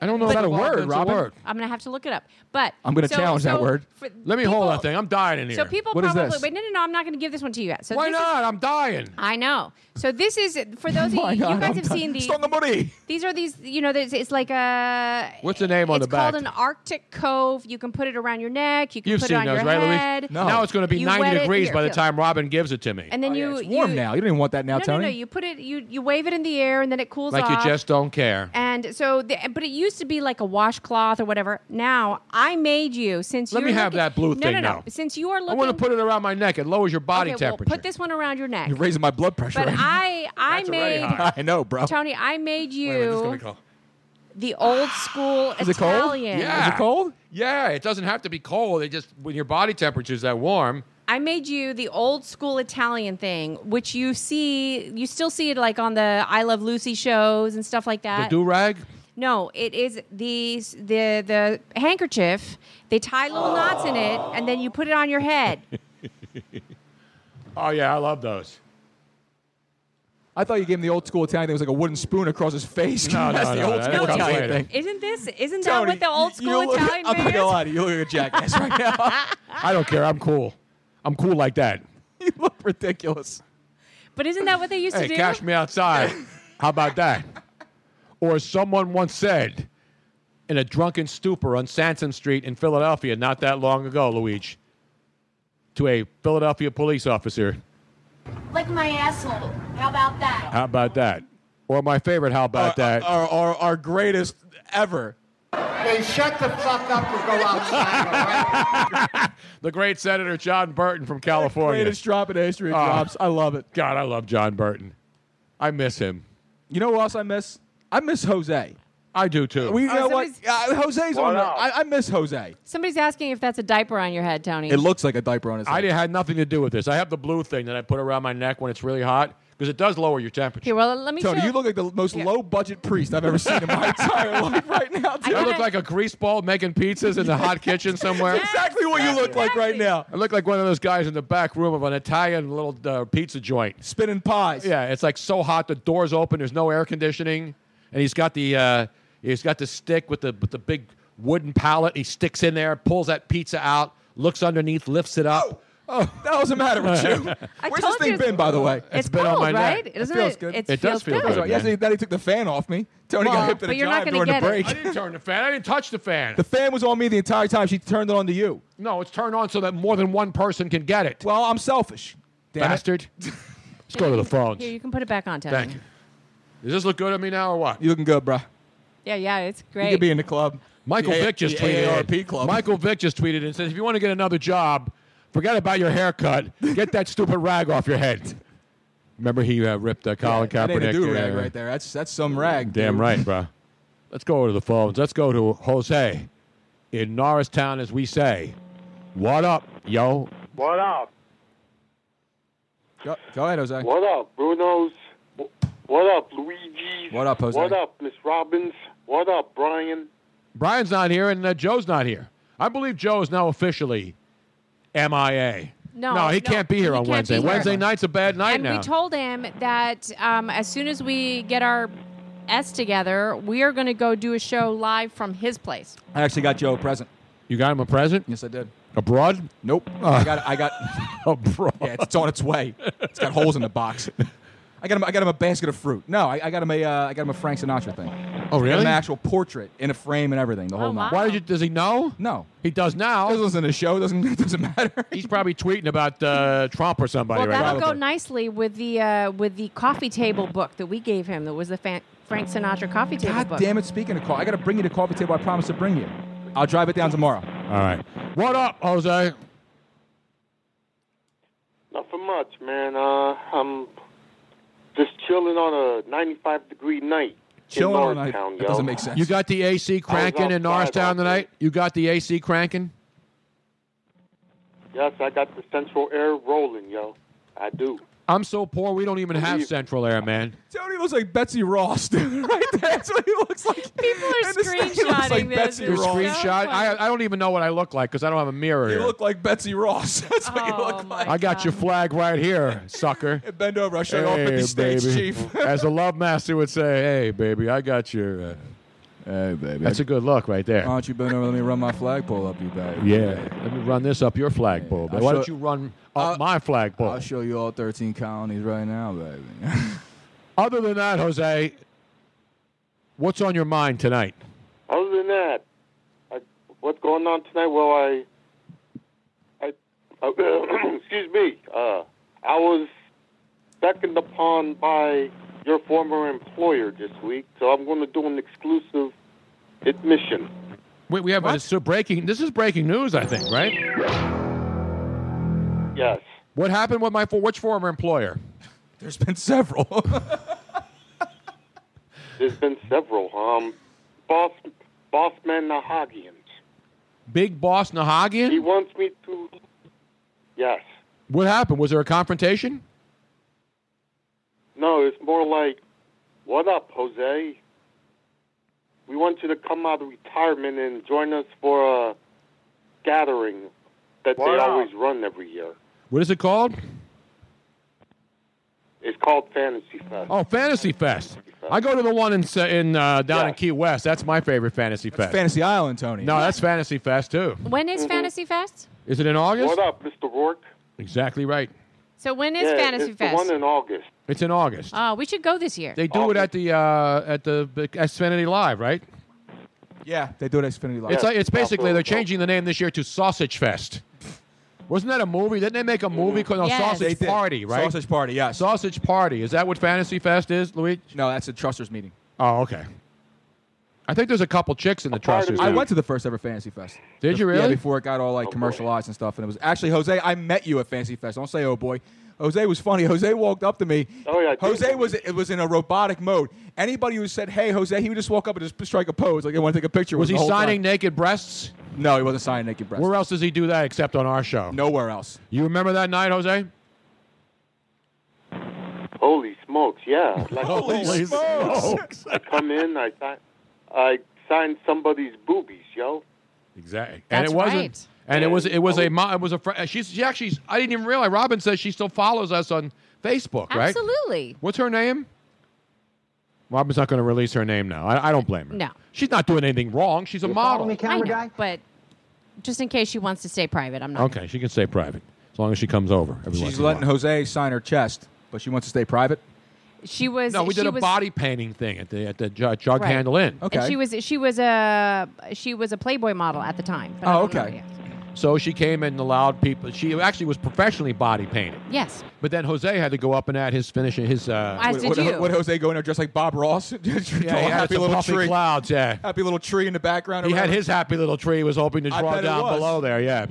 Speaker 11: I don't know
Speaker 13: But-
Speaker 11: about a
Speaker 13: Evolvement,
Speaker 11: word,
Speaker 13: it's a
Speaker 11: Robin.
Speaker 13: word.
Speaker 12: I'm gonna have to look it up. But
Speaker 13: I'm gonna
Speaker 12: so-
Speaker 13: challenge that
Speaker 12: so
Speaker 13: word.
Speaker 12: for
Speaker 11: Let me hold that thing. I'm dying in here.
Speaker 12: So people
Speaker 13: What is
Speaker 12: probably
Speaker 13: this?
Speaker 12: wait. No, no, no. I'm not going to give this one to you yet. So
Speaker 11: Why
Speaker 12: this is-
Speaker 11: not? I'm dying.
Speaker 12: I know. So this is for those of you.
Speaker 13: Why
Speaker 12: You
Speaker 13: not?
Speaker 12: guys
Speaker 13: I'm
Speaker 12: have
Speaker 13: done.
Speaker 12: seen these.
Speaker 13: Stongamori.
Speaker 12: These are these. You know, there's, it's like a.
Speaker 11: What's the name on
Speaker 12: It's
Speaker 11: the back?
Speaker 12: called an Arctic cove. You can put it around your neck. You can
Speaker 11: You've
Speaker 12: put
Speaker 11: seen
Speaker 12: it on
Speaker 11: those,
Speaker 12: your
Speaker 11: right,
Speaker 12: head.
Speaker 11: Louise? Now it's going to be
Speaker 12: You
Speaker 11: 90
Speaker 12: wet it-
Speaker 11: degrees
Speaker 12: here,
Speaker 11: by the
Speaker 12: here.
Speaker 11: time Robin gives it to me.
Speaker 12: And then you
Speaker 13: Oh, It's warm
Speaker 12: you-
Speaker 13: now. You don't even want that now,
Speaker 12: no, No,
Speaker 13: Tony.
Speaker 12: no, You put it. You you wave it in the air, and then it cools
Speaker 11: like
Speaker 12: off.
Speaker 11: you just don't care.
Speaker 12: And so, the, but it used to be like a washcloth or whatever. Now I made you since
Speaker 11: Let
Speaker 12: you're
Speaker 11: me have
Speaker 12: looking-
Speaker 11: that blue
Speaker 12: no,
Speaker 11: thing
Speaker 12: no, no.
Speaker 11: now.
Speaker 12: Since you are looking,
Speaker 11: I want to put it around my neck. It lowers your body
Speaker 12: okay,
Speaker 11: temperature.
Speaker 12: Well, put this one around your neck.
Speaker 13: You're raising my blood pressure.
Speaker 12: But
Speaker 13: right now.
Speaker 12: I, I
Speaker 11: That's already
Speaker 12: made
Speaker 11: high.
Speaker 13: I know, bro.
Speaker 12: Tony. I made
Speaker 11: Wait a minute, this is
Speaker 12: you
Speaker 11: gonna go.
Speaker 12: the old school
Speaker 13: Is it cold?
Speaker 12: Italian.
Speaker 11: Yeah.
Speaker 13: Is it cold?
Speaker 11: Yeah, it doesn't have to be cold. It just when your body temperature is that warm.
Speaker 12: I made you the old school Italian thing, which you see, you still see it like on the I Love Lucy shows and stuff like
Speaker 11: The
Speaker 12: that.
Speaker 11: do rag.
Speaker 12: No, it is the the the handkerchief. They tie little knots in it, and then you put it on your head.
Speaker 11: Oh yeah, I love those.
Speaker 13: I thought you gave him the old school Italian thing. It was like a wooden spoon across his face.
Speaker 11: No, no,
Speaker 13: That's the
Speaker 11: no,
Speaker 13: old
Speaker 11: that
Speaker 13: school
Speaker 11: comes
Speaker 13: Italian
Speaker 11: later.
Speaker 13: thing.
Speaker 12: Isn't this? Isn't that what the old
Speaker 13: you- you
Speaker 12: school
Speaker 13: look-
Speaker 12: Italian
Speaker 13: I'm not
Speaker 12: man
Speaker 13: gonna
Speaker 12: is?
Speaker 13: lie to you. You look like a jackass right now.
Speaker 11: I don't care. I'm cool. I'm cool like that.
Speaker 13: you look ridiculous.
Speaker 12: But isn't that what they used
Speaker 11: Hey,
Speaker 12: to do?
Speaker 11: cash me outside. How about that? Or as someone once said, in a drunken stupor on Sansom Street in Philadelphia not that long ago, Luigi, to a Philadelphia police officer.
Speaker 18: Like my asshole. How about that?
Speaker 11: How about that? Or my favorite, how about that?
Speaker 13: Our, our, our greatest ever.
Speaker 17: Hey, shut the fuck up or go outside, all right?
Speaker 11: the great Senator John Burton from California.
Speaker 13: Greatest drop in history.
Speaker 11: Oh.
Speaker 13: drops. I love it.
Speaker 11: God, I love John Burton. I miss him.
Speaker 13: You know who else I miss? I miss Jose.
Speaker 11: I do too.
Speaker 13: We, you
Speaker 12: Oh,
Speaker 13: know
Speaker 12: so
Speaker 13: what?
Speaker 12: is-
Speaker 13: Uh, Jose's on. the- I, I miss Jose.
Speaker 12: Somebody's asking if that's a diaper on your head, Tony.
Speaker 13: It looks like a diaper on his
Speaker 11: I
Speaker 13: head.
Speaker 11: did, had nothing to do with this. I have the blue thing that I put around my neck when it's really hot because it does lower your temperature.
Speaker 12: Here, well, let me
Speaker 13: Tony,
Speaker 12: show
Speaker 13: you look like the most
Speaker 12: Here.
Speaker 13: low budget priest I've ever seen in my entire life right now.
Speaker 11: I, look like a grease ball making pizzas in the hot kitchen somewhere.
Speaker 13: That's exactly what you look like right now.
Speaker 11: I look like one of those guys in the back room of an Italian little uh, pizza joint.
Speaker 13: Spinning pies.
Speaker 11: Yeah, it's like so hot the doors open, there's no air conditioning, and he's got the uh, he's got the stick with the with the big wooden pallet. He sticks in there, pulls that pizza out, looks underneath, lifts it up.
Speaker 13: Oh, that was a matter with you.
Speaker 12: I
Speaker 13: Where's this
Speaker 12: told
Speaker 13: thing
Speaker 12: you-
Speaker 13: been, by the way?
Speaker 12: It's been on cold, my neck. right?
Speaker 13: It
Speaker 12: Isn't
Speaker 13: feels
Speaker 12: it-
Speaker 13: good.
Speaker 12: it It does feels feel good. good,
Speaker 13: That's right.
Speaker 11: man.
Speaker 13: Yesterday, he took the fan off me. Tony
Speaker 12: Well,
Speaker 13: got hit to
Speaker 12: but
Speaker 13: the
Speaker 12: you're not
Speaker 13: jive
Speaker 12: gonna
Speaker 13: during the
Speaker 12: get it.
Speaker 13: break.
Speaker 11: I didn't turn the fan. I didn't touch the fan.
Speaker 13: The fan was on me the entire time. She turned it on to you.
Speaker 11: No, it's turned on so that more than one person can get it.
Speaker 13: Well, I'm selfish. Damn it.
Speaker 11: Bastard. Let's go to the phones.
Speaker 12: Here, you can put it back on, Tony.
Speaker 11: Thank you. Does this look good on me now or what?
Speaker 13: You looking good, bruh.
Speaker 12: Yeah, yeah, it's
Speaker 13: You
Speaker 12: great.
Speaker 13: could be in the club.
Speaker 11: Michael
Speaker 13: The A-
Speaker 11: Vick just
Speaker 13: the
Speaker 11: tweeted.
Speaker 13: AARP club.
Speaker 11: Michael Vick just tweeted and says, if you want to get another job, forget about your haircut. Get that stupid rag off your head. Remember he uh, ripped uh, Colin
Speaker 13: That
Speaker 11: Kaepernick.
Speaker 13: ain't a do rag
Speaker 11: uh,
Speaker 13: right there. That's that's some rag.
Speaker 11: Damn
Speaker 13: dude.
Speaker 11: right, bro. Let's go to the phones. Let's go to Jose in Norristown, as we say. What up, yo?
Speaker 21: What up?
Speaker 13: Go, go ahead, Jose.
Speaker 21: What up, Bruno's? What up, Luigi's?
Speaker 13: What up, Jose?
Speaker 21: What up, Miss Robbins? What up, Brian?
Speaker 11: Brian's not here and uh, Joe's not here. I believe Joe is now officially MIA.
Speaker 12: No,
Speaker 11: no, he
Speaker 12: no,
Speaker 11: can't be here
Speaker 12: he
Speaker 11: on
Speaker 12: can't
Speaker 11: Wednesday.
Speaker 12: be here.
Speaker 11: Wednesday night's a bad night
Speaker 12: and
Speaker 11: now.
Speaker 12: we told him that um, as soon as we get our S together, we are going to go do a show live from his place.
Speaker 13: I actually got Joe a present.
Speaker 11: you got him a present
Speaker 13: Yes, I did.
Speaker 11: abroad?
Speaker 13: Nope. I got. I got.
Speaker 11: Abroad.
Speaker 13: Yeah, it's, it's on its way. It's got holes in the box. I got him. I got him a basket of fruit. No, I, I got him a. Uh, I got him a Frank Sinatra thing.
Speaker 11: Oh,
Speaker 13: I got him
Speaker 11: really?
Speaker 13: an actual portrait in a frame and everything. The whole nine.
Speaker 11: Why did you, does he know?
Speaker 13: No,
Speaker 11: He does now.
Speaker 13: doesn't listen to the show. Doesn't doesn't matter.
Speaker 11: He's probably tweeting about uh, Trump or somebody
Speaker 12: Well,
Speaker 11: right
Speaker 12: that'll
Speaker 11: now.
Speaker 12: go nicely with the uh, with the coffee table book that we gave him. That was the fan- Frank Sinatra coffee table
Speaker 13: God
Speaker 12: book.
Speaker 13: damn it! Speaking of coffee, I got to bring you the coffee table. I promised to bring you. I'll drive it down tomorrow.
Speaker 11: All right. What up, Jose?
Speaker 21: Nothing much, man. Uh, I'm just chilling on a 95 degree night.
Speaker 13: Chilling
Speaker 21: in
Speaker 13: all night.
Speaker 21: Norristown,
Speaker 13: That
Speaker 21: yo.
Speaker 13: doesn't make sense.
Speaker 11: You got the
Speaker 13: Oh,
Speaker 11: AC cranking in
Speaker 21: outside
Speaker 11: Norristown
Speaker 21: all day.
Speaker 11: tonight? You got the AC cranking?
Speaker 21: Yes, I got the central air rolling, yo. I do.
Speaker 11: I'm so poor, we don't even have
Speaker 21: Believe-
Speaker 11: central air, man.
Speaker 13: Tony looks like Betsy Ross, dude. Right there. That's what he looks like.
Speaker 12: People are
Speaker 13: And this thing looks like
Speaker 12: screenshotting this.
Speaker 13: Betsy
Speaker 11: Your
Speaker 12: It's
Speaker 13: Ross.
Speaker 12: so
Speaker 11: screenshot.
Speaker 12: funny.
Speaker 11: I, I don't even know what I look like because I don't have a mirror
Speaker 13: You
Speaker 11: here.
Speaker 13: look like Betsy Ross. That's what you
Speaker 12: Oh,
Speaker 13: look
Speaker 12: my
Speaker 13: like. um,
Speaker 11: I got your flag right here, sucker.
Speaker 13: Bend over. I'll show you all 50 states, chief.
Speaker 11: As a love master would say, hey, baby, I got your. Uh,
Speaker 13: hey, baby.
Speaker 11: that's a good look right there.
Speaker 13: Why don't you bend over? Let me run my flagpole up you, baby.
Speaker 11: yeah. Let me run this up your flagpole.
Speaker 13: I'll
Speaker 11: baby. Why
Speaker 13: show-
Speaker 11: don't you run up
Speaker 13: I'll-
Speaker 11: my flagpole?
Speaker 13: I'll show you all 13 colonies right now, baby.
Speaker 11: Other than that, Jose, what's on your mind tonight?
Speaker 21: Other than that, I, what's going on tonight? Well, I, I, uh, excuse me. Uh, I was beckoned upon by your former employer this week, so I'm going to do an exclusive admission.
Speaker 11: We, we have a so breaking. This is breaking news, I think, right?
Speaker 21: Yes.
Speaker 11: What happened with my for which former employer?
Speaker 13: There's been several.
Speaker 21: There's been several. Um, boss, bossman Nahagian.
Speaker 11: Big Boss
Speaker 21: He
Speaker 11: Nahagian?
Speaker 21: wants me to. Yes.
Speaker 11: What happened? Was there a confrontation?
Speaker 21: No, it's more like, "What up, Jose? We want you to come out of retirement and join us for a gathering that they always run every year.
Speaker 11: What is it called?
Speaker 21: It's called Fantasy Fest."
Speaker 11: Oh, Fantasy Fest. I go to the one in s- in uh, down in
Speaker 21: Yeah.
Speaker 11: Key West. That's my favorite Fantasy Fest.
Speaker 13: Fantasy Island, Tony.
Speaker 11: no, that's Fantasy Fest too.
Speaker 12: When
Speaker 21: Mm-hmm.
Speaker 12: is Fantasy Fest?
Speaker 11: Is it in August?
Speaker 21: What up, Mr. Rourke?
Speaker 11: Exactly right.
Speaker 12: So when is
Speaker 21: yeah,
Speaker 12: Fantasy
Speaker 21: it's
Speaker 12: Fest?
Speaker 21: the one in August.
Speaker 11: It's in August.
Speaker 12: oh, we should go this year.
Speaker 11: They do it
Speaker 21: August.
Speaker 11: at the uh, at the at Xfinity Live, right?
Speaker 13: Yeah, they do it at Xfinity Live.
Speaker 11: It's
Speaker 21: Yeah.
Speaker 11: like, it's basically they're
Speaker 21: Buffalo.
Speaker 11: changing the name this year to Sausage Fest. Wasn't that a movie? Didn't they make a movie called no,
Speaker 12: Yes.
Speaker 13: They
Speaker 11: Sausage
Speaker 13: did.
Speaker 11: Party? Right.
Speaker 13: Sausage Party, yeah.
Speaker 11: Sausage Party. Is that what Fantasy Fest is, Luigi?
Speaker 13: no, that's a Trusters meeting.
Speaker 11: Oh, okay. I think there's a couple chicks in the
Speaker 21: part of
Speaker 11: trusters.
Speaker 13: I
Speaker 11: now.
Speaker 13: went to the first ever Fantasy Fest.
Speaker 11: Did you
Speaker 13: Yeah,
Speaker 11: really? Oh,
Speaker 13: before it got all like commercialized and stuff, and it was actually Jose. I met you at Fantasy Fest. Don't say, oh boy. Jose was funny. Jose walked up to me.
Speaker 21: Oh, yeah, I did.
Speaker 13: Jose was it was in a robotic mode. Anybody who said, "Hey, Jose," he would just walk up and just strike a pose, like they want to take a picture.
Speaker 11: Was
Speaker 13: with him
Speaker 11: he
Speaker 13: the whole
Speaker 11: signing
Speaker 13: time.
Speaker 11: naked breasts?
Speaker 13: No, he wasn't signing naked breasts.
Speaker 11: Where else does he do that except on our show?
Speaker 13: Nowhere else.
Speaker 11: You remember that night, Jose?
Speaker 21: Holy smokes! Yeah, like
Speaker 7: Holy Holy smokes. smokes.
Speaker 21: I come in, I sign, I sign somebody's boobies, yo.
Speaker 11: Exactly. And
Speaker 21: That's
Speaker 11: it wasn't.
Speaker 21: right.
Speaker 11: And it was. It was a. mo- It was a. Fr- uh, she's. She actually. I didn't even realize. Robin says she still follows us on Facebook. Right.
Speaker 12: Absolutely.
Speaker 11: What's her name? Robin's not going to release her name now. I, I don't blame her.
Speaker 12: No.
Speaker 11: She's not doing anything wrong. She's a model.
Speaker 12: I know, but just in case she wants to stay private, I'm not.
Speaker 11: Okay, she can stay private as long as she comes over. Every once
Speaker 13: She's
Speaker 11: in a while.
Speaker 13: letting Jose sign her chest, but she wants to stay private.
Speaker 12: She was.
Speaker 11: No, we did
Speaker 12: she
Speaker 11: a
Speaker 12: was,
Speaker 11: body painting thing at the at the jug, jug
Speaker 12: Right.
Speaker 11: handle inn.
Speaker 12: And she was she was a she was a Playboy model at the time. but I
Speaker 11: Oh,
Speaker 12: don't know
Speaker 11: okay.
Speaker 12: yet.
Speaker 11: So she came in and allowed people. She actually was professionally body painted.
Speaker 12: Yes.
Speaker 11: But then Jose had to go up and add his finishing his. Uh,
Speaker 12: As did
Speaker 13: Would,
Speaker 12: you.
Speaker 13: would Jose go in there just like Bob Ross? yeah,
Speaker 11: yeah, he had
Speaker 13: happy
Speaker 11: some
Speaker 13: little
Speaker 11: puffy
Speaker 13: tree.
Speaker 11: clouds. Yeah.
Speaker 13: Happy little tree in the background. or
Speaker 11: He had
Speaker 13: whatever.
Speaker 11: his happy little tree. He was hoping to
Speaker 13: I
Speaker 11: draw
Speaker 13: bet it
Speaker 11: down
Speaker 13: was.
Speaker 11: below there. Yeah.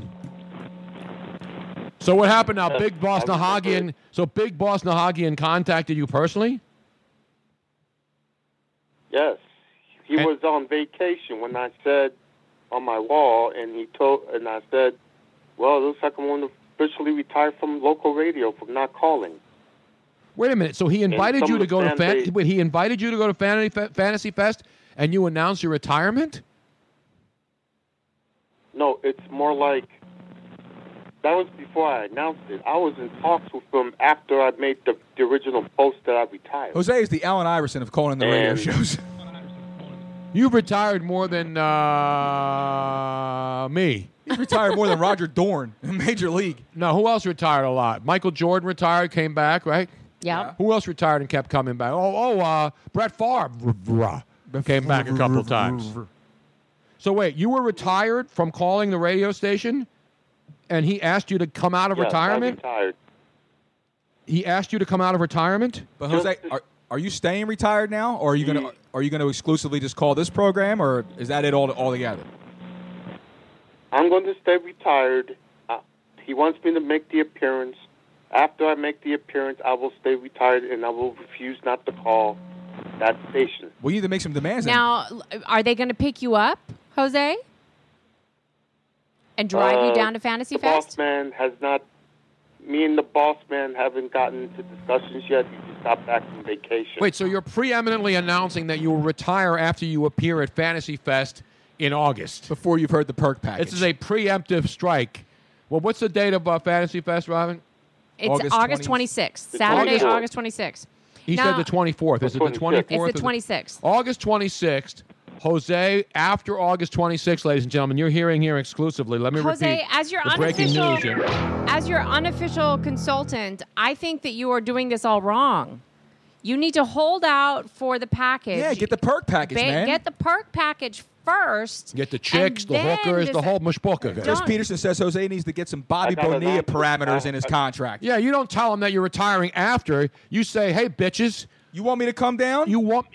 Speaker 11: So what happened now? Big Boss Nahagian. So Big Boss Nahagian contacted you personally.
Speaker 21: Yes, he was on vacation when I said on my wall, and he told, and I said, "Well, it looks like I'm going to officially retire from local radio for not calling."
Speaker 11: Wait a minute. So he
Speaker 21: And
Speaker 11: invited
Speaker 21: some
Speaker 11: you
Speaker 21: of
Speaker 11: to
Speaker 21: the
Speaker 11: go to
Speaker 21: fan
Speaker 11: fan-
Speaker 21: base-
Speaker 11: wait, he invited you to go to Fantasy Fe- Fantasy Fest, and you announced your retirement.
Speaker 21: No, it's more like that was before I announced it. I was in talks with him after I made the, the original post that I retired.
Speaker 13: Jose is the Allen Iverson of calling the radio
Speaker 11: And-
Speaker 13: shows.
Speaker 11: You've retired more than uh, me.
Speaker 13: He's retired more than Roger Dorn in Major League.
Speaker 11: No, who else retired a lot? Michael Jordan retired, came back, right?
Speaker 12: Yeah.
Speaker 11: Who else retired and kept coming back? Oh, oh, uh, Brett Favre r- r- uh, came back a couple times. So wait, you were retired from calling the radio station, and he asked you to come out of
Speaker 21: Yes,
Speaker 11: retirement.
Speaker 21: I retired.
Speaker 11: He asked you to come out of retirement.
Speaker 13: But Jose, are, are you staying retired now, or are you gonna are you gonna exclusively just call this program, or is that it all altogether?
Speaker 21: I'm going to stay retired. Uh, he wants me to make the appearance. After I make the appearance, I will stay retired and I will refuse not to call that station.
Speaker 13: We need to make some demands. then.
Speaker 12: Now, l- are they going to pick you up, Jose, and drive
Speaker 21: Uh,
Speaker 12: you down to Fantasy
Speaker 21: the
Speaker 12: Fest?
Speaker 21: boss man has not. Me and the boss man haven't gotten into discussions yet. He just got back from vacation.
Speaker 11: Wait, so you're preeminently announcing that you will retire after you appear at Fantasy Fest in August.
Speaker 13: Before you've heard the perk package.
Speaker 11: This is a preemptive strike. Well, what's the date of uh, Fantasy Fest, Robin?
Speaker 12: It's August, 26th, Saturday, August 26th.
Speaker 11: He
Speaker 12: Now-
Speaker 11: said the 24th. Is it the 24th?
Speaker 12: It's the
Speaker 11: or
Speaker 12: 26th.
Speaker 11: August 26th. Jose, after August 26th, ladies and gentlemen, you're hearing here exclusively. Let me
Speaker 12: Jose,
Speaker 11: repeat
Speaker 12: as your
Speaker 11: the breaking
Speaker 12: unofficial,
Speaker 11: news here.
Speaker 12: as your unofficial consultant, I think that you are doing this all wrong. You need to hold out for the package.
Speaker 13: yeah, get the perk package,
Speaker 12: Ba-
Speaker 13: man.
Speaker 12: Get the perk package first.
Speaker 11: Get the chicks, the
Speaker 12: then
Speaker 11: hookers, the
Speaker 12: this-
Speaker 11: whole mushbuka.
Speaker 13: Chris Peterson says Jose needs to get some Bobby
Speaker 11: I got
Speaker 13: Bonilla
Speaker 11: an-
Speaker 13: parameters in his contract.
Speaker 11: Yeah, you don't tell them that you're retiring after. You say, "Hey, bitches,
Speaker 13: you want me to come down?
Speaker 11: You want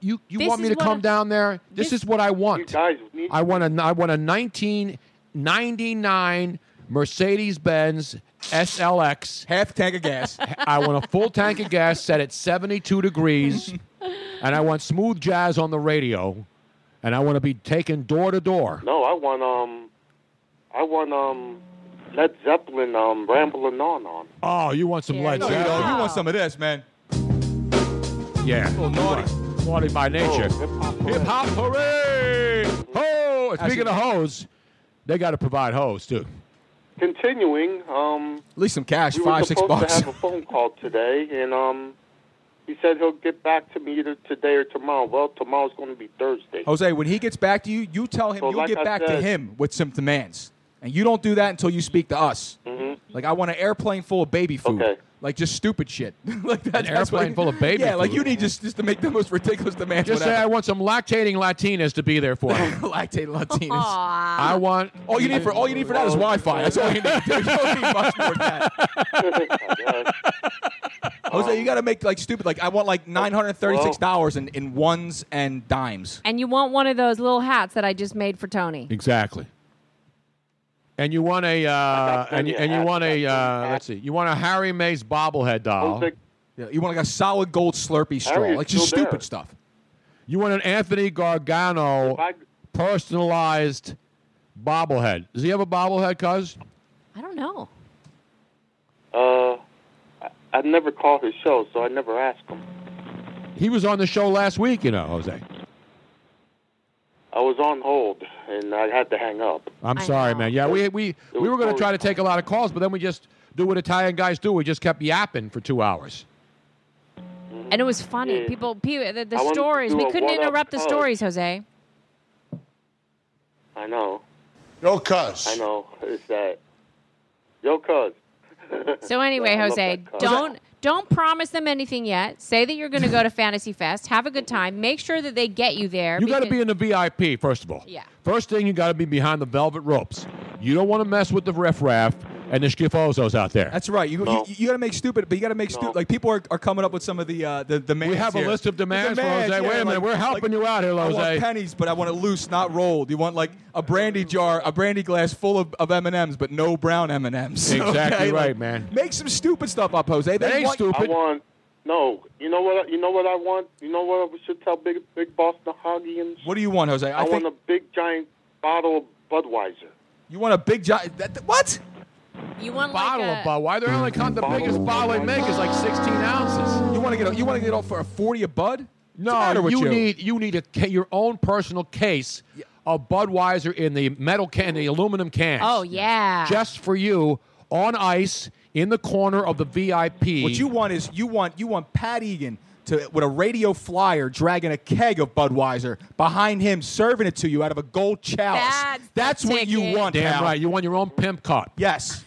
Speaker 11: you you
Speaker 13: This
Speaker 11: want me to
Speaker 13: is what
Speaker 11: come
Speaker 13: I-
Speaker 11: down there? This,
Speaker 13: this-
Speaker 11: is what I want. You
Speaker 21: guys
Speaker 11: I want a I want a 1999 Mercedes Benz SLX,
Speaker 13: half tank of gas.
Speaker 11: I want a full tank of gas set at 72 degrees, and I want smooth jazz on the radio, and I want to be taken door to door.
Speaker 21: No, I want um, I want um, Led Zeppelin um, rambling on on.
Speaker 11: Oh, you want some Led
Speaker 13: No, you
Speaker 11: Zeppelin?
Speaker 13: don't. You want some of this, man.
Speaker 11: Yeah.
Speaker 13: naughty.
Speaker 11: Naughty
Speaker 13: Oh,
Speaker 11: by nature. Hip hop parade. Ho! And Speaking of hoes, they got to provide hoes too.
Speaker 21: Continuing, um,
Speaker 13: At least some cash,
Speaker 21: we were
Speaker 13: five, six
Speaker 21: supposed
Speaker 13: bucks.
Speaker 21: to have a phone call today, and um, he said he'll get back to me either today or tomorrow. Well, tomorrow's going to be Thursday.
Speaker 13: Jose, when he gets back to you, you tell him
Speaker 21: So
Speaker 13: you'll
Speaker 21: like
Speaker 13: get
Speaker 21: I
Speaker 13: back to
Speaker 21: said-
Speaker 13: him with some demands. And you don't do that until you speak to us.
Speaker 21: Mhm.
Speaker 13: Like, I want an airplane full of baby food. Like, just stupid shit. like that,
Speaker 11: An airplane full of baby
Speaker 13: Yeah, like
Speaker 11: food.
Speaker 13: you need just, just to make the most ridiculous demands.
Speaker 11: Just say I
Speaker 13: whatever.
Speaker 11: want some lactating Latinas to be there for me.
Speaker 13: lactate Latinas.
Speaker 11: I want
Speaker 13: All you need for all you need for that is Wi-Fi. That's all you need. Dude, you don't need much more than that. Jose, you got to make like stupid. Like I
Speaker 21: Oh,
Speaker 13: want like nine hundred thirty-six dollars in, in ones and dimes.
Speaker 12: And you want one of those little hats that I just made for Tony.
Speaker 11: exactly. And you want a uh, and, you, and you want a uh, let's see, you want a Harry Mays bobblehead doll.
Speaker 13: Yeah, you want like a solid gold Slurpee straw,
Speaker 11: Harry's
Speaker 13: like just
Speaker 11: still there.
Speaker 13: stupid stuff.
Speaker 11: You want an Anthony Gargano personalized bobblehead. Does he have a bobblehead, cuz?
Speaker 12: I don't know.
Speaker 21: Uh, I- I never call his show, so I never ask him.
Speaker 11: He was on the show last week, you know, Jose.
Speaker 21: I was on hold, and I had to hang up.
Speaker 11: I'm sorry, man. Yeah, we we, we were going to try to take a lot of calls, but then we just do what Italian guys do. We just kept yapping for two hours.
Speaker 12: And it was funny. People, people the, the
Speaker 21: I wanted to
Speaker 12: stories.
Speaker 21: do
Speaker 12: We
Speaker 21: a
Speaker 12: couldn't
Speaker 21: one-up
Speaker 12: interrupt the
Speaker 21: pose.
Speaker 12: stories, Jose.
Speaker 21: I know.
Speaker 1: Yo, cuss.
Speaker 21: I know. It's that. Yo, cuz.
Speaker 12: So anyway,
Speaker 21: I love
Speaker 12: Jose,
Speaker 21: that cuz.
Speaker 12: don't don't promise them anything yet. Say that you're going to go to Fantasy Fest. Have a good time. Make sure that they get you there.
Speaker 11: You got to
Speaker 12: because-
Speaker 11: be in the VIP first of all.
Speaker 12: Yeah.
Speaker 11: First thing, you got to be behind the velvet ropes. You don't want to mess with the riffraff and the schifozos out there.
Speaker 13: That's right. You,
Speaker 11: No.
Speaker 13: you, you got to make stupid, but you got to make stupid. Like people are, are coming up with some of the uh, the demands.
Speaker 11: have a
Speaker 13: here.
Speaker 11: list of
Speaker 13: The
Speaker 11: demands for Jose. Wait a minute, we're helping you out here,
Speaker 13: I
Speaker 11: Jose.
Speaker 13: want pennies, but I want it loose, not rolled. You want like a brandy jar, a brandy glass full of, of M and M's, but no brown M and M's.
Speaker 11: Exactly right, man.
Speaker 13: Make some stupid stuff up, Jose. They want-
Speaker 21: I want. No, you know what? You know what I want. You know what we should tell Big Big Boss Nahagians.
Speaker 13: What do you want, Jose?
Speaker 21: I,
Speaker 13: think
Speaker 21: want a big giant bottle of Budweiser.
Speaker 13: you want a big giant. That, what?
Speaker 12: You want
Speaker 11: bottle of Budweiser? They're only con- the biggest bottle they make is like 16 ounces.
Speaker 13: You want to get a, you want to get off for a forty a bud?
Speaker 11: No,
Speaker 13: What's the matter with you?
Speaker 11: need you need a ca- your own personal case of Budweiser in the metal can, the aluminum can.
Speaker 12: Oh yeah.
Speaker 11: just for you on ice in the corner of the VIP.
Speaker 13: What you want is you want you want Pat Egan to with a radio flyer dragging a keg of Budweiser behind him, serving it to you out of a gold chalice.
Speaker 12: That's the
Speaker 13: what you
Speaker 12: ticket.
Speaker 13: want.
Speaker 11: Damn
Speaker 13: pal.
Speaker 11: right. You want your own pimp cot.
Speaker 13: Yes.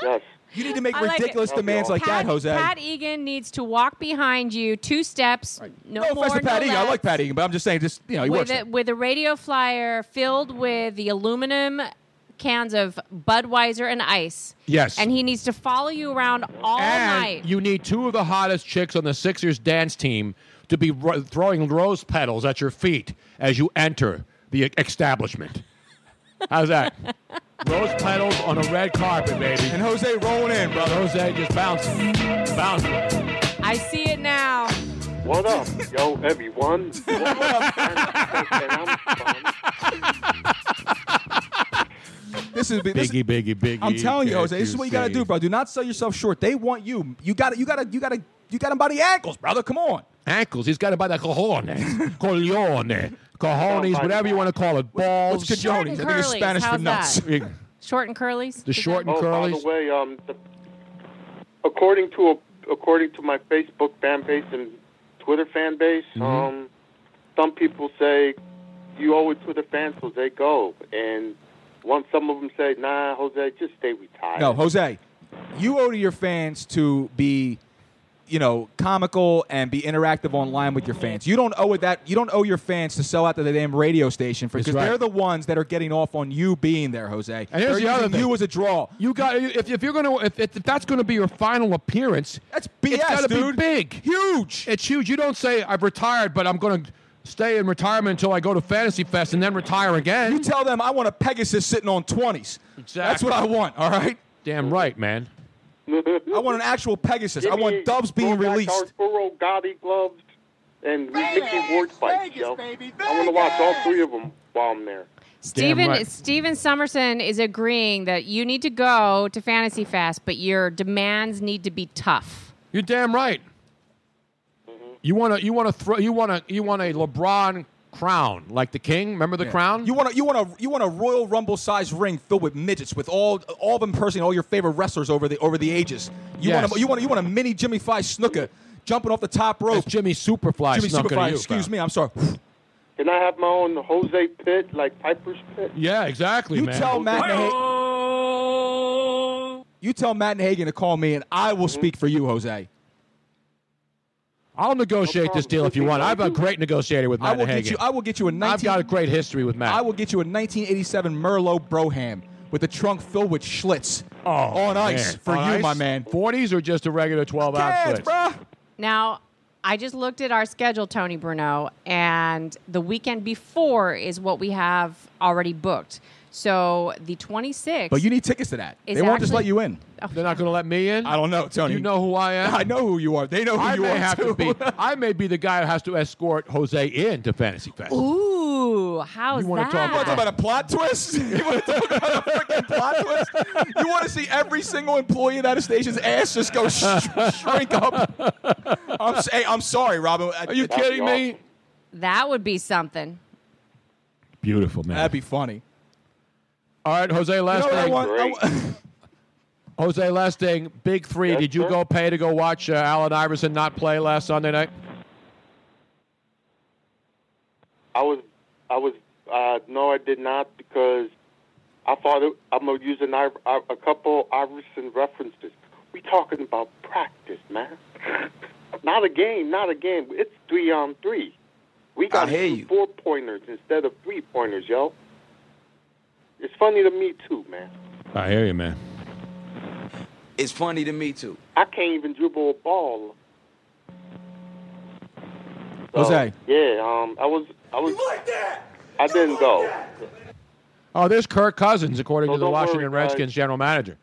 Speaker 21: yes.
Speaker 13: You need to make
Speaker 12: I like it.
Speaker 13: ridiculous demands like
Speaker 12: Pat,
Speaker 13: that, Jose.
Speaker 12: Pat Egan needs to walk behind you two steps, no,
Speaker 13: no
Speaker 12: more,
Speaker 13: offense to
Speaker 12: no
Speaker 13: Pat Egan. I
Speaker 12: less,
Speaker 13: like Pat Egan, but I'm just saying, just you know, he
Speaker 12: with
Speaker 13: works.
Speaker 12: a, with a radio flyer filled with the aluminum cans of Budweiser and ice.
Speaker 11: Yes.
Speaker 12: and he needs to follow you around all night.
Speaker 11: You need two of the hottest chicks on the Sixers dance team to be ro- throwing rose petals at your feet as you enter the e- establishment. How's that? rose petals on a red carpet, baby. And
Speaker 13: Jose rolling in, brother.
Speaker 11: Jose just bouncing, bouncing.
Speaker 12: I see it now.
Speaker 21: What up, yo, everyone? What up? And
Speaker 13: This is this,
Speaker 11: Biggie, biggie, biggie.
Speaker 13: I'm telling you,
Speaker 11: can't
Speaker 13: Jose, this is what you got to do, bro. Do not sell yourself short. They want you. You got to You got to You got to You got him by the ankles, brother. Come on.
Speaker 11: Ankles. He's got to buy the cojones, cojones, cojones, whatever you want to call it. Balls.
Speaker 13: what's cojones? I think it's Short and Spanish for curlies. nuts. How's
Speaker 12: Short and curlies.
Speaker 11: The short and
Speaker 21: oh,
Speaker 11: curlies.
Speaker 21: by the way, um, the, according to a, according to my Facebook fan base and Twitter fan base,
Speaker 11: Mm-hmm.
Speaker 21: um, some people say you owe it to the fans, Jose. Go and one. Some of them say, Nah, Jose, just stay retired.
Speaker 13: No, Jose, you owe to your fans to be, you know, comical and be interactive online with your fans. You don't owe it that. You don't owe your fans to sell out to the damn radio station for
Speaker 11: That's
Speaker 13: because
Speaker 11: right.
Speaker 13: they're the ones that are getting off on you being there, Jose.
Speaker 11: And here's
Speaker 13: They're
Speaker 11: the other
Speaker 13: using
Speaker 11: thing.
Speaker 13: You as a draw.
Speaker 11: You got if, if you're gonna if, if that's gonna be your final appearance,
Speaker 13: that's
Speaker 11: It's
Speaker 13: BS,
Speaker 11: gotta
Speaker 13: dude.
Speaker 11: be big,
Speaker 13: huge.
Speaker 11: It's huge. You don't say I've retired, but I'm gonna stay in retirement until I go to Fantasy Fest and then retire again.
Speaker 13: You tell them I want a Pegasus sitting on twenties. That's what I want. All right.
Speaker 11: Damn right, man.
Speaker 13: I want an actual Pegasus. I
Speaker 21: Give
Speaker 13: want
Speaker 21: me
Speaker 13: doves being
Speaker 21: Bojack
Speaker 13: released.
Speaker 21: Arturo, Gotti gloves, and Mickey Ward fights, yo.
Speaker 13: baby,
Speaker 21: I want to watch all three of them while I'm there.
Speaker 12: Steven
Speaker 21: right.
Speaker 12: Steven Summerson is agreeing that you need to go to Fantasy Fest, but your demands need to be tough.
Speaker 11: You're damn right.
Speaker 13: Mm-hmm.
Speaker 11: You wanna you wanna throw you wanna you want a LeBron crown like the king. Remember the
Speaker 13: Yeah.
Speaker 11: crown?
Speaker 13: You want a you want a you want a Royal Rumble size ring filled with midgets with all all of them personally all your favorite wrestlers over the over the ages. You want
Speaker 11: Yes.
Speaker 13: a, you want a, you want a mini Jimmy Fly snooker jumping off the top rope.
Speaker 11: Jimmy Superfly.
Speaker 13: Jimmy
Speaker 11: snuck into
Speaker 13: Superfly,
Speaker 11: you,
Speaker 13: excuse
Speaker 11: pal.
Speaker 13: me, I'm sorry.
Speaker 21: Can I have my own Jose pit, like Piper's pit?
Speaker 11: Yeah, exactly,
Speaker 13: You
Speaker 11: man.
Speaker 13: tell Matt Nahagian. You tell Matt Nahagian to call me and I will
Speaker 12: Mm-hmm.
Speaker 13: speak for you, Jose.
Speaker 11: I'll negotiate this deal if you want. I'm a great negotiator with
Speaker 13: I
Speaker 11: Matt
Speaker 13: will get
Speaker 11: Hagen.
Speaker 13: you I will get you a 19
Speaker 11: I've got a great history with Matt.
Speaker 13: I will get you a 1987 Merlot Broham with the trunk filled with Schlitz Oh, on ice
Speaker 11: Oh, man.
Speaker 13: for
Speaker 11: On
Speaker 13: you,
Speaker 11: ice?
Speaker 13: my man.
Speaker 11: 40s or just a regular 12
Speaker 13: Cans,
Speaker 11: ounce?
Speaker 13: bruh.
Speaker 12: Now, I just looked at our schedule, Tony Bruno, and the weekend before is what we have already booked. So the 26th.
Speaker 13: But you need tickets to that.
Speaker 12: Is
Speaker 13: they won't just
Speaker 12: actually-
Speaker 13: let you in.
Speaker 11: They're not going to let me in?
Speaker 13: I don't know, Tony.
Speaker 11: You know who I am?
Speaker 13: I know who you are. They know who
Speaker 11: I
Speaker 13: you
Speaker 11: may
Speaker 13: are
Speaker 11: have
Speaker 13: too.
Speaker 11: to be. I may be the guy who has to escort Jose in to Fantasy Fest.
Speaker 12: Ooh. Ooh, how's
Speaker 13: You wanna
Speaker 12: that?
Speaker 13: talk You wanna talk about a plot twist? You want to talk about a freaking plot twist? You want to see every single employee in that station's ass just go sh- shrink up? I'm, s- hey, I'm sorry, Robin. Are
Speaker 11: you kidding me?
Speaker 12: that would be something.
Speaker 11: Beautiful, man.
Speaker 13: That'd be funny.
Speaker 11: All right, Jose, last
Speaker 13: You know what I
Speaker 11: thing.
Speaker 13: want- I
Speaker 11: Jose, last thing. Big three.
Speaker 13: Yes,
Speaker 11: did you
Speaker 13: sir.
Speaker 11: go pay to go watch uh, Allen Iverson not play last Sunday night?
Speaker 21: I was, I was, uh, no, I did not because I thought it, I'm gonna use an, Iver- I- a couple Iverson references. We talking about practice, man. not a game, not a game. It's three on three. We got four pointers instead of three pointers, yo. It's funny to me too, man.
Speaker 11: I hear you, man.
Speaker 1: It's funny to me too.
Speaker 21: I can't even dribble a ball. So,
Speaker 11: Jose.
Speaker 21: Yeah, um, I was, I was. I didn't go.
Speaker 11: Oh, there's Kirk Cousins, according
Speaker 21: No,
Speaker 11: to the
Speaker 21: don't worry,
Speaker 11: Washington
Speaker 21: guys.
Speaker 11: Redskins general manager.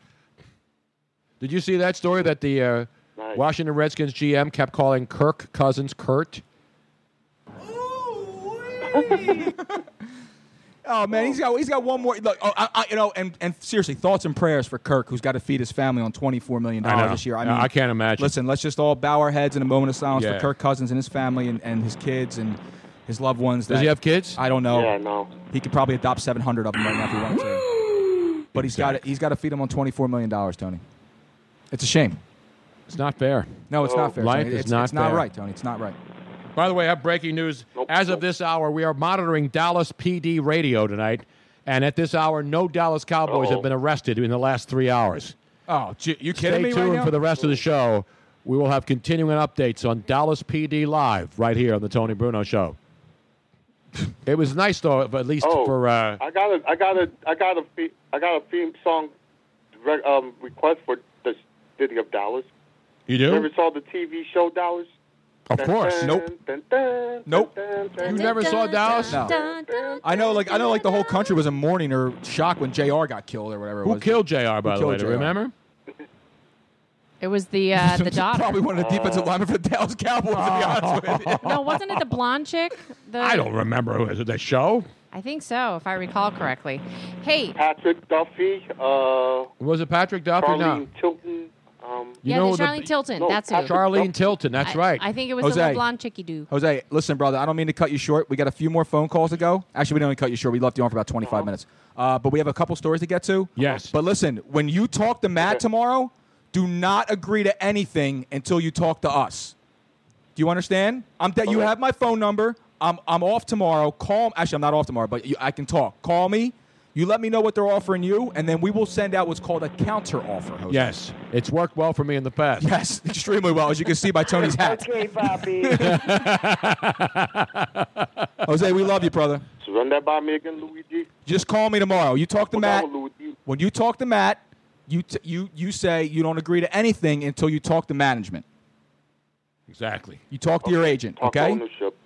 Speaker 11: Did you see that story that the uh,
Speaker 21: Nice.
Speaker 11: Washington Redskins GM kept calling Kirk Cousins Kurt?
Speaker 13: Oh man, he's got he's got one more. Look, oh, I, I, you know, and, and seriously, thoughts and prayers for Kirk, who's got to feed his family on twenty four million
Speaker 11: I
Speaker 13: dollars
Speaker 11: know.
Speaker 13: this year. I
Speaker 11: No,
Speaker 13: mean,
Speaker 11: I can't imagine.
Speaker 13: Listen, let's just all bow our heads in a moment of silence
Speaker 11: Yeah.
Speaker 13: for Kirk Cousins and his family and, and his kids and his loved ones.
Speaker 11: Does
Speaker 13: that-
Speaker 11: he have kids?
Speaker 13: I don't know.
Speaker 11: Yeah, no.
Speaker 13: He could probably adopt seven hundred of them right now if he wanted to. But he's got to, he's got to feed them on twenty four million dollars, Tony. It's a shame.
Speaker 11: It's not fair.
Speaker 13: No, it's not fair.
Speaker 11: Life
Speaker 13: Tony.
Speaker 11: is
Speaker 13: it's,
Speaker 11: not
Speaker 13: it's not
Speaker 11: fair.
Speaker 13: right, Tony. It's not right.
Speaker 11: By the way, I have breaking news. As of this hour, we are monitoring Dallas PD radio tonight, and at this hour, no Dallas Cowboys
Speaker 13: Uh-oh.
Speaker 11: have been arrested in the last three hours.
Speaker 13: Oh, gee, you
Speaker 11: Stay
Speaker 13: kidding me
Speaker 11: tuned
Speaker 13: right now?
Speaker 11: for the rest of the show. We will have continuing updates on Dallas PD live right here on the Tony Bruno Show. it was nice though, at least
Speaker 21: Oh,
Speaker 11: for uh,
Speaker 21: I got a, I got a, I got a, fe- I got a theme song re- um, request for the city of Dallas.
Speaker 11: you do.
Speaker 21: Ever saw the TV show Dallas?
Speaker 11: Of course.
Speaker 13: Nope.
Speaker 21: Dun, dun,
Speaker 13: Nope.
Speaker 21: dun, dun,
Speaker 11: You
Speaker 21: dun,
Speaker 11: never
Speaker 21: dun,
Speaker 11: saw
Speaker 21: dun,
Speaker 11: Dallas?
Speaker 13: No.
Speaker 21: dun, dun.
Speaker 13: I know, like I know, like the whole country was in mourning or shock when Jr. got killed or whatever. It
Speaker 11: Who
Speaker 13: was.
Speaker 11: killed Jr. By
Speaker 13: Who
Speaker 11: the
Speaker 13: killed
Speaker 11: way,
Speaker 13: JR?
Speaker 11: remember?
Speaker 12: It was the uh, the daughter.
Speaker 13: Probably one of the defensive
Speaker 21: Uh,
Speaker 13: linemen for the Dallas Cowboys. To be honest with you.
Speaker 12: No, wasn't it the blonde chick? The,
Speaker 11: I don't remember who was it, the show.
Speaker 12: I think so, if I recall correctly. Hey,
Speaker 21: Patrick Duffy, uh,
Speaker 11: Was it Patrick Duffy?
Speaker 21: Charlene
Speaker 11: No.
Speaker 21: Tilton. Um,
Speaker 11: You
Speaker 12: yeah,
Speaker 11: know
Speaker 12: the
Speaker 11: the-
Speaker 12: Charlene Tilton.
Speaker 11: No,
Speaker 12: that's who.
Speaker 11: Charlene Tilton. That's
Speaker 12: I-
Speaker 11: right.
Speaker 12: I think it was
Speaker 13: Jose.
Speaker 12: the little blonde chicky dude.
Speaker 13: Jose, listen, brother. I don't mean to cut you short. We got a few more phone calls to go. Actually, we didn't only cut you short. We left you on for about 25 minutes. Uh, but we have a couple stories to get to.
Speaker 11: Uh-huh. Yes.
Speaker 13: But listen, when you talk to Matt tomorrow, do not agree to anything until you talk to us. Do you understand? I'm that you have my phone number. I'm I'm off tomorrow. Call. Actually, I'm not off tomorrow, but you, I can talk. Call me. You let me know what they're offering you, and then we will send out what's called a counter offer. Jose.
Speaker 11: Yes, it's worked well for me in the past.
Speaker 13: Yes, extremely well, as you can see by Tony's hat.
Speaker 22: Okay, Bobby.
Speaker 13: Jose, we love you, brother.
Speaker 21: So run that by me again, Luigi.
Speaker 13: Just call me tomorrow. You talk to Matt.
Speaker 21: I'm a Luigi.
Speaker 13: When you talk to Matt, you t- you you say you don't agree to anything until you talk to management.
Speaker 11: Exactly.
Speaker 13: You talk to your agent,
Speaker 21: Talk
Speaker 13: okay?
Speaker 21: ownership.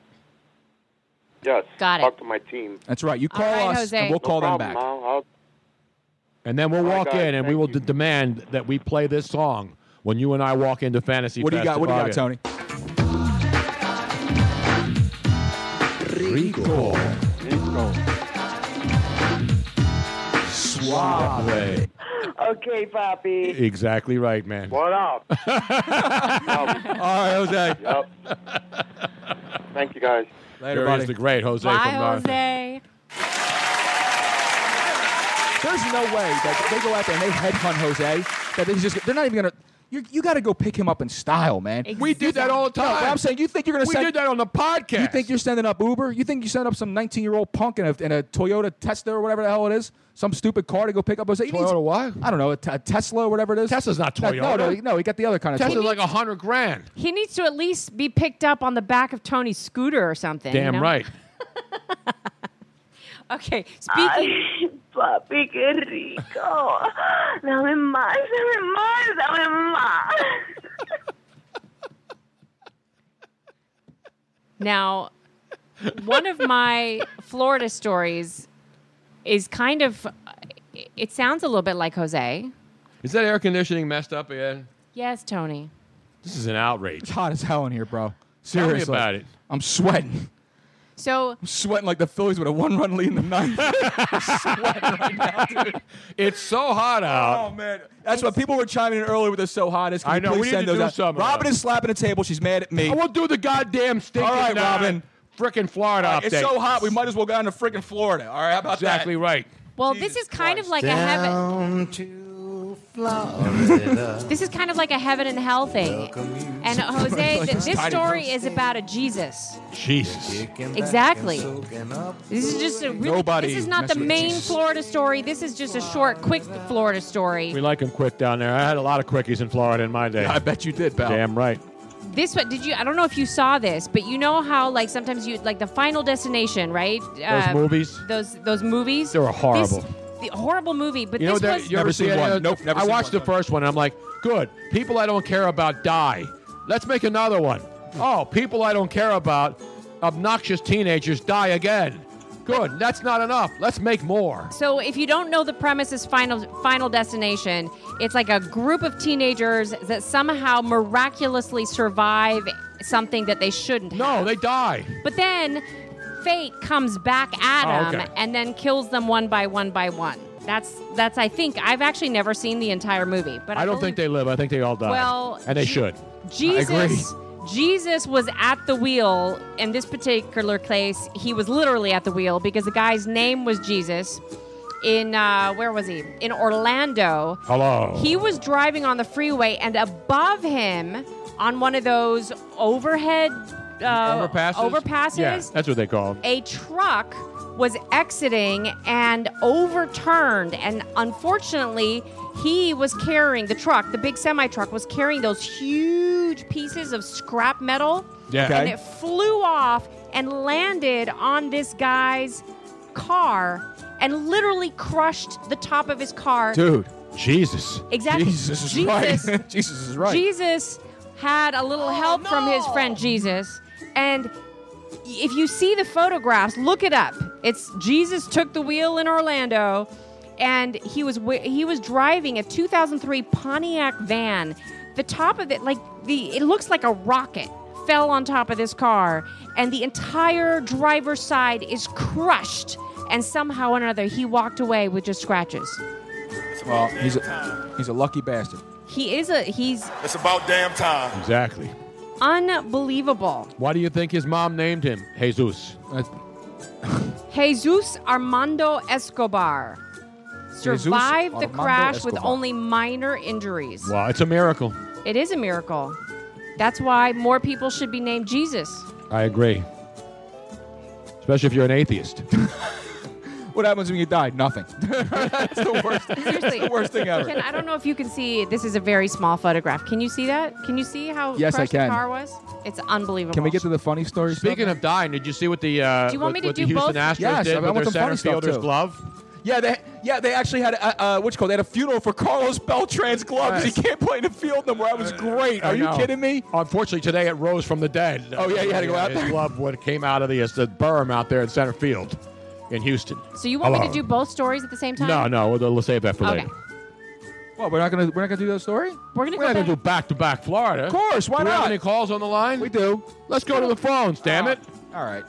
Speaker 21: Yes.
Speaker 12: Got it.
Speaker 21: Talk to my team.
Speaker 13: That's right. You
Speaker 21: All
Speaker 13: call
Speaker 21: right,
Speaker 13: us
Speaker 21: Jose.
Speaker 13: and we'll
Speaker 21: No
Speaker 13: call them
Speaker 21: problem,
Speaker 13: back.
Speaker 21: I'll- I'll-
Speaker 11: And then we'll
Speaker 13: All right,
Speaker 11: walk
Speaker 13: guys,
Speaker 11: in and we
Speaker 13: thank
Speaker 11: will d- demand that we play this song when you and I walk into Fantasy
Speaker 13: What do you
Speaker 11: Fest
Speaker 13: got? What do you got,
Speaker 11: in
Speaker 13: Tony?
Speaker 11: August. Rico. Suave.
Speaker 22: okay, Bobby.
Speaker 11: Exactly right, man.
Speaker 22: What up?
Speaker 11: All right, Jose.
Speaker 21: Thank you, guys.
Speaker 11: Later, uh, there
Speaker 13: buddy.
Speaker 11: is the great Jose
Speaker 12: Bye,
Speaker 11: from North.
Speaker 12: Jose.
Speaker 13: There's no way that they go out there and they headhunt Jose. That they just they're not even gonna. You, you got to go pick him up in style, man.
Speaker 11: We do that all the
Speaker 13: No,
Speaker 11: time.
Speaker 13: but I'm saying you think you're going to
Speaker 11: We
Speaker 13: send
Speaker 11: did that on the podcast.
Speaker 13: You think you're sending up Uber? You think you send up some 19 year old punk in a, in a Toyota Tesla or whatever the hell it is? Some stupid car to go pick up Jose. He needs-
Speaker 11: Toyota what?
Speaker 13: I don't know a, t- a Tesla or whatever it is. Tesla's
Speaker 11: not
Speaker 13: No, no,
Speaker 11: Toyota.
Speaker 13: no. He got the other kind of.
Speaker 11: Tesla's
Speaker 13: Toyota.
Speaker 11: like a hundred grand.
Speaker 12: He needs to at least be picked up on the back of Tony's scooter or something. you
Speaker 11: Damn
Speaker 12: know?
Speaker 11: right.
Speaker 12: Okay, speaking.
Speaker 22: Ay, papi, qué rico. Dame más, dame más, dame más.
Speaker 12: Now, one of my Florida stories is kind of, it sounds a little bit like Jose.
Speaker 11: Is that air conditioning messed up again?
Speaker 12: Yes, Tony.
Speaker 11: This is an outrage.
Speaker 13: It's hot as hell in here, bro.
Speaker 11: Tell me
Speaker 13: Seriously.
Speaker 11: about it.
Speaker 13: I'm sweating.
Speaker 12: So
Speaker 13: I'm sweating like the Phillies with a one-run lead in the ninth. I'm sweating right now, dude.
Speaker 11: It's so hot out.
Speaker 13: Oh man, that's why people were chiming in earlier with "It's so hot." Is Can
Speaker 11: Uh, I
Speaker 13: you
Speaker 11: know,
Speaker 13: Please
Speaker 11: we need
Speaker 13: send
Speaker 11: to
Speaker 13: those
Speaker 11: do
Speaker 13: out.
Speaker 11: some of
Speaker 13: Robin
Speaker 11: that.
Speaker 13: is slapping a table. She's mad at Oh, me.
Speaker 11: I will do the goddamn stinking.
Speaker 13: All right,
Speaker 11: uh,
Speaker 13: Robin.
Speaker 11: Frickin' Florida
Speaker 13: All right, it's
Speaker 11: update.
Speaker 13: so hot. We might as well go down to freaking Florida. All right, how about that?
Speaker 11: Exactly right.
Speaker 12: Well, this is kind of like a heaven. This is kind of like a heaven and hell thing. And uh, Jose,
Speaker 11: Like
Speaker 12: th- this
Speaker 11: tiny
Speaker 12: story is about a Jesus.
Speaker 11: Jesus.
Speaker 12: Exactly. This is just a really,
Speaker 11: Nobody
Speaker 12: This is not the
Speaker 11: mess with
Speaker 12: main
Speaker 11: Jesus.
Speaker 12: Florida story. This is just a short, quick Florida story.
Speaker 11: We like them quick down there. I had a lot of quickies in Florida in my day.
Speaker 13: I bet you did, pal.
Speaker 11: Damn right.
Speaker 12: This one, did you? I don't know if you saw this, but you know how like sometimes you like the Final Destination, right? Those
Speaker 11: movies?
Speaker 12: Those those movies.
Speaker 11: They were
Speaker 12: This-
Speaker 11: horrible.
Speaker 12: the horrible movie, but
Speaker 11: you know
Speaker 12: this
Speaker 11: that
Speaker 12: was
Speaker 11: you ever see
Speaker 13: seen
Speaker 11: any
Speaker 13: one.
Speaker 11: of-
Speaker 13: Nope, never
Speaker 11: I
Speaker 13: seen
Speaker 11: watched the first one and I'm like, good. People I don't care about die. Let's make another one. Oh, people I don't care about, obnoxious teenagers die again. Good. That's not enough. Let's make more.
Speaker 12: So if you don't know the premise is Final Final Destination, it's like a group of teenagers that somehow miraculously survive something that they shouldn't.
Speaker 11: No, they die.
Speaker 12: But then fate comes back
Speaker 11: Oh,
Speaker 12: at them
Speaker 11: okay.
Speaker 12: and then kills them one by one by one. That's that's I think I've actually never seen the entire movie, but I,
Speaker 11: I don't think they live. I think they all die.
Speaker 12: Well,
Speaker 11: and they
Speaker 12: Je-
Speaker 11: should.
Speaker 12: Jesus,
Speaker 11: I agree.
Speaker 12: Jesus was at the wheel in this particular place. He was literally at the wheel because the guy's name was Jesus. In uh, where was he? In Orlando.
Speaker 11: Hello.
Speaker 12: He was driving on the freeway, and above him, on one of those overhead uh,
Speaker 11: Overpasses?
Speaker 12: overpasses,
Speaker 11: Yeah, that's what they call 'em.
Speaker 12: a truck was exiting and overturned and unfortunately he was carrying the truck the big semi truck was carrying those huge pieces of scrap metal
Speaker 11: Yeah.
Speaker 12: and
Speaker 11: Okay.
Speaker 12: it flew off and landed on this guy's car and literally crushed the top of his car
Speaker 11: Dude. Jesus.
Speaker 12: Exactly.
Speaker 13: Jesus is
Speaker 12: Jesus-
Speaker 13: right. Jesus is right.
Speaker 12: Jesus had a little help from his friend Jesus. And if you see the photographs, look it up. It's Jesus took the wheel in Orlando and he was wi- he was driving a 2003 Pontiac van. The top of it like the it looks like a rocket fell on top of this car and the entire driver's side is crushed and somehow or another he walked away with just scratches.
Speaker 13: Well, he's a, he's a lucky bastard.
Speaker 12: He is a he's
Speaker 11: It's about damn time. Exactly.
Speaker 12: unbelievable.
Speaker 11: Why do you think his mom named him Jesus?
Speaker 12: Jesus Armando Escobar
Speaker 11: Jesus
Speaker 12: survived the
Speaker 11: Armando
Speaker 12: crash with
Speaker 11: Escobar.
Speaker 12: only minor injuries.
Speaker 11: Wow, it's a miracle.
Speaker 12: It is a miracle. That's why more people should be named Jesus.
Speaker 11: I agree. Especially if you're an atheist.
Speaker 13: What happens when you die? Nothing. That's the worst.
Speaker 12: Seriously,
Speaker 13: That's the worst thing ever.
Speaker 12: Ken, I don't know if you can see. This is a very small photograph. Can you see that? Can you see how
Speaker 13: Yes, I
Speaker 12: crushed
Speaker 13: can.
Speaker 12: the car was? It's unbelievable.
Speaker 13: Can we get to the funny story?
Speaker 11: Speaking of dying, did you see what the uh,
Speaker 12: Do you want me
Speaker 11: what,
Speaker 12: to
Speaker 11: what
Speaker 12: do
Speaker 11: the Houston
Speaker 12: both?
Speaker 11: Astros
Speaker 13: Yes,
Speaker 11: did
Speaker 13: I- I
Speaker 11: with
Speaker 13: want
Speaker 11: their
Speaker 13: some funny
Speaker 11: center
Speaker 13: stuff,
Speaker 11: fielder's
Speaker 13: too.
Speaker 11: glove?
Speaker 13: Yeah, they yeah they actually had a, uh, uh, what you call it? they had a funeral for Carlos Beltran's glove 'cause he can't play in the field no more. That was great. Are
Speaker 11: I
Speaker 13: you
Speaker 11: know.
Speaker 13: kidding me?
Speaker 11: Unfortunately, today it rose from the dead.
Speaker 13: Oh, yeah, you had to go out
Speaker 11: his
Speaker 13: there.
Speaker 11: glove what came out of the, it's the berm out there in center field in Houston.
Speaker 12: so you want me
Speaker 13: Oh.
Speaker 12: to
Speaker 11: Hello.
Speaker 12: do both stories at the same time?
Speaker 11: No, no, we'll, we'll save that for
Speaker 12: Okay.
Speaker 11: later.
Speaker 13: Well, we're not gonna we're not gonna do that story.
Speaker 12: We're gonna
Speaker 11: We're not
Speaker 12: go back.
Speaker 11: going to do back-to-back Florida.
Speaker 13: Of course, why
Speaker 11: do we
Speaker 13: not?
Speaker 11: have any calls on the line?
Speaker 13: We do.
Speaker 11: Let's go to the phones, damn it.
Speaker 13: Oh. All right.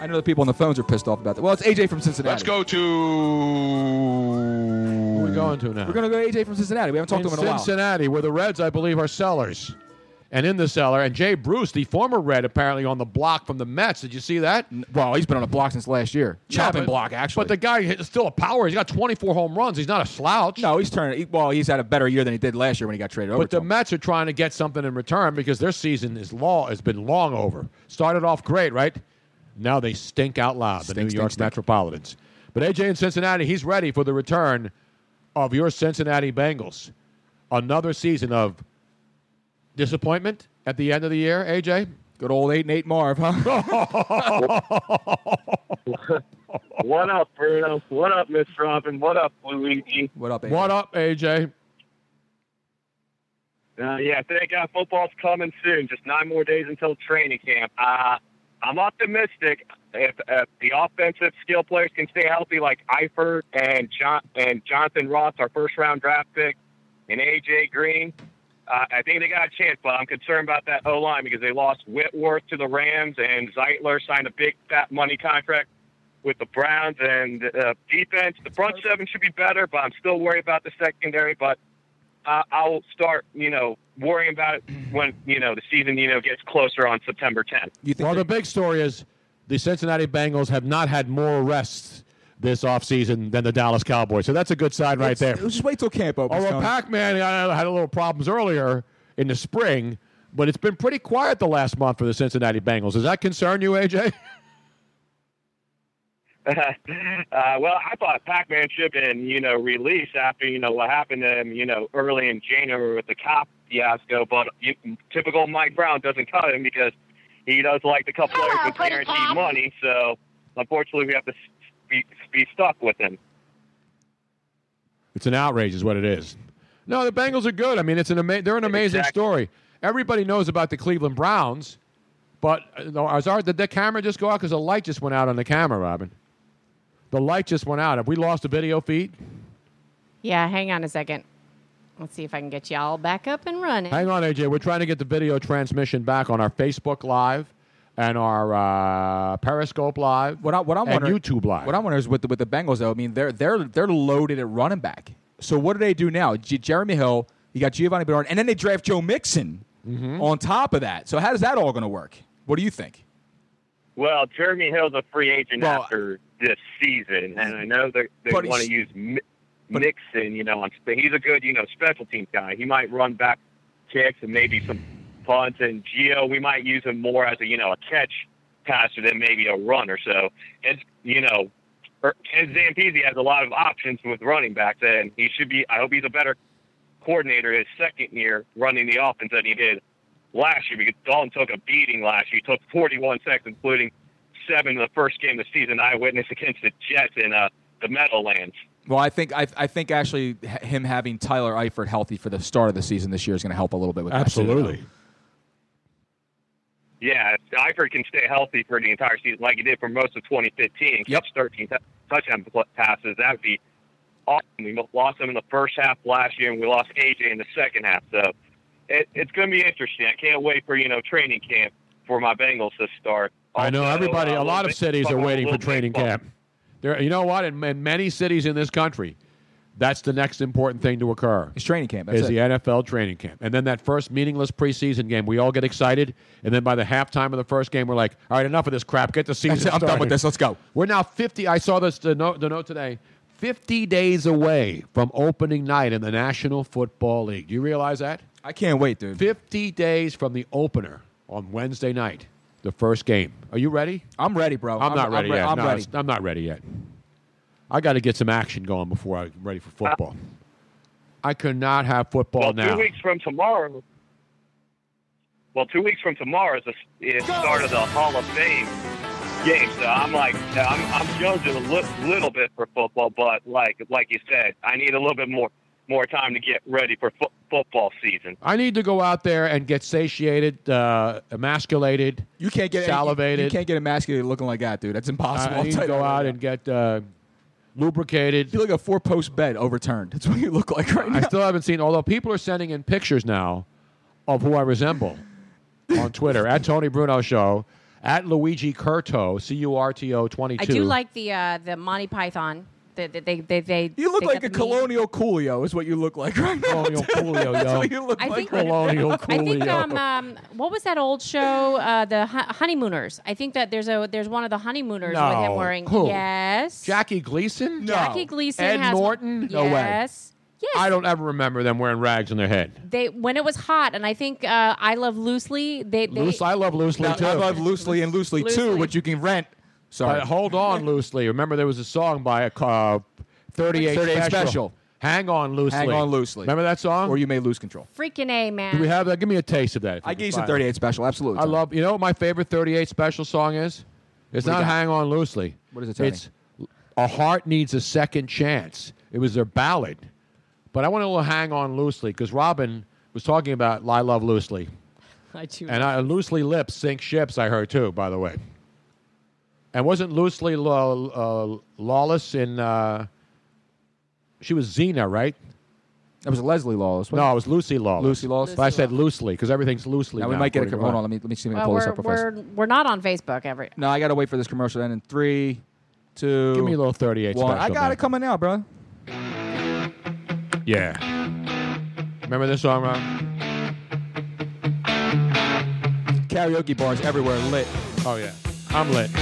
Speaker 13: I know the people on the phones are pissed off about that. Well, it's AJ from Cincinnati.
Speaker 16: Let's go to.
Speaker 11: Where are we going to now?
Speaker 13: We're gonna go AJ from Cincinnati. We haven't talked
Speaker 11: in
Speaker 13: to him in a while.
Speaker 11: Cincinnati, where the Reds, I believe, are sellers. And in the cellar, and Jay Bruce, the former Red, apparently on the block from the Mets. Did you see that?
Speaker 13: Well, he's been on a block since last year. Chopping
Speaker 11: but-
Speaker 13: block, actually.
Speaker 11: But the guy is still a power. He's got 24 home runs. He's not a slouch.
Speaker 13: no, he's turning. He, well, he's had a better year than he did last year when he got traded over.
Speaker 11: But
Speaker 13: to
Speaker 11: the
Speaker 13: him.
Speaker 11: Mets are trying to get something in return because their season is long has been long over. Started off great, right? Now they stink out loud, the
Speaker 13: Stink,
Speaker 11: New
Speaker 13: stink,
Speaker 11: York
Speaker 13: stink.
Speaker 11: Metropolitans. But AJ in Cincinnati, he's ready for the return of your Cincinnati Bengals. Another season of disappointment at the end of the year, AJ.
Speaker 13: Good old eight and eight Marv, huh?
Speaker 23: What up, Bruno? What up, Miss Robin? What up, Luigi?
Speaker 13: what up, AJ?
Speaker 11: What up, AJ?
Speaker 23: Uh, yeah, thank God football's coming soon. Just nine more days until training camp. Uh, I'm optimistic if, if the offensive skill players can stay healthy, like Eifert and John and Jonathan Ross, our first round draft pick, and AJ Green. Uh, I think they got a chance, but I'm concerned about that O line because they lost Whitworth to the Rams and Zeitler signed a big fat money contract with the Browns and uh, defense. The front seven should be better, but I'm still worried about the secondary. But uh, I'll start, you know, worrying about it when you know the season, you know, gets closer on September 10th.
Speaker 11: well, the big story is the Cincinnati Bengals have not had more arrests this offseason than the Dallas Cowboys. So that's a good sign right there.
Speaker 13: Just wait till camp opens.
Speaker 11: Although
Speaker 13: Tony.
Speaker 11: Oh, Pac-Man uh, had a little problems earlier in the spring, but it's been pretty quiet the last month for the Cincinnati Bengals. Does that concern you, AJ?
Speaker 23: uh, well, I thought Pac-Man should have been, you know, released after, you know, what happened to him, you know, early in January with the cop fiasco. But you, typical Mike Brown doesn't cut him because he does like the couple players with guaranteed money. So unfortunately, we have to be, be stuck with him.
Speaker 11: It's an outrage, is what it is. No, the Bengals are good. I mean, it's an ama- they're an amazing
Speaker 23: Exactly.
Speaker 11: story. Everybody knows about the Cleveland Browns, but uh, no, is our, did the camera just go out? Because the light just went out on the camera, Robin. The light just went out. Have we lost a video feed?
Speaker 12: Yeah, hang on a second. Let's see if I can get y'all back up and running.
Speaker 11: Hang on, AJ. We're trying to get the video transmission back on our Facebook Live and our uh, Periscope Live.
Speaker 13: What, I, what I'm
Speaker 11: and
Speaker 13: wondering,
Speaker 11: YouTube Live.
Speaker 13: What I'm wondering is with the, with the Bengals though. I mean, they're they're they're loaded at running back. So what do they do now? J- Jeremy Hill, you got Giovanni Bernard, and then they draft Joe Mixon on top of that. So how is that all going to work? What do you think?
Speaker 23: Well, Jeremy Hill's a free agent after this season, and I know they they
Speaker 13: But
Speaker 23: want
Speaker 13: he's-
Speaker 23: to use Mi- Nixon. You know, on sp- he's a good you know special team guy. He might run back kicks and maybe some punts. And Geo, we might use him more as a you know a catch passer than maybe a runner. So it's you know, er- Ted Zampezi has a lot of options with running backs, and he should be. I hope he's a better coordinator his second year running the offense than he did last year because Dalton took a beating last year. He took 41 sacks, including seven in the first game of the season. I witnessed against the Jets in uh, the Meadowlands.
Speaker 13: Well, I think I, I think actually h- him having Tyler Eifert healthy for the start of the season this year is going to help a little bit with
Speaker 11: Absolutely.
Speaker 23: Yeah, Eifert can stay healthy for the entire season, like he did for most of 2015. and Catch 13 t- touchdown pl- passes. That would be awesome. We lost him in the first half last year, and we lost AJ in the second half. So it, it's going to be interesting. I can't wait for you know training camp for my Bengals to start.
Speaker 11: I know
Speaker 23: Also,
Speaker 11: everybody.
Speaker 23: uh,
Speaker 11: A lot
Speaker 23: little
Speaker 11: of cities
Speaker 23: bit-
Speaker 11: are waiting for
Speaker 23: little
Speaker 11: training
Speaker 23: baseball.
Speaker 11: camp. There, you know what? In, in many cities in this country, that's the next important thing to occur.
Speaker 13: It's training camp. That's
Speaker 11: Is
Speaker 13: it.
Speaker 11: the NFL training camp, and then that first meaningless preseason game. We all get excited, and then by the halftime of the first game, we're like, "All right, enough of this crap. Get the season
Speaker 13: That's it. I'm done
Speaker 11: started."
Speaker 13: with this. Let's go.
Speaker 11: We're now 50. I saw this the note, the note today. 50 days away from opening night in the National Football League. Do you realize that?
Speaker 13: I can't wait, dude.
Speaker 11: 50 days from the opener on Wednesday night, the first game. Are you ready?
Speaker 13: I'm ready, bro.
Speaker 11: I'm, not
Speaker 13: I'm
Speaker 11: ready
Speaker 13: re-
Speaker 11: yet.
Speaker 13: I'm
Speaker 11: No,
Speaker 13: ready.
Speaker 11: it's- I'm not ready yet. I got to get some action going before I'm ready for football. I could not have football
Speaker 23: Well,
Speaker 11: now.
Speaker 23: two weeks from tomorrow. Well, two weeks from tomorrow is the is the start of the Hall of Fame game. So I'm like, I'm I'm jonesing a li- little bit for football, but like like you said, I need a little bit more more time to get ready for fo- football season.
Speaker 11: I need to go out there and get satiated, uh, emasculated.
Speaker 13: You can't get
Speaker 11: salivated.
Speaker 13: You can't get emasculated looking like that, dude. That's impossible.
Speaker 11: I need to go out and get uh, lubricated.
Speaker 13: You look like a four post bed overturned. That's what you look like right now.
Speaker 11: I still haven't seen. Although people are sending in pictures now of who I resemble on Twitter at Tony Bruno Show at Luigi Curto C U R T O twenty two.
Speaker 12: I do like the uh, the Monty Python. They, they, they, they, they,
Speaker 13: You look
Speaker 12: they
Speaker 13: like
Speaker 12: got
Speaker 13: a
Speaker 12: the meme.
Speaker 13: colonial coolio is what you look like right now. Colonial
Speaker 11: coolio,
Speaker 13: That's
Speaker 11: yo.
Speaker 13: what you look
Speaker 12: I
Speaker 13: like. uh,
Speaker 12: think-
Speaker 13: right now.
Speaker 11: Colonial
Speaker 12: I think
Speaker 11: Coolio.
Speaker 12: um, um, what was that old show, uh, the Hon- honeymooners? I think that there's a there's one of the honeymooners with
Speaker 11: No.
Speaker 12: him wearing
Speaker 11: Who?
Speaker 12: yes,
Speaker 11: Jackie Gleason.
Speaker 12: Jackie Gleason,
Speaker 11: Ed
Speaker 12: has
Speaker 11: Norton. No way.
Speaker 12: yes. Yes,
Speaker 11: I don't ever remember them wearing rags on their head.
Speaker 12: They when it was hot, and I think uh, I love loosely. They, they
Speaker 11: Loose, I love loosely
Speaker 13: Now,
Speaker 11: too.
Speaker 13: I love loosely and loosely, too,
Speaker 12: Loosely.
Speaker 13: which you can rent. Sorry.
Speaker 11: But hold on loosely. Remember, there was a song by uh, 38,
Speaker 13: 38
Speaker 11: special.
Speaker 13: Special.
Speaker 11: Hang on loosely.
Speaker 13: Hang on loosely.
Speaker 11: Remember that song?
Speaker 13: Or you may lose control.
Speaker 12: freaking a man.
Speaker 11: Do we have that? Give me a taste of that. if
Speaker 13: I
Speaker 11: you can
Speaker 13: gave you some
Speaker 11: find it.
Speaker 13: 38 special. Absolutely.
Speaker 11: I love. You know what my favorite 38 special song is? It's
Speaker 13: What do
Speaker 11: not
Speaker 13: you got?
Speaker 11: "Hang On Loosely."
Speaker 13: What is it, Tony?
Speaker 11: It's "A Heart Needs a Second Chance." It was their ballad, but I want a little "Hang On Loosely" because Robin was talking about "I Love Loosely,"
Speaker 12: I do.
Speaker 11: and I, "Loosely Lips Sink Ships." I heard too, by the way. And wasn't loosely law, uh, lawless in? Uh, she was Xena, right?
Speaker 13: That was Leslie Lawless.
Speaker 11: No, it was Lucy Lawless.
Speaker 13: Lucy Lawless?
Speaker 11: But I said loosely because everything's loosely.
Speaker 13: Now
Speaker 11: Now
Speaker 13: we might get a
Speaker 11: according
Speaker 13: com-
Speaker 11: to
Speaker 13: hold
Speaker 11: Ron.
Speaker 13: on. Let me let me see if I
Speaker 12: Well,
Speaker 13: can pull this
Speaker 12: Uh, we're,
Speaker 13: up real fast.
Speaker 12: we're, we're not on Facebook every.
Speaker 13: No, I gotta wait for this commercial to end in three, two.
Speaker 11: Give me a little 38
Speaker 13: one. I
Speaker 11: special,
Speaker 13: got
Speaker 11: man.
Speaker 13: it coming out, bro.
Speaker 11: Yeah. Remember this song, Ron?
Speaker 13: Karaoke bars everywhere lit.
Speaker 11: Oh yeah, I'm lit. You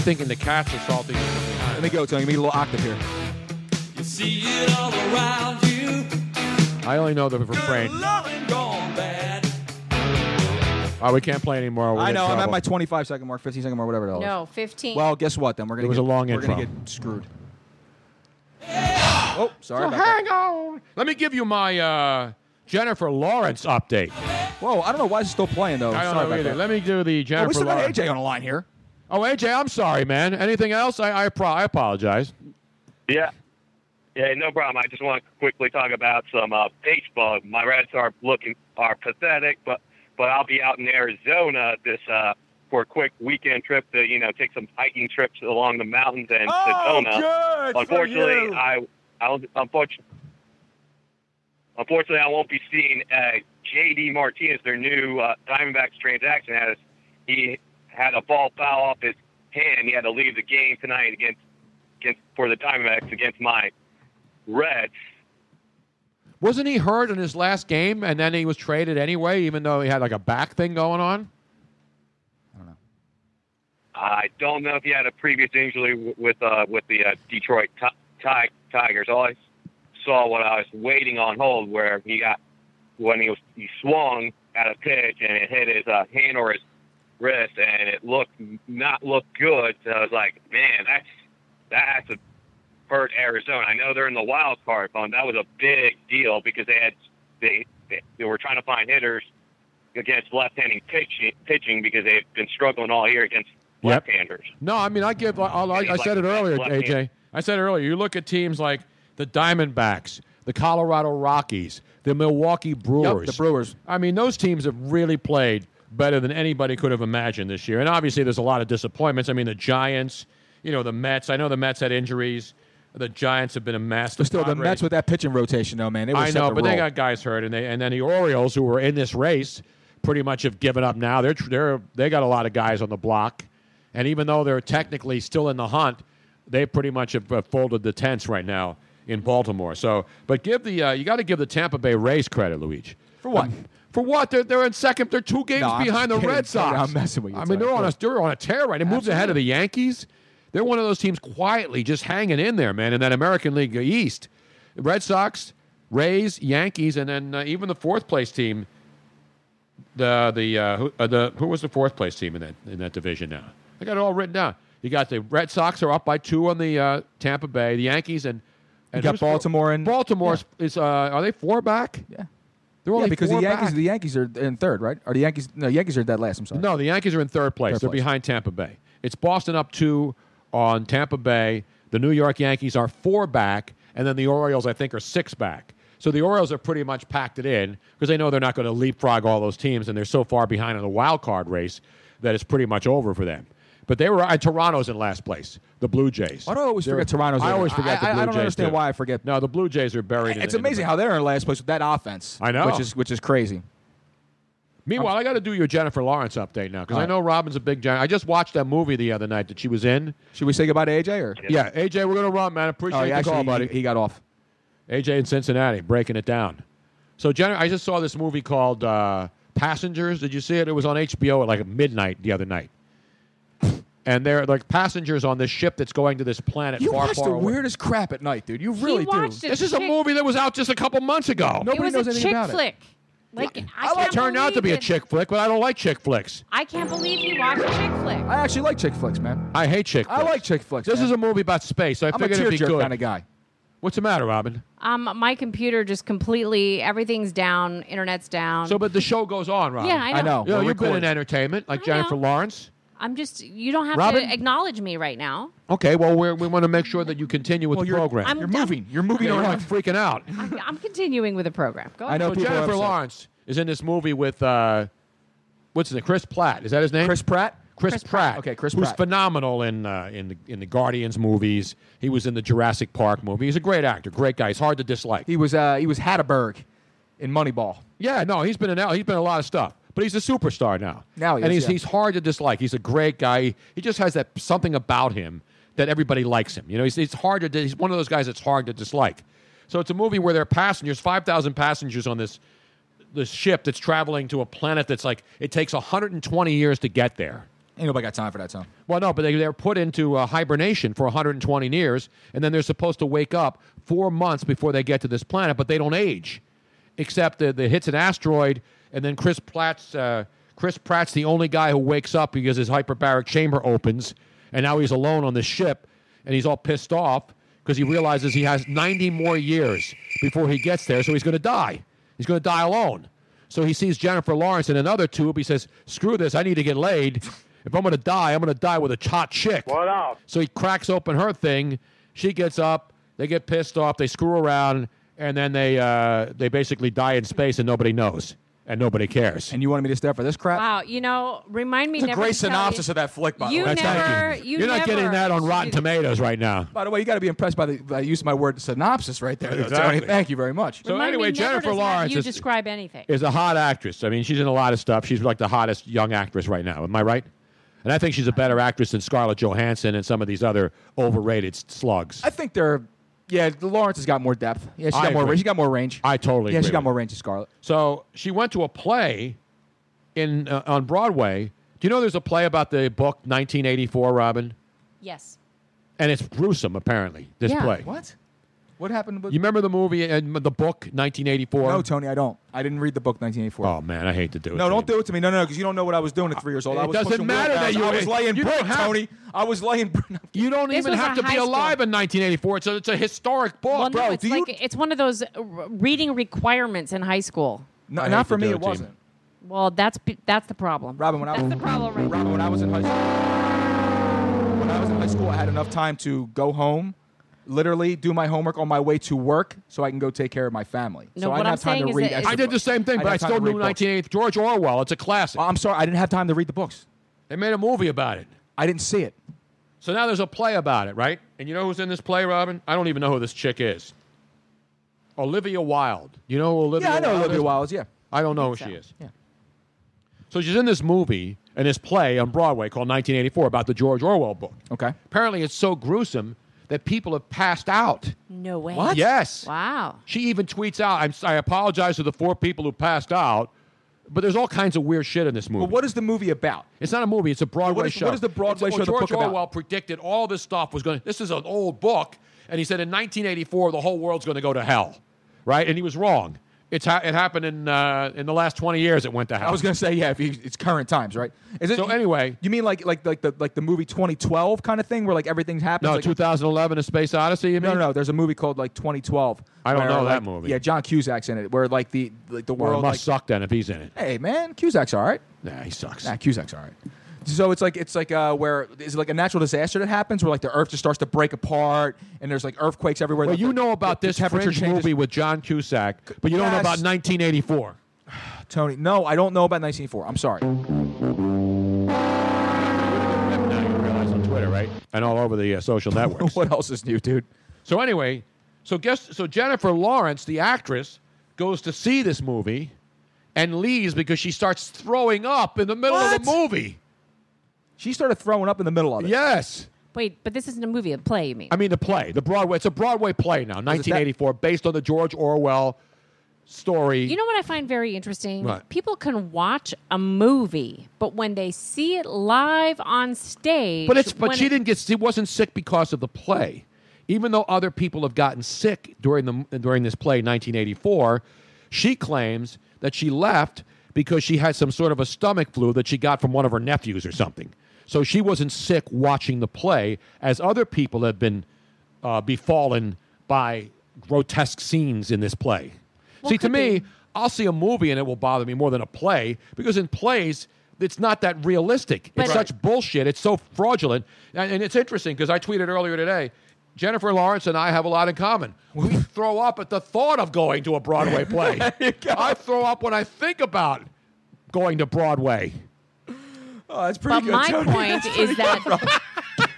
Speaker 11: thinking the cats are salty? Let
Speaker 13: me go, Tony. Give me a little octave here.
Speaker 4: You see it all around you.
Speaker 11: I only know the refrain.
Speaker 4: Loving gone bad.
Speaker 11: Oh, we can't play anymore. We'll
Speaker 13: I
Speaker 11: get
Speaker 13: know. I'm at
Speaker 11: trouble.
Speaker 13: my 25 second mark, 15 second mark, whatever the hell. it
Speaker 12: No,
Speaker 13: is.
Speaker 12: 15.
Speaker 13: Well, guess what? Then we're gonna.
Speaker 11: It was
Speaker 13: get,
Speaker 11: a long
Speaker 13: We're gonna
Speaker 11: intro.
Speaker 13: get screwed. oh, sorry.
Speaker 11: So
Speaker 13: about that.
Speaker 11: hang on. Let me give you my uh, Jennifer Lawrence update.
Speaker 13: Whoa, I don't know why it's still playing though.
Speaker 11: I don't know
Speaker 13: sorry about
Speaker 11: either.
Speaker 13: that.
Speaker 11: Let me do the
Speaker 13: Oh,
Speaker 11: Jennifer
Speaker 13: we still got
Speaker 11: Lawrence.
Speaker 13: AJ on the line here.
Speaker 11: Oh, AJ, I'm sorry, man. Anything else? I I, pro- I apologize.
Speaker 23: Yeah. Yeah, no problem. I just want to quickly talk about some uh, baseball. My Reds are looking are pathetic, but but I'll be out in Arizona this uh, for a quick weekend trip to you know take some hiking trips along the mountains and
Speaker 4: Oh,
Speaker 23: Sedona.
Speaker 4: good for
Speaker 23: unfortunately,
Speaker 4: you.
Speaker 23: I I don't- unfortunately unfortunately I won't be seeing uh, JD Martinez, their new uh, Diamondbacks transaction. As he had a ball foul off his hand, he had to leave the game tonight against against for the Diamondbacks against my Reds.
Speaker 11: Wasn't he hurt in his last game, and then he was traded anyway, even though he had like a back thing going on?
Speaker 23: I don't know if he had a previous injury w- with uh, with the uh, Detroit ti- ti- Tigers. All I saw what I was waiting on hold where he got when he was he swung at a pitch and it hit his uh, hand or his wrist and it looked not looked good. So I was like, man, that's that's a hurt Arizona. I know they're in the wild card, but that was a big deal because they had they they, they were trying to find hitters against left-handed pitching, pitching because they've been struggling all year against
Speaker 11: Yep.
Speaker 23: left-handers.
Speaker 11: No, I mean I give. I, I, I said it earlier, AJ. I said it earlier. You look at teams like the Diamondbacks, the Colorado Rockies, the Milwaukee Brewers.
Speaker 13: the Brewers.
Speaker 11: I mean, those teams have really played better than anybody could have imagined this year. And obviously, there's a lot of disappointments. I mean, the Giants. You know, the Mets. I know the Mets had injuries. The Giants have been a mess.
Speaker 13: But still, the
Speaker 11: Padres-
Speaker 13: Mets with that pitching rotation, though, man, they were
Speaker 11: I
Speaker 13: set
Speaker 11: know,
Speaker 13: to
Speaker 11: but they
Speaker 13: roll.
Speaker 11: got guys hurt, and they and then the Orioles, who were in this race, pretty much have given up now. They're tr- they're they got a lot of guys on the block, and even though they're technically still in the hunt, they pretty much have uh, folded the tents right now in Baltimore. So, but give the uh, you got to give the Tampa Bay Rays credit, Luigi. Um,
Speaker 13: for what?
Speaker 11: For what? They're, they're in second. They're two games
Speaker 13: No, I'm
Speaker 11: behind the
Speaker 13: just kidding.
Speaker 11: Red Sox.
Speaker 13: I'm messing with you,
Speaker 11: I mean, they're
Speaker 13: Tony.
Speaker 11: on a they're on a tear right. It moves ahead of the Yankees. They're one of those teams quietly just hanging in there, man. In that American League East, Red Sox, Rays, Yankees, and then uh, even the fourth place team. The the uh, who, uh, the who was the fourth place team in that in that division now? I got it all written down. You got the Red Sox are up by two on the uh, Tampa Bay, the Yankees, and, and
Speaker 13: got
Speaker 11: who's four-
Speaker 13: Baltimore and-
Speaker 11: Baltimore's is uh, are they four back? Yeah, they're
Speaker 13: Yeah,
Speaker 11: only
Speaker 13: because the
Speaker 11: four
Speaker 13: Yankees,
Speaker 11: back.
Speaker 13: the Yankees are in third, right? Or the Yankees? No, Yankees are dead last. I'm sorry.
Speaker 11: No, the Yankees are in third place.
Speaker 13: Third
Speaker 11: They're
Speaker 13: place.
Speaker 11: behind Tampa Bay. It's Boston up two on Tampa Bay. The New York Yankees are four back, and then the Orioles, I think, are six back. So the Orioles have pretty much packed it in because they know they're not going to leapfrog all those teams, and they're so far behind in the wild card race that it's pretty much over for them. But they were uh, Toronto's in last place. The Blue Jays.
Speaker 13: Why do I always
Speaker 11: They're-
Speaker 13: forget Toronto's
Speaker 11: I
Speaker 13: in-
Speaker 11: always
Speaker 13: I-
Speaker 11: forget
Speaker 13: I-
Speaker 11: the
Speaker 13: I
Speaker 11: Blue
Speaker 13: don't
Speaker 11: Jays,
Speaker 13: understand
Speaker 11: too.
Speaker 13: why I forget.
Speaker 11: No, the Blue Jays are buried. in
Speaker 13: It's
Speaker 11: in the
Speaker 13: amazing how they're in last place with that offense.
Speaker 11: I know.
Speaker 13: which is which is crazy.
Speaker 11: Meanwhile, i got to do your Jennifer Lawrence update now because I
Speaker 13: All right.
Speaker 11: know Robin's a big giant. I just watched that movie the other night that she was in.
Speaker 13: Should we say goodbye to AJ or?
Speaker 11: Yeah, AJ, we're gonna run, man. Appreciate
Speaker 13: Oh,
Speaker 11: the
Speaker 13: yeah,
Speaker 11: call,
Speaker 13: actually,
Speaker 11: buddy.
Speaker 13: he- he got off.
Speaker 11: AJ in Cincinnati breaking it down. So, Jennifer, I just saw this movie called uh, Passengers. Did you see it? It was on HBO at like midnight the other night. And they're like passengers on this ship that's going to this planet
Speaker 13: You
Speaker 11: far,
Speaker 13: watch
Speaker 11: far
Speaker 13: the
Speaker 11: away.
Speaker 13: weirdest crap at night, dude. You really do.
Speaker 12: watched a
Speaker 11: This is a
Speaker 12: chick-
Speaker 11: movie that was out just a couple months ago.
Speaker 13: Nobody
Speaker 12: it was
Speaker 13: knows
Speaker 12: a
Speaker 13: anything
Speaker 12: chick
Speaker 13: about it.
Speaker 12: flick. Like I
Speaker 11: Oh, It
Speaker 12: can't
Speaker 11: turned out to be a
Speaker 12: believe
Speaker 11: chick flick, but I don't like chick flicks.
Speaker 12: I can't believe you watched chick flick.
Speaker 13: I actually like chick flicks, man.
Speaker 11: I hate chick
Speaker 13: I
Speaker 11: flicks.
Speaker 13: like chick flicks,
Speaker 11: This
Speaker 13: man.
Speaker 11: is a movie about space, so I
Speaker 13: I'm a
Speaker 11: figured it'd be
Speaker 13: tearjerker
Speaker 11: good.
Speaker 13: kinda guy.
Speaker 11: What's the matter, Robin?
Speaker 12: Um, my computer just completely everything's down. Internet's down.
Speaker 11: So, but the show goes on, Robin.
Speaker 12: Yeah, I know. I
Speaker 11: You
Speaker 12: know. We're
Speaker 11: you've been in
Speaker 12: recording.
Speaker 11: entertainment, like Jennifer Lawrence.
Speaker 12: I'm just. You don't have
Speaker 11: Robin?
Speaker 12: to acknowledge me right now.
Speaker 11: Okay, well, we're, we want to make sure that you continue with the program.
Speaker 12: I'm- You're moving.
Speaker 13: You're moving
Speaker 11: you're
Speaker 13: around.
Speaker 11: like freaking out.
Speaker 12: I, I'm continuing with the program. Go ahead.
Speaker 11: So Jennifer Lawrence is in this movie with uh, what's his name? Chris Platt. Is that his name? Chris
Speaker 13: Pratt.
Speaker 11: Chris,
Speaker 13: Chris
Speaker 11: Pratt.
Speaker 13: Pratt. Okay, Chris
Speaker 11: who's
Speaker 13: Pratt.
Speaker 11: phenomenal in uh, in the in the Guardians movies. He was in the Jurassic Park movie. He's a great actor, great guy. He's hard to dislike.
Speaker 13: He was uh, he was Hatterberg in Moneyball.
Speaker 11: Yeah, no, he's been in he's been in a lot of stuff, but he's a superstar now.
Speaker 13: Now he
Speaker 11: and he's
Speaker 13: is, yeah.
Speaker 11: he's hard to dislike. He's a great guy. He just has that something about hhim that everybody likes him. You know, he's it's hard to dis- he's one of those guys that's hard to dislike. So it's a movie where there are passengers, five thousand passengers on this this ship that's traveling to a planet that's like it takes 120 years to get there.
Speaker 13: Ain't nobody got time for that, son.
Speaker 11: Well, no, but they, they're put into uh, hibernation for 120 years, and then they're supposed to wake up four months before they get to this planet, but they don't age, except that it hits an asteroid, and then Chris Pratt's, uh, Chris Pratt's the only guy who wakes up because his hyperbaric chamber opens, and now he's alone on this ship, and he's all pissed off because he realizes he has 90 more years before he gets there, so he's going to die. He's going to die alone. So he sees Jennifer Lawrence in another tube. He says, "Screw this! I need to get laid. If I'm going to die, I'm going to die with a hot chick." What
Speaker 14: up?
Speaker 11: So he cracks open her thing. She gets up. They get pissed off. They screw around, and then they uh, they basically die in space, and nobody knows, and nobody cares.
Speaker 13: And you wanted me to step for this crap?
Speaker 12: Wow, you know, remind me
Speaker 13: It's a
Speaker 12: never
Speaker 13: great
Speaker 12: to tell
Speaker 13: synopsis
Speaker 12: you-
Speaker 13: of that flick, by the
Speaker 12: you
Speaker 13: way.
Speaker 12: Never, you
Speaker 11: are not
Speaker 12: never-
Speaker 11: getting that on Rotten Tomatoes right now.
Speaker 13: By the way, you got to be impressed by the, by the use of my word synopsis right there, though,
Speaker 11: Exactly.
Speaker 13: Tony. Thank you very much.
Speaker 11: So
Speaker 12: Remind me
Speaker 11: anyway,
Speaker 12: never
Speaker 11: Jennifer
Speaker 12: to have
Speaker 11: Lawrence
Speaker 12: You
Speaker 11: is-
Speaker 12: describe anything.
Speaker 11: is a hot actress. I mean, she's in a lot of stuff. She's like the hottest young actress right now. Am I right? And I think she's a better actress than Scarlett Johansson and some of these other overrated s- slugs.
Speaker 13: I think they're. Yeah, the Lawrence has got more depth. Yeah, she's
Speaker 11: I
Speaker 13: got more.
Speaker 11: agree.
Speaker 13: She got more range.
Speaker 11: I totally.
Speaker 13: yeah,
Speaker 11: agree
Speaker 13: she got
Speaker 11: with
Speaker 13: more range than Scarlett.
Speaker 11: So she went to a play in uh, on Broadway. Do you know there's a play about the book 1984, Robin?
Speaker 12: yes.
Speaker 11: And it's gruesome, apparently. This
Speaker 13: Yeah.
Speaker 11: play.
Speaker 13: What? What happened? With,
Speaker 11: You remember the movie and the book 1984?
Speaker 13: no, Tony, I don't. I didn't read the book 1984.
Speaker 11: Oh man, I hate to do it. to
Speaker 13: No,
Speaker 11: you.
Speaker 13: don't do it to me. No, no, because you don't know what I was doing at three years old.
Speaker 11: It
Speaker 13: I was
Speaker 11: doesn't
Speaker 13: pushing
Speaker 11: matter that
Speaker 13: wheelbarrows.
Speaker 11: you-
Speaker 13: I was laying
Speaker 11: you don't
Speaker 13: brick,
Speaker 11: have-
Speaker 13: Tony. I was laying brick.
Speaker 11: You don't
Speaker 12: This
Speaker 11: even
Speaker 12: was
Speaker 11: have
Speaker 12: a
Speaker 11: to be
Speaker 12: high school.
Speaker 11: alive in 1984. It's a, it's a historic book,
Speaker 12: Well,
Speaker 11: Oh, bro.
Speaker 12: no, it's like it's one of those uh, r- reading requirements in high school.
Speaker 13: No,
Speaker 11: I hate
Speaker 13: not for
Speaker 11: to
Speaker 13: me.
Speaker 11: do
Speaker 13: It
Speaker 11: it to you.
Speaker 13: wasn't.
Speaker 12: Well, that's be- that's the problem.
Speaker 13: Robin, when I
Speaker 12: that's the problem. Right?
Speaker 13: Robin, when I was in high school, when I was in high school, I had enough time to go home, literally do my homework on my way to work, so I can go take care of my family.
Speaker 12: No,
Speaker 13: so I
Speaker 12: what
Speaker 13: didn't
Speaker 12: I'm
Speaker 13: have time
Speaker 12: saying
Speaker 13: to
Speaker 12: is
Speaker 13: read.
Speaker 12: that-
Speaker 13: extra
Speaker 11: I did the
Speaker 13: books.
Speaker 11: same thing,
Speaker 13: I
Speaker 11: but I
Speaker 13: didn't have time
Speaker 11: still
Speaker 13: to read
Speaker 11: knew
Speaker 13: books.
Speaker 11: 1984. George Orwell. It's a classic.
Speaker 13: Well, I'm sorry, I didn't have time to read the books.
Speaker 11: They made a movie about it.
Speaker 13: I didn't see it.
Speaker 11: So now there's a play about it, right? And you know who's in this play, Robin? I don't even know who this chick is. Olivia Wilde. You know who Olivia
Speaker 13: yeah, I know
Speaker 11: Wilde
Speaker 13: Olivia
Speaker 11: is?
Speaker 13: Wilde. Yeah.
Speaker 11: I don't know who she is. Yeah. So she's in this movie and this play on Broadway called 1984 about the George Orwell book.
Speaker 13: Okay.
Speaker 11: Apparently, it's so gruesome that people have passed out.
Speaker 12: No way.
Speaker 11: Yes.
Speaker 12: Wow.
Speaker 11: She even tweets out, I'm, I apologize to the four people who passed out, but there's all kinds of weird shit in this movie.
Speaker 13: Well, what is the movie about?
Speaker 11: It's not a movie. It's a Broadway
Speaker 13: What is-
Speaker 11: show.
Speaker 13: what is the Broadway
Speaker 11: It's- oh,
Speaker 13: show the
Speaker 11: George
Speaker 13: book about?
Speaker 11: Orwell predicted all this stuff was going. to... This is an old book, and he said in 1984 the whole world's going to go to hell, right? And he was wrong. It's ha- it happened in uh, in the last 20 years. It went to hell.
Speaker 13: I was gonna say yeah, if you, it's current times, right? Is it,
Speaker 11: So anyway-
Speaker 13: you mean like like like the like the movie 2012 kind of thing where like everything's happening?
Speaker 11: no,
Speaker 13: like,
Speaker 11: 2011, A Space Odyssey. You
Speaker 13: No,
Speaker 11: mean?
Speaker 13: no, no. There's a movie called like 2012.
Speaker 11: I don't
Speaker 13: where,
Speaker 11: know that
Speaker 13: like-
Speaker 11: movie.
Speaker 13: Yeah, John Cusack's in it. Where like the like the
Speaker 11: Well, it
Speaker 13: world.
Speaker 11: must suck then if he's in it.
Speaker 13: like, hey man, Cusack's all right.
Speaker 11: Nah, he sucks.
Speaker 13: Nah, Cusack's all right. So it's like it's like uh, where is it like a natural disaster that happens where like the Earth just starts to break apart and there's like earthquakes everywhere.
Speaker 11: well,
Speaker 13: The-
Speaker 11: you know about
Speaker 13: the- the
Speaker 11: this
Speaker 13: temperature
Speaker 11: Fringe
Speaker 13: changes.
Speaker 11: movie with John Cusack, but you don't know
Speaker 13: Yes.
Speaker 11: about 1984.
Speaker 13: Tony. No, I don't know about 1984. I'm sorry.
Speaker 11: Now you realize on Twitter, right? And all over the uh, social networks.
Speaker 13: what else is new, dude?
Speaker 11: So anyway, so guess so Jennifer Lawrence, the actress, goes to see this movie and leaves because she starts throwing up in the middle of the
Speaker 13: What?
Speaker 11: movie.
Speaker 13: She started throwing up in the middle of it.
Speaker 11: Yes.
Speaker 12: Wait, but this isn't a movie, a play. You mean?
Speaker 11: I mean the play, the Broadway, it's a Broadway play now, 1984 based on the George Orwell story.
Speaker 12: You know what I find very interesting?
Speaker 11: What?
Speaker 12: People can watch a movie, but when they see it live on stage,
Speaker 11: but it's but
Speaker 12: when
Speaker 11: she
Speaker 12: it-
Speaker 11: didn't get she wasn't sick because of the play. Even though other people have gotten sick during the during this play 1984, she claims that she left because she had some sort of a stomach flu that she got from one of her nephews or something. So she wasn't sick watching the play as other people have been uh, befallen by grotesque scenes in this play.
Speaker 12: Well,
Speaker 11: see, to
Speaker 12: could
Speaker 11: me,
Speaker 12: be.
Speaker 11: I'll see a movie and it will bother me more than a play because in plays, it's not that realistic.
Speaker 12: But-
Speaker 11: it's such bullshit. It's so fraudulent. And, and it's interesting because I tweeted earlier today Jennifer Lawrence and I have a lot in common. We throw up at the thought of going to a Broadway play. I throw up when I think about going to Broadway.
Speaker 13: Oh, that's
Speaker 12: But
Speaker 13: pretty good.
Speaker 12: my
Speaker 13: Tony.
Speaker 12: point
Speaker 13: That's pretty
Speaker 12: is
Speaker 13: good, bro.
Speaker 12: that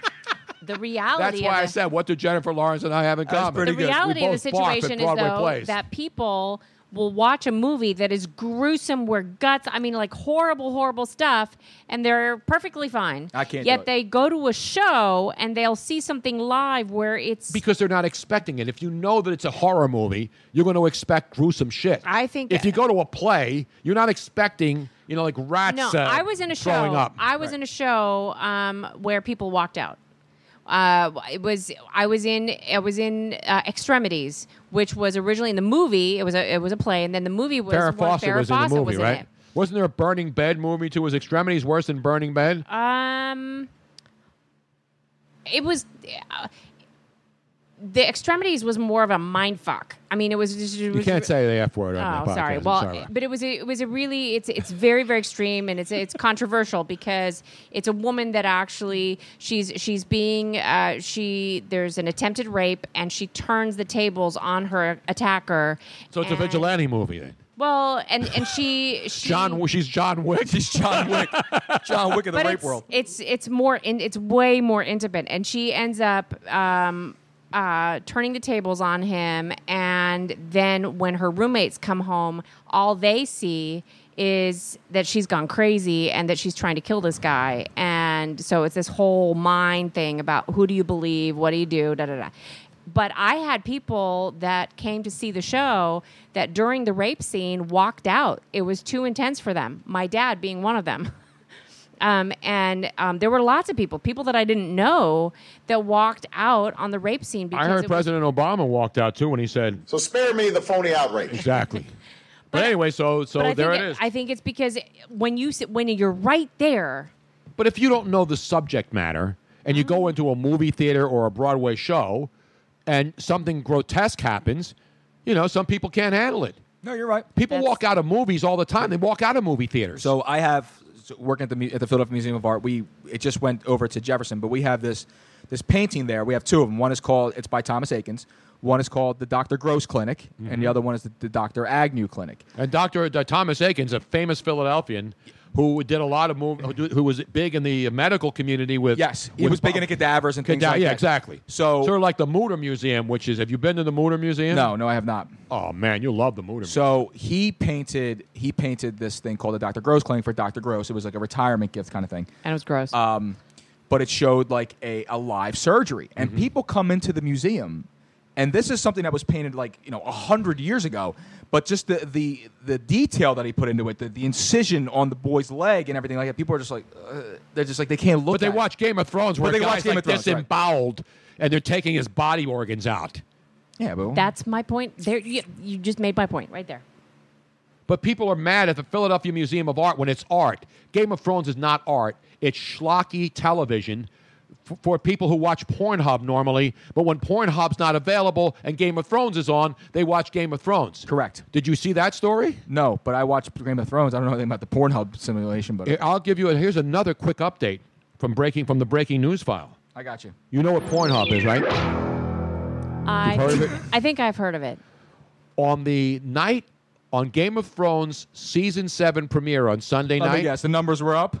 Speaker 12: the reality
Speaker 11: That's
Speaker 12: of
Speaker 11: why I
Speaker 12: it-
Speaker 11: said, what do Jennifer Lawrence and I have in common?
Speaker 12: the reality of the situation is though that people will watch a movie that is gruesome where guts i mean like horrible horrible stuff and they're perfectly fine
Speaker 11: I can't do
Speaker 12: yet
Speaker 11: it.
Speaker 12: they go to a show and they'll see something live where it's
Speaker 11: because they're not expecting it. If you know that it's a horror movie, you're going to expect gruesome shit.
Speaker 12: I think-
Speaker 11: if you go to a play, you're not expecting, you know, like rats.
Speaker 12: no
Speaker 11: uh,
Speaker 12: i was in a show
Speaker 11: throwing Up.
Speaker 12: i was in a show um, where people walked out uh, it was I was in I was in uh, Extremities, which was originally in the movie. It was a it was a play, and then the movie was
Speaker 11: Farrah
Speaker 12: one
Speaker 11: Fawcett
Speaker 12: Farrah
Speaker 11: was in the
Speaker 12: Fawcett
Speaker 11: movie,
Speaker 12: was
Speaker 11: right?
Speaker 12: it.
Speaker 11: Wasn't there a Burning Bed movie too? Was Extremities worse than Burning Bed?
Speaker 12: Um, it was uh, the extremities was more of a mind fuck. I mean, it was just it
Speaker 11: You
Speaker 12: was-
Speaker 11: can't say the F word on
Speaker 12: Oh,
Speaker 11: the podcast.
Speaker 12: sorry.
Speaker 11: I'm
Speaker 12: Well, but it was a, it was a really it's it's very very extreme and it's it's controversial because it's a woman that actually she's she's being uh, she there's an attempted rape and she turns the tables on her attacker.
Speaker 11: So it's a
Speaker 12: and-
Speaker 11: vigilante movie then.
Speaker 12: Well, and and she, she
Speaker 11: John, she's John Wick. She's
Speaker 13: John Wick. John Wick of the
Speaker 12: but
Speaker 13: rape
Speaker 12: it's,
Speaker 13: world.
Speaker 12: It's it's more in, it's way more intimate, and she ends up um, uh, turning the tables on him. And then when her roommates come home, all they see is that she's gone crazy and that she's trying to kill this guy. And so it's this whole mind thing about who do you believe, what do you do, da da da. But I had people that came to see the show that during the rape scene walked out. It was too intense for them. My dad being one of them. Um, and um, there were lots of people, people that I didn't know, that walked out on the rape scene because
Speaker 11: I
Speaker 12: it
Speaker 11: heard
Speaker 12: was-
Speaker 11: President Obama walked out too when he said. So spare me the phony outrage. Exactly. but, anyway, so
Speaker 12: But
Speaker 11: so
Speaker 12: I
Speaker 11: there
Speaker 12: think
Speaker 11: it is.
Speaker 12: I think it's because when you sit, when you're right there,
Speaker 11: But if you don't know the subject matter and you go into a movie theater or a Broadway show and something grotesque happens, you know, some people can't handle it.
Speaker 13: No, you're right.
Speaker 11: People walk out of movies all the time. They walk out of movie theaters.
Speaker 13: So I have so working at the mu- at the Philadelphia Museum of Art. We it just went over to Jefferson, but we have this this painting there. We have two of them. One is called it's by Thomas Akins. One is called the Dr. Gross Clinic, and the other one is the, the Dr. Agnew Clinic.
Speaker 11: And Dr. D- Thomas Akins, a famous Philadelphian who did a lot of movies, who, do- who was big in the medical community with. Yes,
Speaker 13: He was big into cadavers and things like
Speaker 11: yeah,
Speaker 13: that.
Speaker 11: exactly. So, sort of like the Mutter Museum, which is. Have you been to the Mutter Museum?
Speaker 13: No, no, I have not.
Speaker 11: Oh man, you love the Mutter.
Speaker 13: So he painted he painted this thing called the Dr. Gross Clinic for Dr. Gross. It was like a retirement gift kind of thing.
Speaker 12: and it was gross.
Speaker 13: Um, but it showed like a, a live surgery, and
Speaker 11: Mm-hmm.
Speaker 13: people come into the museum, and this is something that was painted like you know a hundred years ago. But just the, the the detail that he put into it, the, the incision on the boy's leg and everything like that, people are just like uh, they're just like they can't look.
Speaker 11: But they
Speaker 13: at it.
Speaker 11: watch Game of Thrones
Speaker 13: But
Speaker 11: where
Speaker 13: they
Speaker 11: a guy's
Speaker 13: watch Game
Speaker 11: like
Speaker 13: of Thrones, right.
Speaker 11: disemboweled and they're taking his body organs out.
Speaker 13: Yeah, but
Speaker 12: That's my point. There, you, you just made my point right there.
Speaker 11: But people are mad at the Philadelphia Museum of Art when it's art. Game of Thrones is not art. It's schlocky television f- for people who watch Pornhub normally. But when Pornhub's not available and Game of Thrones is on, they watch Game of Thrones.
Speaker 13: Correct.
Speaker 11: Did you see that story?
Speaker 13: No, but I watched Game of Thrones. I don't know anything about the Pornhub simulation, but
Speaker 11: Here, I'll give you. A, here's another quick update from breaking from the breaking news file.
Speaker 13: I got you.
Speaker 11: You know what Pornhub is, right?
Speaker 12: I
Speaker 11: heard of
Speaker 12: think, I think I've heard of it.
Speaker 11: on the night on Game of Thrones season seven premiere on Sunday
Speaker 13: Let me
Speaker 11: night.
Speaker 13: guess, the numbers were up.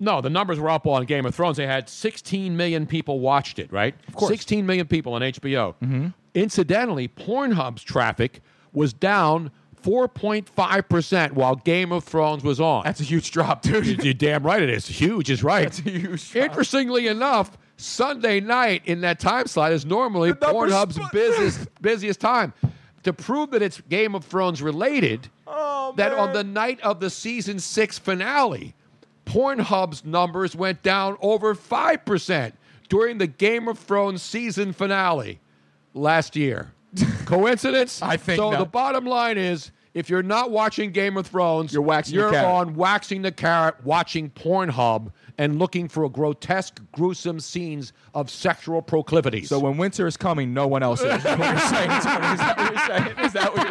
Speaker 11: No, the numbers were up on Game of Thrones. They had 16 million people watched it, right? Of course. 16 million people on HBO.
Speaker 13: Mm-hmm.
Speaker 11: Incidentally, Pornhub's traffic was down 4.5% while Game of Thrones was on. That's
Speaker 13: a huge drop, dude.
Speaker 11: You're, damn right it is. Huge is right. That's a
Speaker 13: huge
Speaker 11: Interestingly enough, Sunday night in that time slot is normally
Speaker 13: numbers
Speaker 11: Pornhub's busiest, busiest time. To prove that it's Game of Thrones related,
Speaker 13: Oh,
Speaker 11: that on the night of the season six finale, Pornhub's numbers went down over 5% during the Game of Thrones season finale last year. Coincidence? I
Speaker 13: think
Speaker 11: so.
Speaker 13: not.
Speaker 11: The bottom line is if you're not watching Game of Thrones, you're
Speaker 13: waxing the
Speaker 11: you're
Speaker 13: carrot.
Speaker 11: on waxing the carrot, watching Pornhub and looking for grotesque, gruesome scenes of sexual proclivities.
Speaker 13: So when winter is coming, no one else is. Is that what you're saying? Is that what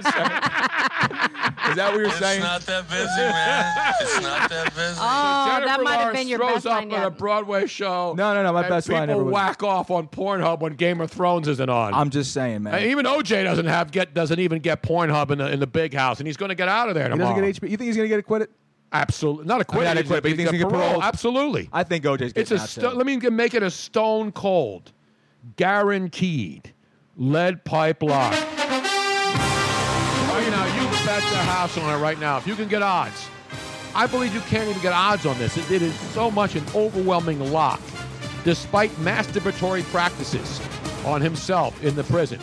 Speaker 13: you're saying?
Speaker 5: It's not that busy, man. It's not that busy.
Speaker 12: Oh,
Speaker 11: Jennifer
Speaker 12: that might have
Speaker 11: Lawrence
Speaker 12: been your
Speaker 11: throws
Speaker 12: best
Speaker 11: up
Speaker 12: line
Speaker 11: on
Speaker 12: yet.
Speaker 11: a Broadway show.
Speaker 13: No, no, no, my
Speaker 11: and
Speaker 13: best line
Speaker 11: people
Speaker 13: ever was-
Speaker 11: whack off on Pornhub when Game of Thrones isn't on.
Speaker 13: I'm just saying, man.
Speaker 11: And even OJ doesn't have get doesn't even get Pornhub in the in the big house, and he's going to get out of there
Speaker 13: He doesn't
Speaker 11: tomorrow.
Speaker 13: get HBO. You think he's going to get acquitted?
Speaker 11: Absolutely, not
Speaker 13: I mean,
Speaker 11: acquitted.
Speaker 13: not acquitted, but you think he can get paroled?
Speaker 11: Absolutely.
Speaker 13: I think OJ's
Speaker 11: It's
Speaker 13: getting
Speaker 11: a
Speaker 13: out
Speaker 11: sto-
Speaker 13: too.
Speaker 11: let me g- make it a stone cold, guaranteed, lead pipe lock. Right now, you bet your house on it right now. If you can get odds, I believe you can't even get odds on this. It- it is so much an overwhelming lock, despite masturbatory practices on himself in the prison.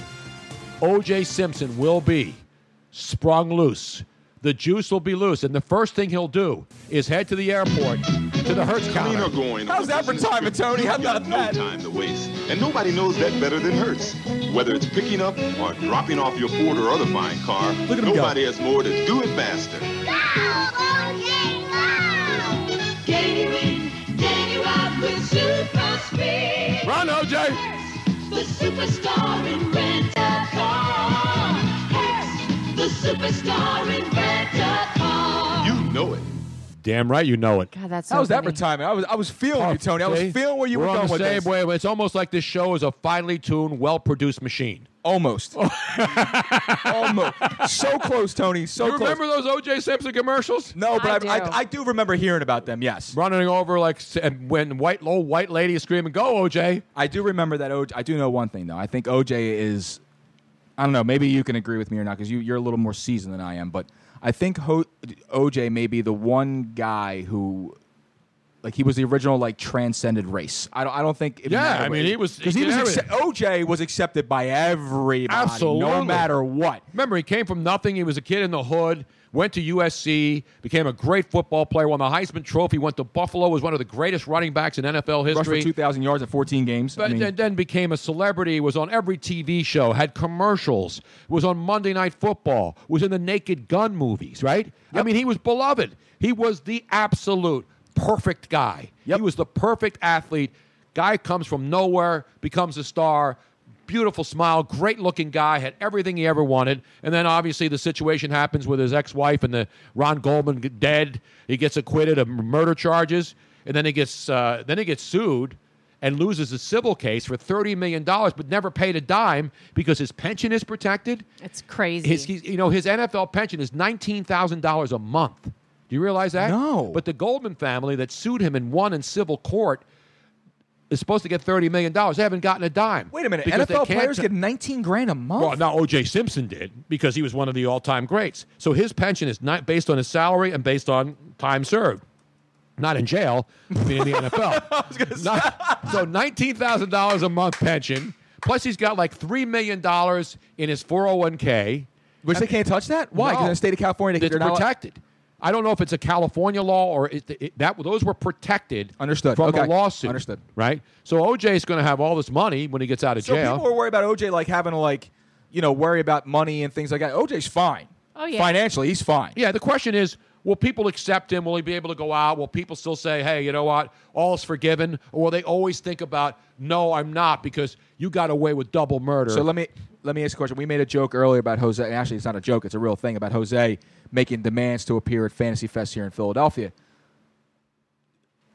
Speaker 11: O.J. Simpson will be sprung loose. The juice will be loose, and the first thing he'll do is head to the airport to the Hertz counter.
Speaker 13: How's that for time, Tony? How about that?
Speaker 3: time to waste. And nobody knows that better than Hertz. Whether it's picking up or dropping off your Ford or other fine car, nobody has more to do it faster.
Speaker 11: Run, OJ!
Speaker 4: The superstar in rent a car. Hertz, the superstar in rent a car.
Speaker 3: You know it.
Speaker 11: Damn right, you know it.
Speaker 12: God, that's
Speaker 13: How was that for timing? I was I was feeling you, Tony. I was feeling where you were,
Speaker 11: are
Speaker 13: going
Speaker 11: on the
Speaker 13: with
Speaker 11: same
Speaker 13: this.
Speaker 11: way, but It's almost like this show is a finely tuned, well-produced machine.
Speaker 13: Almost. Almost. So close, Tony. So
Speaker 11: You
Speaker 13: close.
Speaker 11: remember those O.J. Simpson commercials?
Speaker 13: No, but I I, I, do remember hearing about them. Yes.
Speaker 11: Running over like s- and when white old white lady is screaming, "Go, OJ!"
Speaker 13: I do remember that. OJ, I do know one thing though. I think OJ is. I don't know. Maybe you can agree with me or not because you, you're a little more seasoned than I am. But I think Ho- OJ may be the one guy who, like, he was the original like transcended race. I don't. I don't think. It
Speaker 11: Yeah,
Speaker 13: mattered
Speaker 11: I
Speaker 13: what-
Speaker 11: mean, he was-
Speaker 13: because
Speaker 11: he
Speaker 13: he, was
Speaker 11: did
Speaker 13: acce- OJ was accepted by everybody, no
Speaker 11: Absolutely.
Speaker 13: matter what.
Speaker 11: Remember, he came from nothing. He was a kid in the hood, went to USC, became a great football player, won the Heisman Trophy, went to Buffalo, was one of the greatest running backs in NFL
Speaker 13: Rushed for
Speaker 11: history.
Speaker 13: two thousand yards at fourteen games. I
Speaker 11: But
Speaker 13: mean-
Speaker 11: then, then became a celebrity, was on every TV show, had commercials, was on Monday Night Football, was in the Naked Gun movies, right? I mean, he was beloved. He was the absolute perfect guy. He was the perfect athlete. Guy comes from nowhere, becomes a star, beautiful smile, great looking guy, had everything he ever wanted. And then obviously the situation happens with his ex wife and the Ron Goldman g- dead. He gets acquitted of murder charges, and then he gets uh, then he gets sued and loses a civil case for thirty million dollars, but never paid a dime because his pension is protected.
Speaker 12: It's crazy.
Speaker 11: His, he's- you know, his NFL pension is nineteen thousand dollars a month. Do you realize that? No. But the Goldman family that sued him and won in civil court is supposed to get thirty million dollars. They haven't gotten a dime.
Speaker 13: Wait a minute.
Speaker 11: Because they
Speaker 13: NFL
Speaker 11: can't
Speaker 13: players
Speaker 11: t-
Speaker 13: get nineteen grand a month.
Speaker 11: well, now O.J. Simpson did because he was one of the all-time greats. So his pension is not based on his salary and based on time served, not in jail, I mean, in the NFL. Not- so nineteen thousand dollars a month pension, plus he's got like three million dollars in his four hundred one k,
Speaker 13: which they can't touch that. Why? 'Cause in the state of California, they-
Speaker 11: it's
Speaker 13: they're not-
Speaker 11: protected. I don't know if it's a California law or it, it- that those were protected.
Speaker 13: Understood.
Speaker 11: from
Speaker 13: Okay.
Speaker 11: a lawsuit.
Speaker 13: Understood.
Speaker 11: Right. So O.J. is going to have all this money when he gets out of
Speaker 13: So
Speaker 11: jail.
Speaker 13: people are worried about OJ like having to like, you know, worry about money and things like that. OJ's fine.
Speaker 12: Oh, yeah.
Speaker 13: Financially, he's fine.
Speaker 11: Yeah, the question is, will people accept him? Will he be able to go out? Will people still say, hey, you know what? All's forgiven? Or will they always think about, no, I'm not because you got away with double murder?
Speaker 13: So let me let me ask you a question. We made a joke earlier about Jose, and actually it's not a joke, it's a real thing about Jose making demands to appear at Fantasy Fest here in Philadelphia.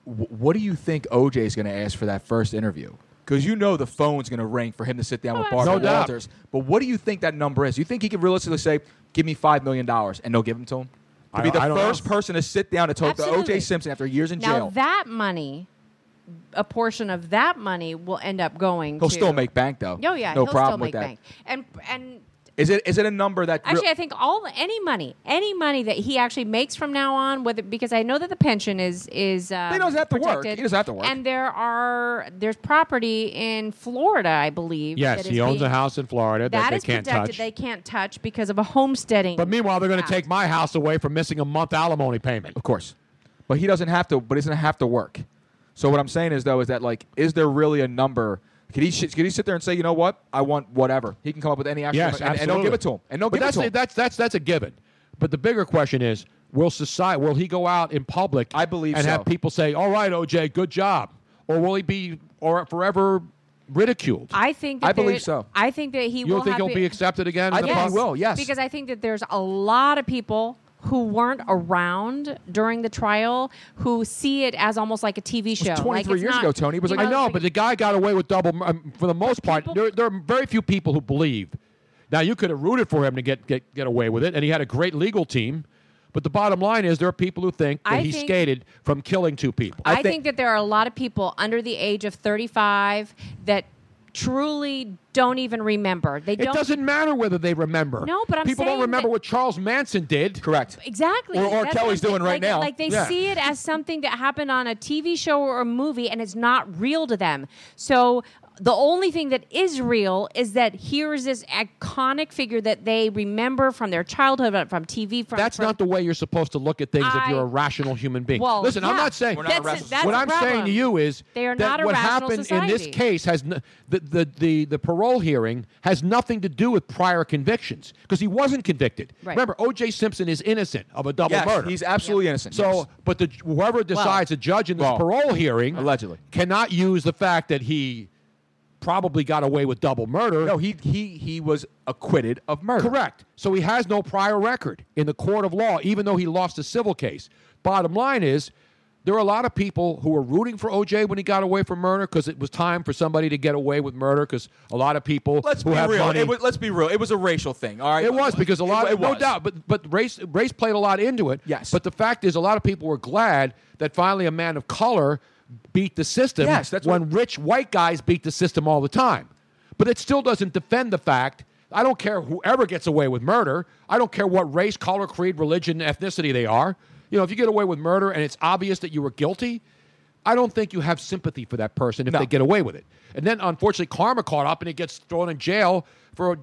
Speaker 13: Wh- what do you think OJ is going to ask for that first interview? Because you know the phone's going to ring for him to sit
Speaker 12: Oh,
Speaker 13: down with Barbara
Speaker 11: absolutely. No doubt.
Speaker 13: Walters. But what do you think that number is? You think he could realistically say, "Give me five million dollars," and they'll give him to him? To
Speaker 11: I-
Speaker 13: be the
Speaker 11: I don't know.
Speaker 13: first person to sit down to talk to
Speaker 12: Absolutely.
Speaker 13: OJ Simpson after years in
Speaker 12: Now
Speaker 13: jail.
Speaker 12: that money, a portion of that money will end up going.
Speaker 13: He'll
Speaker 12: to-
Speaker 13: still make bank though.
Speaker 12: Oh yeah,
Speaker 13: no
Speaker 12: he'll
Speaker 13: problem
Speaker 12: still make
Speaker 13: with that.
Speaker 12: bank. And and
Speaker 13: Is it is it a number that
Speaker 12: actually, I think all any money, any money that he actually makes from now on, whether because I know that the pension is is uh,
Speaker 13: He doesn't have to work.
Speaker 12: protected.
Speaker 13: He doesn't have to work.
Speaker 12: And there are there's property in Florida, I believe.
Speaker 11: yes,
Speaker 12: that
Speaker 11: he
Speaker 12: is
Speaker 11: owns
Speaker 12: being-
Speaker 11: a house in Florida that,
Speaker 12: that
Speaker 11: they
Speaker 12: is
Speaker 11: can't
Speaker 12: protected.
Speaker 11: touch.
Speaker 12: They can't touch because of a homesteading.
Speaker 11: but meanwhile, they're going to take my house away for missing a month alimony payment.
Speaker 13: Of course. But he doesn't have to. But he doesn't have to work. So what I'm saying is though is that like is there really a number? Could he sh- could he sit there and say you know what I want whatever? He can come up with any actual
Speaker 11: Yes,
Speaker 13: and, and
Speaker 11: absolutely.
Speaker 13: they'll give it to him and they'll
Speaker 11: But
Speaker 13: give it
Speaker 11: that's
Speaker 13: to
Speaker 11: a,
Speaker 13: him.
Speaker 11: That's, that's, that's a given. But the bigger question is, will society, will he go out in public I believe and
Speaker 13: so.
Speaker 11: have people say, all right, OJ, good job? Or will he be or forever ridiculed?
Speaker 12: I think. That
Speaker 11: I believe
Speaker 12: there-
Speaker 11: so.
Speaker 12: I think that he
Speaker 11: You
Speaker 12: will.
Speaker 11: don't think
Speaker 12: have
Speaker 11: he'll be accepted again? I in the think he pos- will, yes.
Speaker 12: Because I think that there's a lot of people who weren't around during the trial who see it as almost like a TV show. Like, it's not- you
Speaker 11: I know, but the guy got away with double. mur- Um, for the most part, there, there are very few people who believe. Now you could have rooted for him to get, get get away with it, and he had a great legal team. But the bottom line is there are people who think that
Speaker 12: I
Speaker 11: he
Speaker 12: think-
Speaker 11: skated from killing two people.
Speaker 12: I, think, that there are a lot of people under the age of 35 that truly don't even remember. They
Speaker 11: it
Speaker 12: don't
Speaker 11: doesn't matter whether they remember.
Speaker 12: No, but I'm
Speaker 11: people
Speaker 12: saying
Speaker 11: don't remember what Charles Manson did.
Speaker 13: Correct.
Speaker 12: Exactly.
Speaker 11: Or- or
Speaker 12: That's what
Speaker 11: Kelly's
Speaker 12: I'm
Speaker 11: doing
Speaker 12: saying.
Speaker 11: right
Speaker 12: Like-
Speaker 11: now.
Speaker 12: Like they
Speaker 11: Yeah.
Speaker 12: see it as something that happened on a TV show or a movie and it's not real to them. So the only thing that is real is that here is this iconic figure that they remember from their childhood, from TV, from
Speaker 11: That's not the way you're supposed to look at things if you're a rational human being.
Speaker 12: Well,
Speaker 11: Listen, I'm
Speaker 12: yeah.
Speaker 11: not saying
Speaker 12: We're not a That's a- rational that's
Speaker 11: what
Speaker 12: a
Speaker 11: I'm saying to
Speaker 12: problem.
Speaker 11: you is
Speaker 12: They are
Speaker 11: that
Speaker 12: not a
Speaker 11: what
Speaker 12: rational
Speaker 11: happened in this
Speaker 12: society.
Speaker 11: case has n- the, the the the parole hearing has nothing to do with prior convictions because he wasn't convicted.
Speaker 13: Right.
Speaker 11: Remember, O.J. Simpson is innocent of a double
Speaker 13: Yes,
Speaker 11: murder.
Speaker 13: he's absolutely innocent,
Speaker 11: So,
Speaker 13: yes.
Speaker 11: but the whoever decides the judge in this
Speaker 13: Well.
Speaker 11: parole hearing allegedly cannot use the fact that he probably got away with double murder. No,
Speaker 13: he he he was acquitted of murder.
Speaker 11: Correct. So he has no prior record in the court of law, even though he lost a civil case. Bottom line is, there are a lot of people who were rooting for OJ when he got away from murder because it was time for somebody to get away with murder because a lot of people
Speaker 13: Let's
Speaker 11: who
Speaker 13: be
Speaker 11: have
Speaker 13: real.
Speaker 11: money.
Speaker 13: It was, let's be real. It was a racial thing. All right.
Speaker 11: It was because a lot,
Speaker 13: It, it
Speaker 11: no
Speaker 13: was.
Speaker 11: doubt, but but race race played a lot into it. Yes. But the fact is, a lot of people were glad that finally a man of color beat the system.
Speaker 13: Yes, that's
Speaker 11: when rich white guys beat the system all the time. But it still doesn't defend the fact. I don't care whoever gets away with murder. I don't care what race, color, creed, religion, ethnicity they are. You know, if you get away with murder and it's obvious that you were guilty, I don't think you have sympathy for that person if they get away with it. And then, unfortunately, karma caught up and he gets thrown in jail for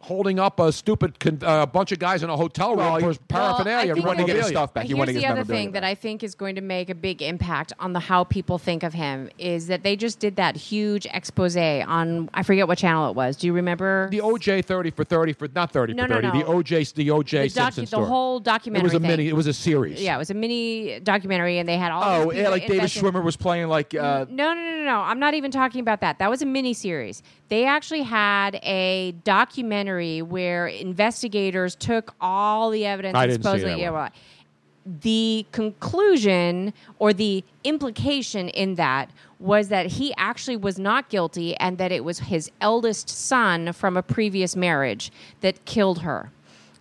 Speaker 11: holding up a stupid con- uh, bunch of guys in a hotel room
Speaker 13: Well,
Speaker 11: for
Speaker 13: he-
Speaker 11: his
Speaker 13: Well,
Speaker 11: paraphernalia.
Speaker 13: I think
Speaker 11: and
Speaker 13: He wanted to get his
Speaker 11: memorabilia.
Speaker 13: stuff back. He
Speaker 12: Here's
Speaker 13: wanted his
Speaker 12: the other
Speaker 13: memorabilia
Speaker 12: thing that I think is going to make a big impact on the how people think of him is that they just did that huge expose on I forget what channel it was. Do you remember?
Speaker 11: The OJ thirty for thirty for not thirty
Speaker 12: No,
Speaker 11: for
Speaker 12: no,
Speaker 11: thirty.
Speaker 12: no.
Speaker 11: The OJ the OJ
Speaker 12: the, docu-
Speaker 11: Simpson
Speaker 12: the
Speaker 11: story.
Speaker 12: whole
Speaker 11: It
Speaker 12: documentary.
Speaker 11: was a
Speaker 12: thing.
Speaker 11: mini. It was a series.
Speaker 12: Yeah, it was a mini documentary, and they had all.
Speaker 13: Oh,
Speaker 12: these
Speaker 13: yeah,
Speaker 12: people
Speaker 13: like David
Speaker 12: invested- Mm-hmm.
Speaker 13: Schwimmer was playing like uh,
Speaker 12: No, no, no, no, no. I'm not even talking about that. That was a mini series. They actually had a documentary where investigators took all the evidence.
Speaker 6: I
Speaker 12: and
Speaker 6: didn't see
Speaker 12: supposedly,
Speaker 6: that
Speaker 12: yeah,
Speaker 6: one.
Speaker 12: well, the conclusion or the implication in that was that he actually was not guilty and that it was his eldest son from a previous marriage that killed her.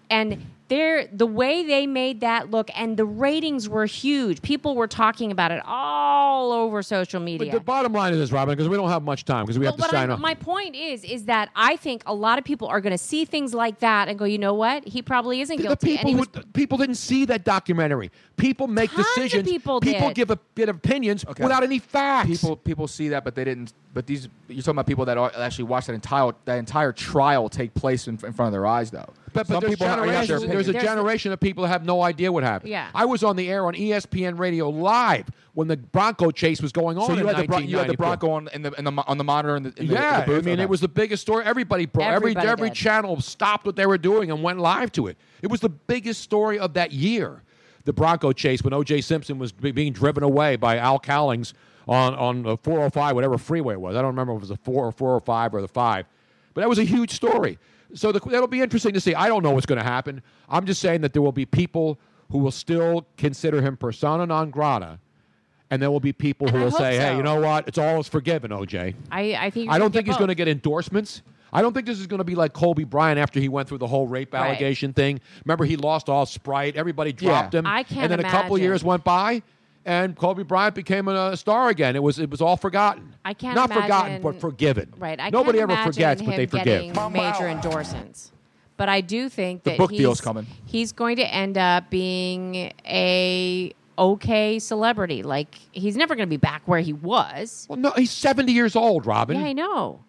Speaker 12: And there the way they made that look and the ratings were huge. People were talking about it all over social media.
Speaker 11: But the bottom line is this, Robin, because we don't have much time because we have to
Speaker 12: But
Speaker 11: sign
Speaker 12: I'm-
Speaker 11: off.
Speaker 12: my point is, is that I think a lot of people are going to see things like that and go, you know what? He probably isn't
Speaker 11: The-
Speaker 12: guilty.
Speaker 11: The people,
Speaker 12: and he
Speaker 11: who-
Speaker 12: was
Speaker 11: the people didn't see that documentary. People make
Speaker 12: Tons of
Speaker 11: decisions.
Speaker 12: people did.
Speaker 11: give a bit of opinions without any facts.
Speaker 13: People people see that, but they didn't. But these you're talking about people that are, actually watched that entire that entire trial take place in, in front of their eyes, though.
Speaker 11: But, but
Speaker 13: Some
Speaker 11: there's,
Speaker 13: people have-
Speaker 11: generations-
Speaker 13: their opinion.
Speaker 11: there's a generation of people that have no idea what happened.
Speaker 13: Yeah.
Speaker 11: I was on the air on E ESPN Radio live when the Bronco chase was going on.
Speaker 13: So you
Speaker 11: in
Speaker 13: had, the Bron- you had
Speaker 11: 1994.
Speaker 13: the Bronco on in the, in the mo- on the monitor in the, in the- in
Speaker 11: yeah,
Speaker 13: the booth.
Speaker 11: I mean,
Speaker 13: Okay.
Speaker 11: it was the biggest story. Everybody, bro, every
Speaker 13: Everybody
Speaker 11: every
Speaker 13: did.
Speaker 11: channel stopped what they were doing and went live to it. It was the biggest story of that year. The Bronco chase when O.J. Simpson was be- being driven away by Al Cowlings on on the 405, whatever freeway it was. I don't remember if it was the four or 405 or the five, but that was a huge story. So the, that'll be interesting to see. I don't know what's going to happen. I'm just saying that there will be people who will still consider him persona non grata, and there will be people who
Speaker 12: I
Speaker 11: will
Speaker 12: hope
Speaker 11: say, "Hey,
Speaker 12: so.
Speaker 11: you know what? It's all is forgiven, O.J."
Speaker 12: I, I think.
Speaker 11: I don't think he's going to get endorsements. I don't think this is going to be like Kobe Bryant after he went through the whole rape
Speaker 12: Right.
Speaker 11: allegation thing. Remember, he lost all Sprite. Everybody
Speaker 12: Yeah.
Speaker 11: dropped him.
Speaker 12: I can't
Speaker 11: And then a couple
Speaker 12: imagine.
Speaker 11: years went by, and Kobe Bryant became a star again. It was it was all forgotten.
Speaker 12: I can't
Speaker 11: not
Speaker 12: imagine,
Speaker 11: forgotten, but forgiven.
Speaker 12: Right. I
Speaker 11: Nobody
Speaker 12: can't
Speaker 11: ever
Speaker 12: imagine
Speaker 11: forgets,
Speaker 12: him
Speaker 11: but they
Speaker 12: getting
Speaker 11: forgive.
Speaker 12: Major endorsements. But I do think
Speaker 11: The
Speaker 12: that
Speaker 11: book
Speaker 12: he's,
Speaker 11: deal's coming.
Speaker 12: He's going to end up being a okay celebrity. Like he's never going to be back where he was.
Speaker 11: Well, no, he's seventy years old, Robin.
Speaker 12: Yeah, I know.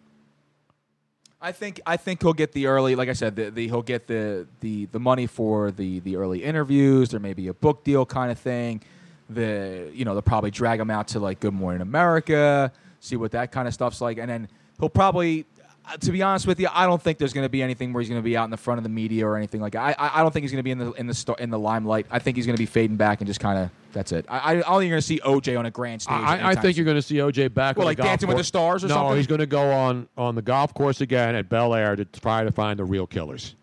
Speaker 13: I think I think he'll get the early, like I said, the, the he'll get the, the the money for the the early interviews. There may be a book deal kind of thing. The you know they'll probably drag him out to like Good Morning America, see what that kind of stuff's like, and then he'll probably. uh, To be honest with you, I don't think there's going to be anything where he's going to be out in the front of the media or anything like that. I, I, I don't think he's going to be in the in the star, in the limelight. I think he's going to be fading back and just kind of that's it. I, I, I don't think you're going to see OJ on a grand stage.
Speaker 11: I, I
Speaker 13: anytime
Speaker 11: think you're going to see OJ back.
Speaker 13: Well,
Speaker 11: on
Speaker 13: like
Speaker 11: the golf
Speaker 13: Dancing with the
Speaker 11: course.
Speaker 13: Stars or
Speaker 11: no,
Speaker 13: something?
Speaker 11: he's going to go on on the golf course again at Bel Air to try to find the real killers.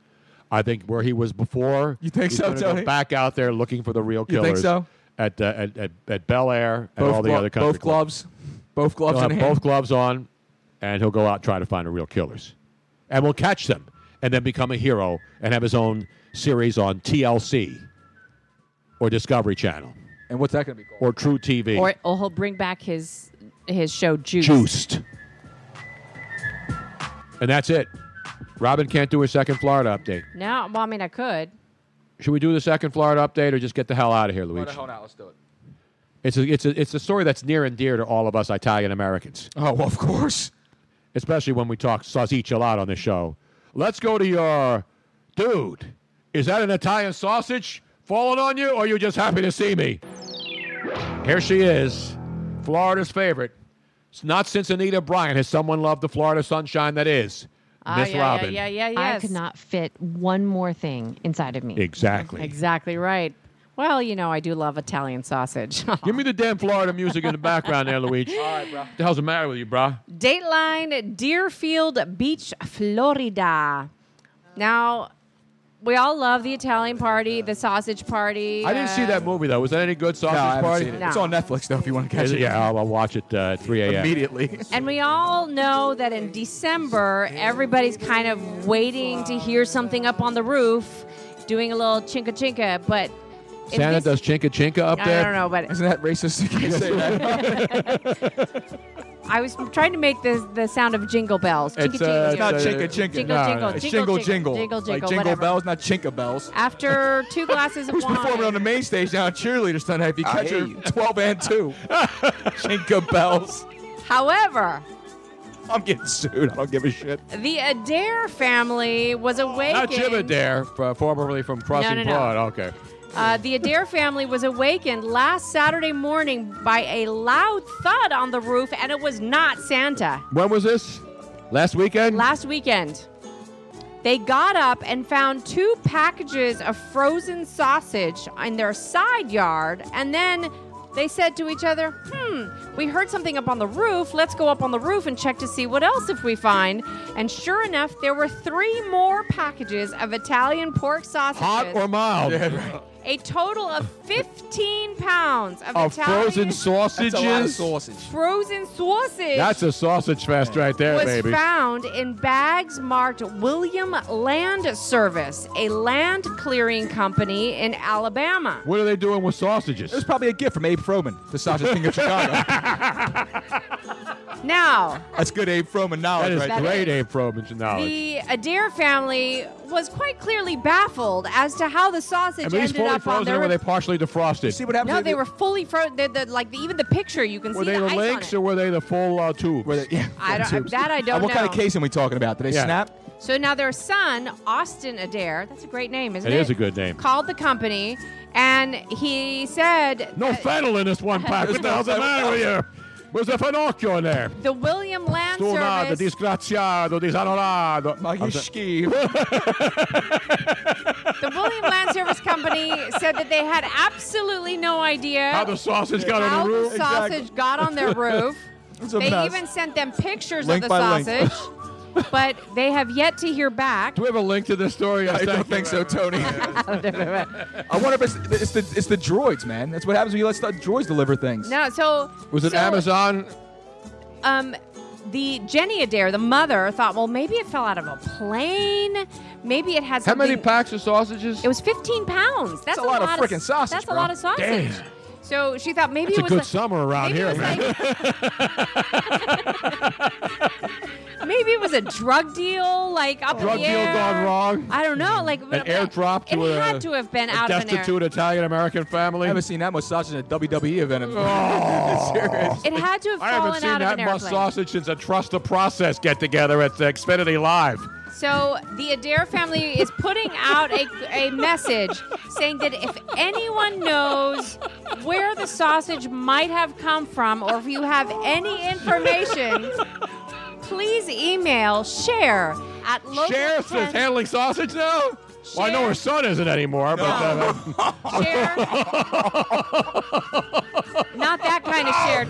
Speaker 11: I think where he was before. You
Speaker 13: think so, Tony?
Speaker 11: Go back out there looking for the real
Speaker 13: You
Speaker 11: killers.
Speaker 13: think so?
Speaker 11: At, uh, at, at, at Bel Air and
Speaker 13: Both
Speaker 11: all the
Speaker 13: glo-
Speaker 11: other country
Speaker 13: both gloves, both gloves
Speaker 11: He'll
Speaker 13: in
Speaker 11: have
Speaker 13: hand.
Speaker 11: both gloves on, and he'll go out and try to find the real killers, and we'll catch them, and then become a hero and have his own series on TLC. or Discovery Channel
Speaker 13: And what's that going to be called?
Speaker 11: or True TV.
Speaker 12: Or, or he'll bring back his his show Juice.
Speaker 11: Juiced. and that's it. Robin can't do a second Florida update.
Speaker 12: No, well, I mean, I could.
Speaker 11: Should we do the second Florida update or just get the hell out of here, Luigi?
Speaker 13: Let's do it.
Speaker 11: It's a, it's a, it's a story that's near and dear to all of us Italian Americans.
Speaker 13: Oh, well, of course.
Speaker 11: Especially when we talk sausage a lot on the show. Let's go to your dude. Is that an Italian sausage falling on you, or are you just happy to see me? Here she is, Florida's favorite. It's not since Anita Bryant has someone loved the Florida sunshine that is Miss Robin.
Speaker 12: Ah, yeah, yeah. I could not fit one more thing inside of me.
Speaker 11: Exactly.
Speaker 12: Exactly right. Well, you know, I do love Italian sausage.
Speaker 11: Give me the damn Florida music in the background there, Luigi. All right, bro. What the hell's the matter with you, bro?
Speaker 12: Dateline Deerfield Beach, Florida. Now, we all love the Italian party, the sausage party.
Speaker 11: I didn't see that movie though. Was that any good sausage
Speaker 13: No, I haven't
Speaker 11: party?
Speaker 13: seen it. It's No. on
Speaker 11: Netflix though. If you want
Speaker 13: to catch it.
Speaker 11: yeah, I'll, I'll watch it uh, at 3 a.m.
Speaker 13: Immediately.
Speaker 12: And we all know that in December, everybody's kind of waiting to hear something up on the roof, doing a little chinka chinka. But in
Speaker 11: Santa
Speaker 12: this-
Speaker 11: does chinka chinka up
Speaker 12: I
Speaker 11: there.
Speaker 12: don't know, but-
Speaker 13: Isn't that racist? You can't say that.
Speaker 12: I was trying to make the the sound of jingle bells. Chinka,
Speaker 13: It's, uh,
Speaker 12: chinka,
Speaker 13: it's not
Speaker 12: chinka.
Speaker 13: chinka chinka.
Speaker 12: Jingle,
Speaker 13: No,
Speaker 12: jingle,
Speaker 13: no, It's
Speaker 12: jingle,
Speaker 13: jingle
Speaker 12: jingle,
Speaker 13: jingle.
Speaker 12: jingle,
Speaker 13: Like
Speaker 12: jingle,
Speaker 13: jingle
Speaker 12: whatever.
Speaker 13: bells, not chinka bells.
Speaker 12: After two glasses of
Speaker 13: Who's
Speaker 12: wine.
Speaker 13: performing on the main stage now? Cheerleaders tonight. If you
Speaker 12: I
Speaker 13: catch
Speaker 12: hear
Speaker 13: her,
Speaker 12: you.
Speaker 13: twelve and two. chinka bells.
Speaker 12: However,
Speaker 13: I'm getting sued. I don't give a shit.
Speaker 12: the Adair family was
Speaker 11: Not
Speaker 12: awakened.
Speaker 11: Jim Adair, f- formerly from Crossing
Speaker 12: No, no, no.
Speaker 11: Broad. Okay.
Speaker 12: Uh, the Adair family was awakened last Saturday morning by a loud thud on the roof, and it was not Santa.
Speaker 11: When was this? Last weekend.
Speaker 12: Last weekend, they got up and found two packages of frozen sausage in their side yard, and then they said to each other, "Hmm, we heard something up on the roof. Let's go up on the roof and check to see what else if we find." And sure enough, there were three more packages of Italian pork sausages.
Speaker 11: Hot or mild?
Speaker 12: A total of 15 pounds of
Speaker 11: Of
Speaker 12: Italian
Speaker 11: frozen sausages.
Speaker 12: Frozen sausage
Speaker 11: That's a sausage fest right there,
Speaker 12: was
Speaker 11: baby.
Speaker 12: found in bags marked William Land Service, a land clearing company in Alabama.
Speaker 11: What are they doing with sausages?
Speaker 13: It was probably a gift from Abe Froman, the Sausage King of Chicago.
Speaker 12: Now,
Speaker 13: That's good Abe Froman knowledge
Speaker 11: That is
Speaker 13: right there.
Speaker 11: great Abe Froman knowledge.
Speaker 12: the Adair family was quite clearly baffled as to how the sausage
Speaker 11: And were these
Speaker 12: ended
Speaker 11: fully
Speaker 12: up on
Speaker 11: frozen
Speaker 12: their.
Speaker 11: or were they partially defrosted?
Speaker 13: See what happens?
Speaker 12: no, they were fully frozen. They're the, like even the picture you can
Speaker 11: Were
Speaker 12: see
Speaker 11: they the
Speaker 12: the ice on
Speaker 11: links
Speaker 12: it.
Speaker 11: or were they the full uh, tubes?
Speaker 12: I don't-
Speaker 13: Tubes.
Speaker 12: that I don't
Speaker 13: And what kind of
Speaker 12: know.
Speaker 13: casing we talking about? Did they
Speaker 11: Yeah.
Speaker 13: snap?
Speaker 12: So now their son, Austin Adair, that's a great name, isn't
Speaker 11: It
Speaker 12: it?
Speaker 11: is a good name.
Speaker 12: Called the company and he said
Speaker 11: No fennel in this one pack. What the hell's the matter with you? Where's the finocchio in there?
Speaker 12: the William Land
Speaker 11: Stornato,
Speaker 12: Service
Speaker 11: disgraziato, disonorato. Ma
Speaker 13: che
Speaker 12: the William Land Service Company said that they had absolutely no idea
Speaker 11: How the sausage got on the
Speaker 12: how
Speaker 11: roof.
Speaker 12: the sausage
Speaker 11: Exactly.
Speaker 12: got on their roof.
Speaker 11: It's a
Speaker 12: they
Speaker 11: mess.
Speaker 12: even sent them pictures
Speaker 11: Link
Speaker 12: of the
Speaker 11: by link.
Speaker 12: sausage, but they have yet to hear back.
Speaker 11: Do we have a link to this story? I
Speaker 13: don't think so, Tony. I wonder if it's, it's the it's the droids, man. That's what happens when you let st- droids deliver things.
Speaker 12: No, so
Speaker 11: Was it
Speaker 12: so,
Speaker 11: Amazon?
Speaker 12: um, the Jenny Adair, the mother, thought, well, maybe it fell out of a plane. Maybe it had
Speaker 11: How
Speaker 12: something.
Speaker 11: many packs of sausages?
Speaker 12: It was 15 pounds. That's,
Speaker 11: a lot of frickin' sausage,
Speaker 12: That's
Speaker 11: bro.
Speaker 12: a lot of sausage.
Speaker 11: Damn.
Speaker 12: So she thought maybe
Speaker 11: It's a
Speaker 12: it was
Speaker 11: good
Speaker 12: like,
Speaker 11: summer around
Speaker 12: maybe
Speaker 11: here,
Speaker 12: it was
Speaker 11: man.
Speaker 12: like- maybe it was a drug deal, like up
Speaker 11: Drug
Speaker 12: in the
Speaker 11: deal
Speaker 12: air.
Speaker 11: gone wrong.
Speaker 12: I don't know. Like
Speaker 11: An airdrop to
Speaker 12: it
Speaker 11: a,
Speaker 12: had to have been
Speaker 11: a
Speaker 12: out of an air.
Speaker 11: destitute Italian American family.
Speaker 13: I haven't seen that much sausage in a WWE event. in-
Speaker 11: Oh,
Speaker 13: Seriously.
Speaker 12: It had to have
Speaker 11: I haven't
Speaker 12: fallen
Speaker 11: seen
Speaker 12: out of
Speaker 11: that
Speaker 12: an
Speaker 11: much
Speaker 12: airplane.
Speaker 11: sausage since a Trust the Process get together at uh, Xfinity Live.
Speaker 12: So the Adair family is putting out a, a message saying that if anyone knows where the sausage might have come from, or if you have any information, please email share at local
Speaker 11: Sheriff is handling sausage now? Well, I know her son isn't anymore, but. uh,
Speaker 12: Not that kind of share,